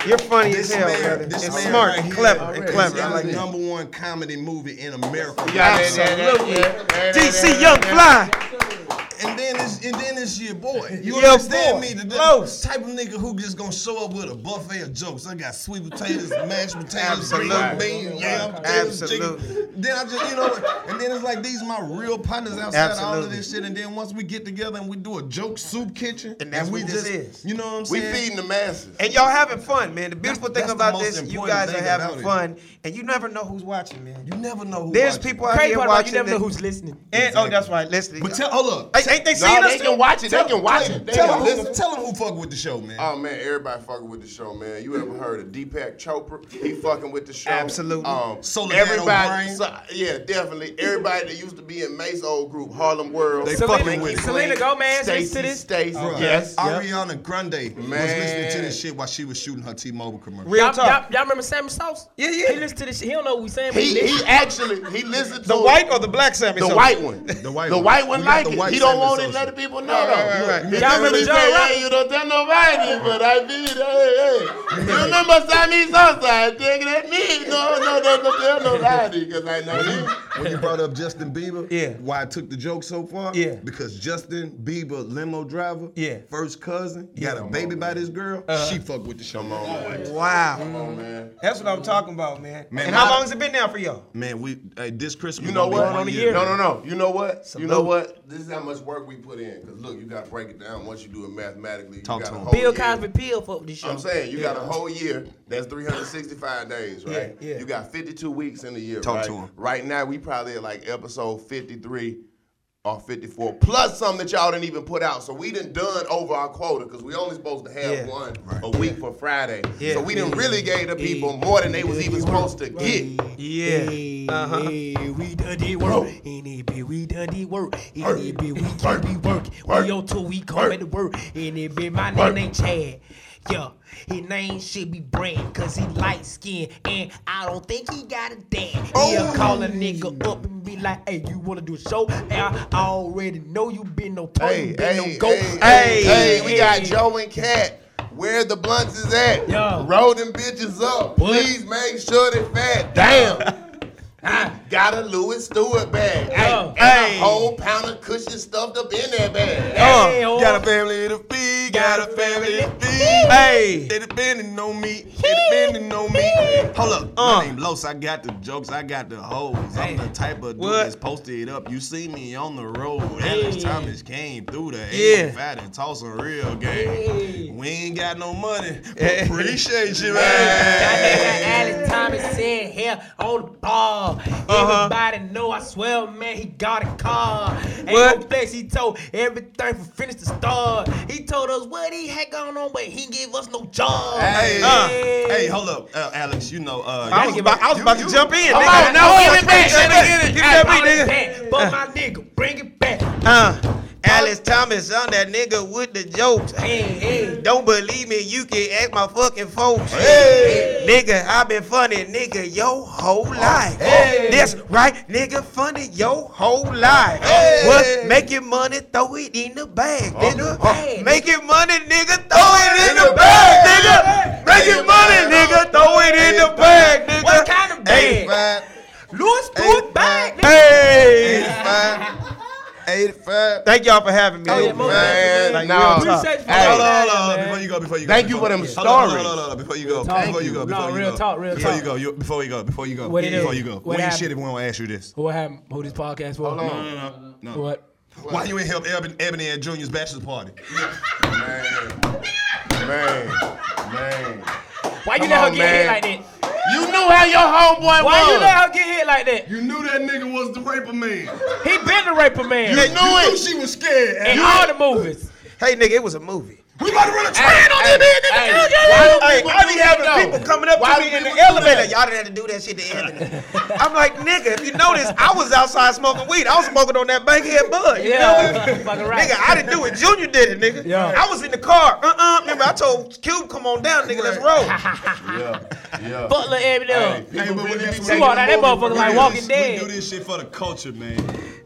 S5: You're funny as
S4: This
S5: hell,
S4: man,
S5: brother.
S4: this
S5: And
S4: man
S5: smart,
S4: right
S5: and
S4: here
S5: clever, and
S4: is
S5: clever. I
S4: the
S5: like that.
S4: number one comedy movie in America.
S5: Absolutely. DC Young Fly.
S4: And then it's and then it's your boy. You
S5: Your
S4: understand
S5: boy.
S4: me? The
S5: Close.
S4: type of nigga who just gonna show up with a buffet of jokes. I got sweet potatoes, mashed potatoes, green
S5: Absolutely.
S4: beans, yam potatoes,
S5: Absolutely.
S4: chicken. Then I just you know, what? and then it's like these my real partners outside all of
S5: Absolutely.
S4: this shit. And then once we get together and we do a joke soup kitchen,
S5: And that's
S4: we
S5: what this
S4: just
S5: is.
S4: you know what I'm
S6: We
S4: saying?
S6: feeding the masses.
S5: And y'all having fun, man. The beautiful
S4: That's-
S5: thing
S4: that's the
S5: about
S4: most
S5: this, you
S4: important
S5: guys are
S4: thing about
S5: having
S4: it.
S5: fun, and you never know who's watching, man.
S4: you never know who.
S5: There's
S4: watching.
S5: people out
S1: Crazy
S5: here
S1: part about you
S5: watching.
S1: never know
S5: that-
S1: who's listening.
S5: and, oh, that's right. Listening.
S4: But tell, hold up.
S5: Hey, ain't they seen
S6: No,
S5: us?
S6: they can watch it. They can watch it. They
S4: tell,
S6: can
S4: them who,
S6: listen.
S4: tell them who fuck with the show, man.
S5: Uh,
S6: Oh man, everybody fucking with the show, man. You ever heard of Deepak Chopra? He fucking with the show.
S5: Absolutely.
S6: Um,
S4: Soledad
S6: everybody,
S4: O'Brien.
S6: so- yeah, definitely. Everybody that used to be in Mace old group, Harlem World.
S4: They
S1: Selena-
S4: fucking with it.
S1: Selena Gomez, listen to
S6: Stacy,
S1: this.
S6: Stacy.
S4: Bruh,
S6: Uh, Yes.
S4: Ariana Grande was
S6: Man.
S4: listening to this shit while she was shooting her T-Mobile commercial.
S5: Real
S1: Y'all, y'all,
S5: talk.
S1: y'all remember Sammy Sauce?
S5: Yeah, yeah.
S1: He listened to this shit. He don't know what we saying, but he,
S6: He,
S1: listened.
S6: he actually he listened to
S5: The white or the black Sammy?
S6: the
S5: Sosa?
S6: white one.
S4: The white
S6: The
S4: one.
S6: white one
S4: We got
S6: like
S4: the
S6: it.
S4: white
S6: He don't
S4: Sammy
S6: want it.
S4: Sosa.
S6: Let the people know. though.
S5: right, right.
S6: He
S1: Y'all remember
S6: really
S1: John
S6: say, hey,
S1: Rock?
S6: you don't tell nobody, but I be hey, hey. You remember Sammy Sosa? I think that me. No, no, no, no, tell nobody, because I know him.
S4: When you brought up Justin Bieber,
S5: Yeah.
S4: why I took the joke so far,
S5: Yeah.
S4: because Justin Bieber limo driver,
S5: Yeah.
S4: first cousin, got a baby by this girl, she fuck with the show.
S5: Wow.
S6: Oh, man.
S5: That's what I'm talking about, man.
S4: Man,
S5: and how
S4: my-
S5: long has it been now for y'all?
S4: Man, we hey, this Christmas,
S6: You know
S4: gonna be
S6: what?
S4: one
S6: No, no, no. You know what? You know what? This is how much work we put in. Because look, you got to break it down. Once you do it mathematically, you
S4: Talk
S6: got
S4: to
S6: a
S4: him.
S6: whole
S1: Bill
S6: year.
S1: Cosby Peel fucked with this show.
S6: I'm saying you got a whole year. That's 365 days, right?
S5: Yeah, yeah.
S6: You got 52 weeks in the year.
S4: Talk
S6: right?
S4: to 'em.
S6: Right now, we probably at like episode 53 or 54, plus some that y'all didn't even put out. So we done done over our quota because we only supposed to have
S5: Yeah.
S6: one a week for Friday.
S5: Yeah.
S6: So we done really gave the people more than they was even supposed to get.
S5: Yeah. Uh-huh.
S1: Hey, we done did work. In it, bitch, we done did work. In
S6: Work.
S1: it, bitch, we
S6: Work.
S1: can be work.
S6: Work.
S1: We on tour, we
S6: Work.
S1: coming to work. In it, bitch, my
S6: Work.
S1: name ain't Chad. Yeah, his name should be Brand, cause he light skinned, and I don't think he got a dad.
S6: Oh.
S1: He'll call a nigga up and be like, hey, you wanna do a show? And I already know you been no toe,
S6: Hey,
S1: you been
S6: hey,
S1: no go.
S6: hey, hey, hey, we got Joe and Cat. Where the blunts is at?
S1: Yeah.
S6: Roll them bitches up.
S1: What?
S6: Please make sure they fat. Damn.
S1: Ah,
S6: Got a Louis Stewart bag. Hey,
S4: Hey.
S6: and a whole pound of cushion stuffed up in that bag.
S1: Hey,
S4: Uh,
S1: oh.
S4: got a family to feed, got a family to feed.
S1: Hey.
S4: They depending on me, they depending on me. Hold up,
S1: Uh.
S4: my name Los, I got the jokes, I got the hoes. I'm the type of dude that's posted up. You see me on the road. Alex Thomas came through the 85 and tossed some real game. We ain't got no money, but appreciate you, man.
S2: Alex Thomas said here on the ball. Everybody know, I swear, man, he got a car. Ain't no
S1: What?
S2: flex, he told everything from finish to start. He told us what he had going on, but he gave us no job.
S4: Hey,
S1: Uh.
S4: hey, hold up, uh, Alex. You know, uh,
S1: I was about, I was about to jump in.
S2: Hold
S1: nigga.
S2: on, no, give it back.
S1: Give that beat, nigga.
S2: nigga. But my nigga, bring it back.
S5: Uh, Alice Thomas, I'm that nigga with the jokes.
S2: Hey, hey.
S5: Don't believe me, you can ask my fucking folks. Nigga, i been funny, nigga, your whole life. That's right, nigga, funny your whole life. What? Making money, throw it in the bag, nigga. Making money, nigga, throw it in the bag, nigga. Making money, nigga, throw it in the bag, nigga.
S2: What kind of bag?
S4: Five,
S2: Louis Stewart bag, nigga.
S5: Hey!
S4: eighty-five, eighty-five.
S5: Thank y'all for having me.
S2: Oh, yeah, most
S6: Man,
S2: definitely.
S6: nah.
S2: We appreciate you for
S6: Hey.
S2: all
S4: Hold on,
S2: that,
S4: hold on, hold on.
S2: man.
S4: Before you go, before you go.
S6: Thank you
S4: before
S6: for them
S4: go. Hold on, Hold on,
S6: stories.
S4: hold on, before you go,
S2: talk.
S4: before you go,
S2: No,
S4: before you
S2: real
S4: go,
S2: talk, real
S4: before you
S2: talk.
S4: go, you- before you go, before you go,
S2: What it
S4: before
S2: is?
S4: you go.
S2: What
S4: We ain't
S2: happened?
S4: shit if we don't ask you this.
S2: What happened? Who this podcast was?
S6: Hold on.
S4: No, no, no.
S2: What?
S4: Why you in here, Ebony, Ebony and Junior's bachelor party?
S6: Man, man.
S2: Why you
S6: Come
S2: let her
S6: on,
S2: get
S6: man.
S2: hit like that?
S6: You knew how your homeboy
S2: Why you
S6: was.
S2: let her get hit like that?
S4: You knew that nigga was the raper man.
S2: He been the raper man
S6: You knew it.
S4: she was scared.
S2: in all the movies.
S5: Hey, nigga, it was a movie.
S4: We about to run a train on them here, nigga.
S6: Hey,
S5: Hey, I be having people coming up
S6: Why do
S5: to me in the
S6: people do
S5: elevator.
S6: that?
S5: Y'all didn't have to do that shit to Anthony. I'm like, nigga, if you notice, I was outside smoking weed. I was smoking on that bankhead bud. You know
S2: Yeah,
S5: know?
S2: fucking right.
S5: Nigga, I didn't do it. Junior did it, nigga.
S2: Yeah.
S5: I was in the car. Uh-uh. Remember, I told Cube, come on down, nigga, let's roll.
S6: Yeah, yeah.
S2: Butler Eminem.
S6: Hey, people really be
S2: You
S6: taking
S2: all that, that
S6: them over.
S2: motherfucker like Walking
S4: We do
S2: Dead.
S4: this shit for the culture, man.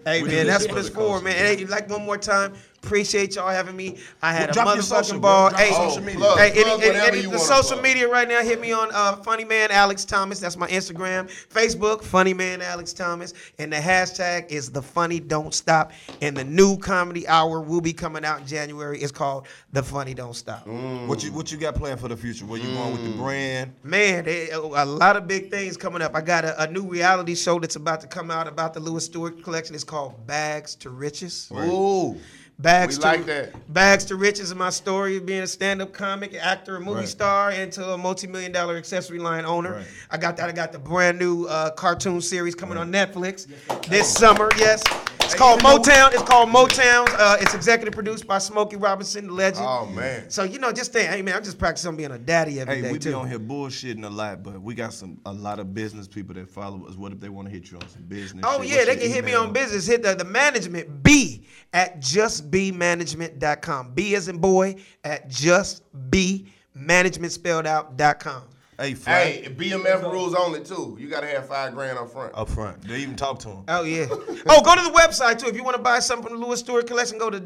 S5: Hey,
S4: We
S5: man,
S4: do
S5: that's
S4: this
S5: what it's
S4: for the
S5: for, man. Hey, like one more time, appreciate y'all having me. I had
S4: Drop
S5: a
S4: your
S5: motherfucking
S4: social,
S5: ball.
S4: bro. Drop
S5: hey,
S4: your social media.
S5: hey, any,
S6: Plug
S5: any-
S6: whatever
S5: any-
S6: you
S5: the
S6: wanna
S5: social
S6: plug.
S5: media right now, hit me on uh, Funny Man Alex Thomas. That's my Instagram, Facebook, Funny Man Alex Thomas. And the hashtag is The Funny Don't Stop. And the new comedy hour will be coming out in January. It's called The Funny Don't Stop.
S4: What you what you got planned for the future? Where you going with the brand?
S5: Man, they, a a lot of big things coming up. I got a, a new reality show that's about to come out about the Louis Stewart collection. It's called Bags to Riches.
S4: Ooh.
S5: Bags
S6: We
S5: to
S6: like that.
S5: Bags to riches is my story of being a stand-up comic, actor, a movie
S4: Right.
S5: star, and to a multi-million dollar accessory line owner.
S4: Right.
S5: I got that. I got the brand new uh, cartoon series coming on Netflix this summer. Yes. It's called Motown. It's called Motown. Uh, it's executive produced by Smokey Robinson, the legend.
S6: Oh man.
S5: So you know, just think, hey man, I'm just practicing on being a daddy every day
S4: Hey, we
S5: too.
S4: be on here bullshitting a lot, but we got some a lot of business people that follow us. What if they want to hit you on some business?
S5: Oh
S4: shit?
S5: yeah,
S4: What's
S5: they
S4: your
S5: can hit me
S4: email?
S5: on business. Hit the, the management B at justbmanagement.com. B as in boy at justbmanagement spelled out dot com.
S4: Hey, fly
S6: Hey, BMF rules only too. You gotta have five grand up front.
S4: up front. They even talk to him.
S5: Oh yeah. oh, go to the website too. If you want to buy something from the Lewis Stewart Collection, go to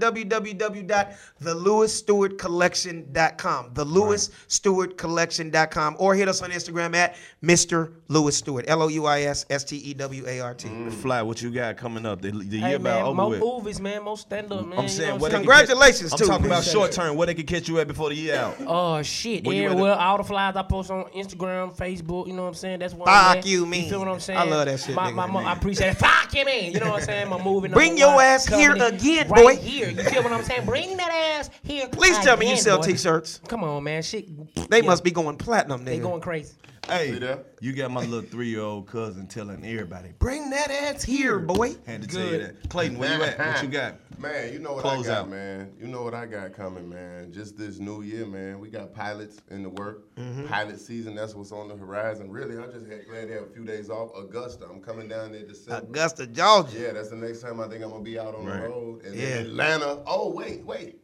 S5: www.thelouisstewartcollection.com. The Lewis Stewart Collection.com or hit us on Instagram at Mr. Lewis Stewart. L O U I S S T E W A R T.
S3: Mm.
S4: Fly, what you got coming up? The, the year
S2: Hey,
S4: about
S2: man,
S4: over
S2: more
S4: with.
S2: movies, man. More stand up, man.
S4: I'm
S2: You
S4: saying,
S2: know
S4: what
S2: what
S4: they
S2: I'm
S4: can
S2: saying?
S4: catch-
S5: Congratulations,
S4: I'm
S5: too,
S4: talking about
S5: man.
S4: short term. Where they can catch you at before the year out.
S2: Oh shit!
S4: Where you
S2: Yeah,
S4: at the-
S2: well, all the flies I post on Instagram, Facebook. You know what I'm saying? That's what.
S5: Fuck
S2: I'm at.
S5: you, man.
S2: You feel what I'm saying?
S5: I love that shit,
S2: My,
S5: nigga.
S2: my, mo- I appreciate it. Fuck you, man. You know what I'm saying? My movie. number
S5: Bring your
S2: one,
S5: ass here
S2: comedy,
S5: again,
S2: right
S5: boy.
S2: Here, you feel what I'm saying? Bring that ass here.
S5: Please tell me you
S2: again,
S5: sell
S2: boy.
S5: t-shirts.
S2: Come on, man. Shit.
S5: They
S2: Yeah,
S5: must be going platinum, nigga.
S2: They going crazy.
S6: See
S4: Hey,
S6: that?
S4: you got my little three year old cousin telling everybody.
S5: Bring that ass here, boy.
S4: Had to tell you that. Clayton, where you at? What you got?
S6: Man, you know what
S4: Close
S6: I got,
S4: out.
S6: man. You know what I got coming, man. Just this new year, man. We got pilots in the work.
S4: Mm-hmm.
S6: Pilot season, that's what's on the horizon. Really, I just had glad to have a few days off. Augusta, I'm coming down there December.
S5: Augusta, Georgia.
S6: Yeah, that's the next time I think I'm gonna be out on
S4: Right.
S6: the road. And
S5: Yeah.
S6: then Atlanta. Oh, wait, wait.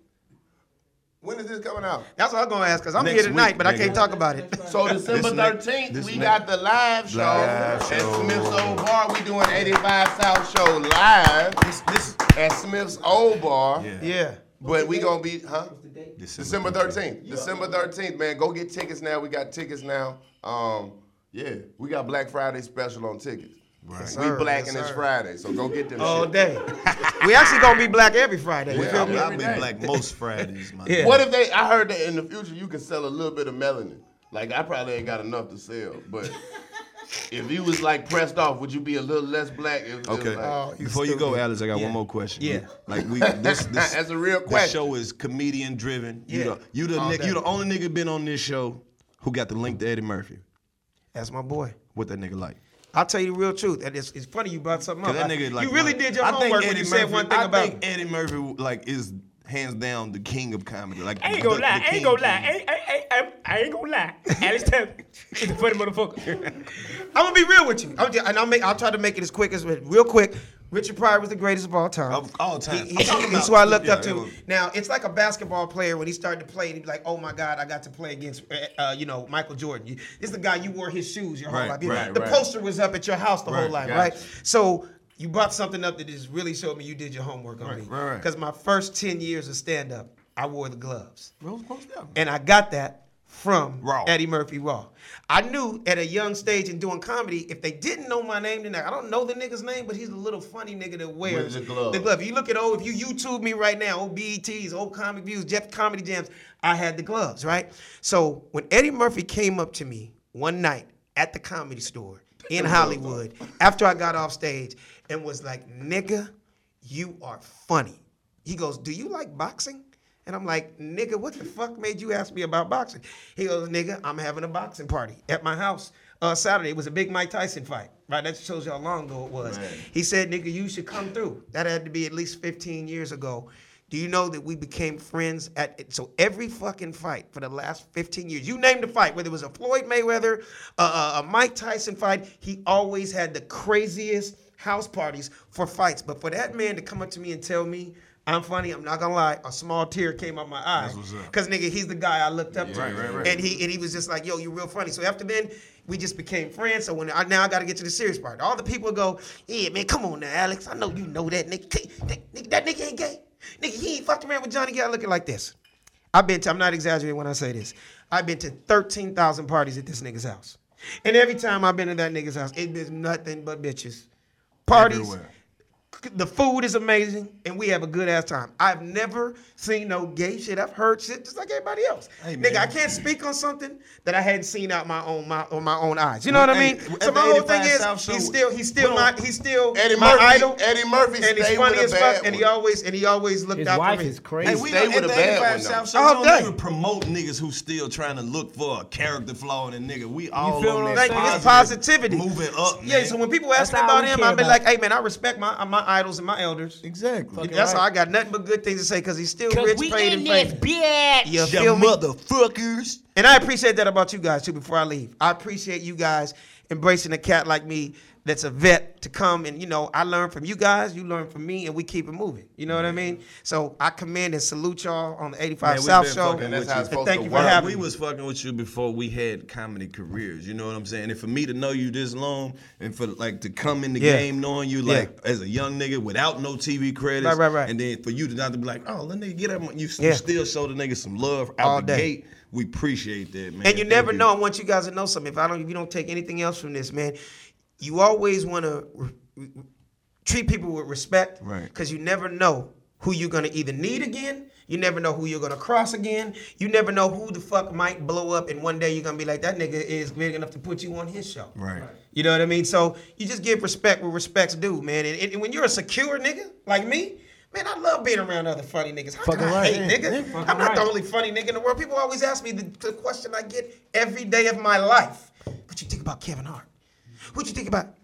S6: When is this coming out?
S5: That's what I'm gonna ask, cause I'm
S4: Next
S5: here tonight,
S4: week,
S5: but I
S4: nigga.
S5: can't talk about it.
S6: So December
S4: next-
S6: thirteenth,
S4: this
S6: we
S4: next-
S6: got the live show
S4: Live
S6: at
S4: show.
S6: Smith's Old Bar. We doing 85 South Show live
S4: This, this,
S6: at Smith's Old Bar.
S4: yeah.
S5: Yeah.
S6: But we gonna be, huh? December
S4: December
S6: 13th. December 13th, man. Go get tickets now. We got tickets now. Um, yeah, we got Black Friday special on tickets. We
S5: sir.
S6: black
S5: Yes,
S6: and it's
S5: sir. Oh,
S6: Friday, so go get them.
S5: All
S6: shit.
S5: day. we actually gonna be black every Friday. You
S6: Yeah,
S5: feel
S6: I'm
S5: me?
S6: not-
S4: I'll be
S6: day.
S4: black most Fridays, my
S5: Yeah.
S4: nigga.
S6: What if they? I heard that in the future you can sell a little bit of melanin. Like I probably ain't got enough to sell, but if you was like pressed off, would you be a little less black? If, if,
S4: Okay.
S6: like-
S3: Oh.
S4: Before you go, Alex, I got one more question.
S5: Yeah.
S4: Like we this this
S6: That's a real
S4: This
S6: question.
S4: show is comedian driven. You
S5: Yeah.
S4: the you the
S5: All
S4: nigga,
S5: day.
S4: you the only nigga been on this show who got the link to Eddie Murphy.
S5: That's my boy.
S4: What that nigga like?
S5: I'll tell you the real truth. And it's, it's funny you brought something
S4: 'Cause
S5: up.
S4: that nigga like
S5: you really
S4: one-
S5: did your
S4: I think
S5: homework when
S4: Eddie
S5: you
S4: Murphy,
S5: said one thing
S4: I
S5: about
S4: think Eddie Murphy like is hands down the king of comedy. Like
S9: I ain't
S4: the-
S9: gonna
S4: the
S9: lie. I
S4: king,
S9: ain't gonna
S4: king.
S9: lie. I ain't, I, ain't- I, ain't- I ain't gonna lie. Alex Tubb is a funny motherfucker.
S5: I'm gonna be real with you. I'm just, and I'll make I'll try to make it as quick as real quick. Richard Pryor was the greatest of all time.
S4: Of all time.
S5: He- he-
S4: I'm talking
S5: That's
S4: about-
S5: who I looked
S4: yeah,
S5: up
S4: it
S5: to.
S4: was-
S5: Now it's like a basketball player when he started to play, and he'd be like, "Oh my God, I got to play against, uh, uh, you know, Michael Jordan. You- This is the guy you wore his shoes your whole
S4: Right,
S5: life. You-
S4: right,
S5: the
S6: right.
S5: poster was up at your house the whole
S4: Right,
S5: life,
S6: gotcha.
S5: right? So." You brought something up that just really showed me you did your homework on me.
S4: right, right.
S5: Because my first 10 years of stand up, I wore the gloves.
S4: Most- most definitely.
S5: And I got that from
S4: Raw.
S5: Eddie Murphy Raw. I knew at a young stage in doing comedy, if they didn't know my name, then I I don't know the nigga's name, but he's a little funny nigga that wears
S6: the glove.
S5: If you look at old, if you YouTube me right now, old BETs, old comic views, Jeff Comedy Jams, I had the gloves, right? So when Eddie Murphy came up to me one night at the comedy store in Hollywood after I got off stage and was like, nigga, you are funny. He goes, Do you like boxing? And I'm like, nigga, what the fuck made you ask me about boxing? He goes, nigga, I'm having a boxing party at my house uh, Saturday. It was a big Mike Tyson fight, right? That shows you how long ago it was. He said, nigga, you should come through. That had to be at least 15 years ago. Do you know that we became friends at so every fucking fight for the last 15 years? You named the fight, whether it was a Floyd Mayweather, uh, a Mike Tyson fight, he always had the craziest house parties for fights. But for that man to come up to me and tell me I'm funny, I'm not gonna lie, a small tear came out my eye.
S4: what's up.
S5: Cause nigga, he's the guy I looked up to.
S4: Right, right, right.
S5: And he and he was just like, yo, you're real funny. So after then, we just became friends. So when I now I gotta get to the serious part. All the people go, yeah, man, come on now, Alex. I know you know that nigga. That, nigga- that nigga ain't gay. Nigga, he ain't fucked around with Johnny Gill looking like this. I've been to, I'm not exaggerating when I say this. I've been to 13,000 parties at this nigga's house. And every time I've been to that nigga's house, it's been nothing but bitches. Parties.
S4: Everywhere.
S5: The food is amazing, and we have a good ass time. I've never seen no gay shit. I've heard shit just like everybody else.
S4: Hey,
S5: Nigga,
S4: man.
S5: I can't speak on something that I hadn't seen out my own my on my own eyes. You know
S4: Well,
S5: what I
S4: hey,
S5: mean?
S4: at
S5: So
S4: the
S5: my whole
S4: 85
S5: thing is,
S4: South Show,
S5: he's still he's still
S4: we
S5: my he's still
S6: Eddie
S5: my
S6: Murphy-
S5: idol.
S6: Eddie Murphy
S5: and he's
S6: stayed
S5: funny
S6: with a
S5: as
S6: bad
S5: fuck, and he
S6: one.
S5: always and he always looked
S1: His
S5: out
S1: wife
S5: for me.
S1: is crazy.
S4: Hey, we
S6: Stay
S4: don't,
S6: with
S4: at
S6: a
S4: the
S6: bad
S4: 85
S6: one, though.
S4: South Show,
S5: All
S4: we don't
S5: day.
S4: even promote niggas who still trying to look for a character flaw in a nigga. We all
S1: feel
S4: on
S1: what
S4: that
S5: Thank you. It's
S4: positive,
S5: positivity.
S4: Moving up,
S5: Yeah,
S4: man.
S5: so when people ask
S1: That's
S5: me
S1: all
S5: about
S1: we
S5: him,
S1: care
S5: I'll be
S1: about.
S5: like, hey man, I respect my my idols and my elders.
S4: exactly.
S5: That's how I got nothing but good things to say because he's still rich,
S9: we
S5: paid,
S9: in
S5: and
S9: this
S5: famous.
S9: bitch.
S5: You
S4: You
S5: feel me?
S4: motherfuckers.
S5: And I appreciate that about you guys too. Before I leave, I appreciate you guys embracing a cat like me that's a vet to come and you know I learn from you guys, you learn from me, and we keep it moving. You know what I mean? So I commend and salute y'all on the 85
S4: Man, we
S5: South
S4: been
S5: Show.
S4: fucking
S6: And that's how it's
S5: And
S6: supposed
S5: thank
S6: to
S5: you for
S6: work.
S5: having
S4: we
S5: me.
S4: was fucking with you before we had comedy careers. You know what I'm saying? And for me to know you this long, and for like to come in the
S5: Yeah.
S4: game knowing you
S5: Yeah.
S4: like as a young nigga without no TV credits,
S5: Right, right, right.
S4: and then for you to not to be like, oh, let nigga get up, you, you
S5: Yeah.
S4: still show the nigga some love out
S5: All
S4: the
S5: day.
S4: gate. We appreciate that, man.
S5: And you
S4: Thank
S5: never know. I want you guys to know something. If I don't, if you don't take anything else from this, man, you always want to treat people with respect,
S4: Right.
S5: Because you never know who you're gonna either need again. You never know who you're gonna cross again. You never know who the fuck might blow up, and one day you're gonna be like, that nigga is big enough to put you on his show,
S4: Right.
S5: You know what I mean? So you just give respect where respect's due, man. And, and when you're a secure nigga like me. Man, I love being around other funny niggas. How
S1: Fucking
S5: can I
S1: right.
S5: hate nigga?
S1: Yeah,
S5: I'm not the only funny nigga in the world. People always ask me the, the question I get every day of my life. What you think about Kevin Hart? What you think about?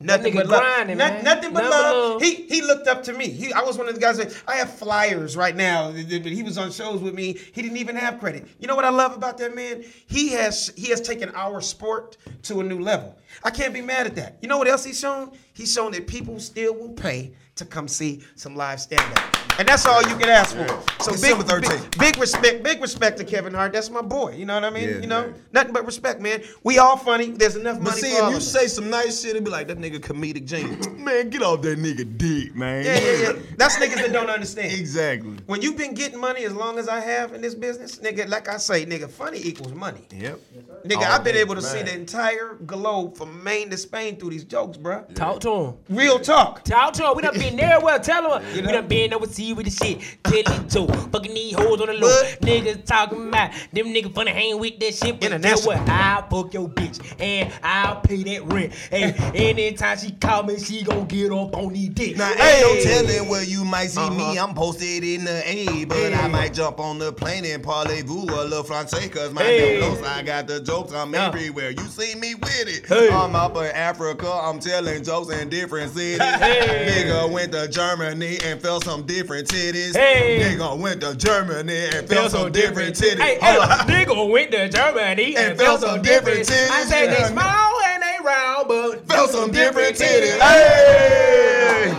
S5: Nothing
S2: nigga
S5: but love.
S2: grinding,
S5: Noth-
S2: man.
S5: Nothing but
S2: Nothing but
S5: love.
S2: love.
S5: He he looked up to me. He, I was one of the guys that I have flyers right now. th- th- But he was on shows with me. He didn't even have credit. You know what I love about that man? He has he has taken our sport to a new level. I can't be mad at that. You know what else he's shown? He's shown that people still will pay to come see some live stand up. and that's all you can ask for. So
S3: December
S5: big,
S3: 13th.
S5: big, big respect, big respect to Kevin Hart. That's my boy. You know what I mean?
S3: Yeah,
S5: you know,
S3: yeah.
S5: nothing but respect, man. We all funny. There's enough money
S3: But see,
S5: for all
S3: if
S5: of
S3: you
S5: us.
S3: say some nice shit, it'd be like that nigga comedic genius. Man, get off that nigga dick, man.
S5: yeah, yeah, yeah. That's niggas that don't understand.
S3: Exactly.
S5: When you've been getting money as long as I have in this business, nigga, like I say, nigga, funny equals money.
S3: Yep.
S5: Nigga,
S3: All
S5: I've been
S3: day,
S5: able to see
S3: man.
S5: the entire globe from Maine to Spain through these jokes, bruh.
S1: Talk to him.
S5: Real talk.
S1: Talk to him. We done been there. Well, tell him.
S5: You
S1: We
S5: know?
S1: done been overseas with the shit. Tell it to. Fucking these hoes on the low.
S5: What?
S1: Niggas talking about them niggas finna hang with that shit. But tell
S5: International.
S1: what? I'll fuck your bitch and I'll pay that rent. And anytime she call me, she gon' get up on these dicks.
S3: Now,
S5: Hey.
S3: ain't no telling where you might see
S4: Uh-huh.
S3: me. I'm posted in the A, but I might jump on the plane and parlez-vous a little francais, cause my
S1: Hey.
S3: hey. close. I got the jokes, I'm
S1: Yeah.
S3: everywhere. You see me with it.
S1: Hey.
S3: I'm up in Africa, I'm telling jokes in different cities.
S1: Hey.
S3: Nigga went to Germany and felt some different titties.
S1: Hey.
S3: Nigga went to Germany and
S1: Feel
S3: felt some different titties.
S1: Hey, hey,
S3: Hold on.
S1: nigga went to Germany and,
S3: And
S1: felt
S3: felt
S1: some
S3: some
S1: different
S3: different
S1: titties. I
S3: titties.
S1: said they
S3: Yeah.
S1: small and they round, but
S3: Felt some different titties.
S5: Hey!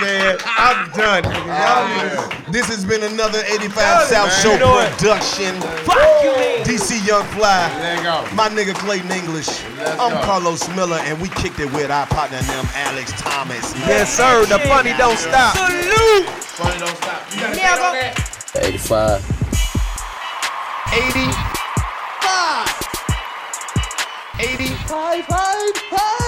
S5: man, I'm done. nigga.
S3: This has been another 85 South
S5: man.
S3: Show
S5: You know what?
S3: production.
S1: fuck you, man.
S3: DC Young Fly.
S6: Let go.
S3: My nigga Clayton English.
S6: Let's
S3: I'm
S6: go.
S3: Carlos Miller, and we kicked it with our partner, them Alex Thomas.
S5: Yes, sir. The funny don't stop.
S1: Salute.
S6: Funny don't stop. You gotta stay
S5: Never.
S6: on that.
S14: 85.
S5: 80.
S14: 85. 85.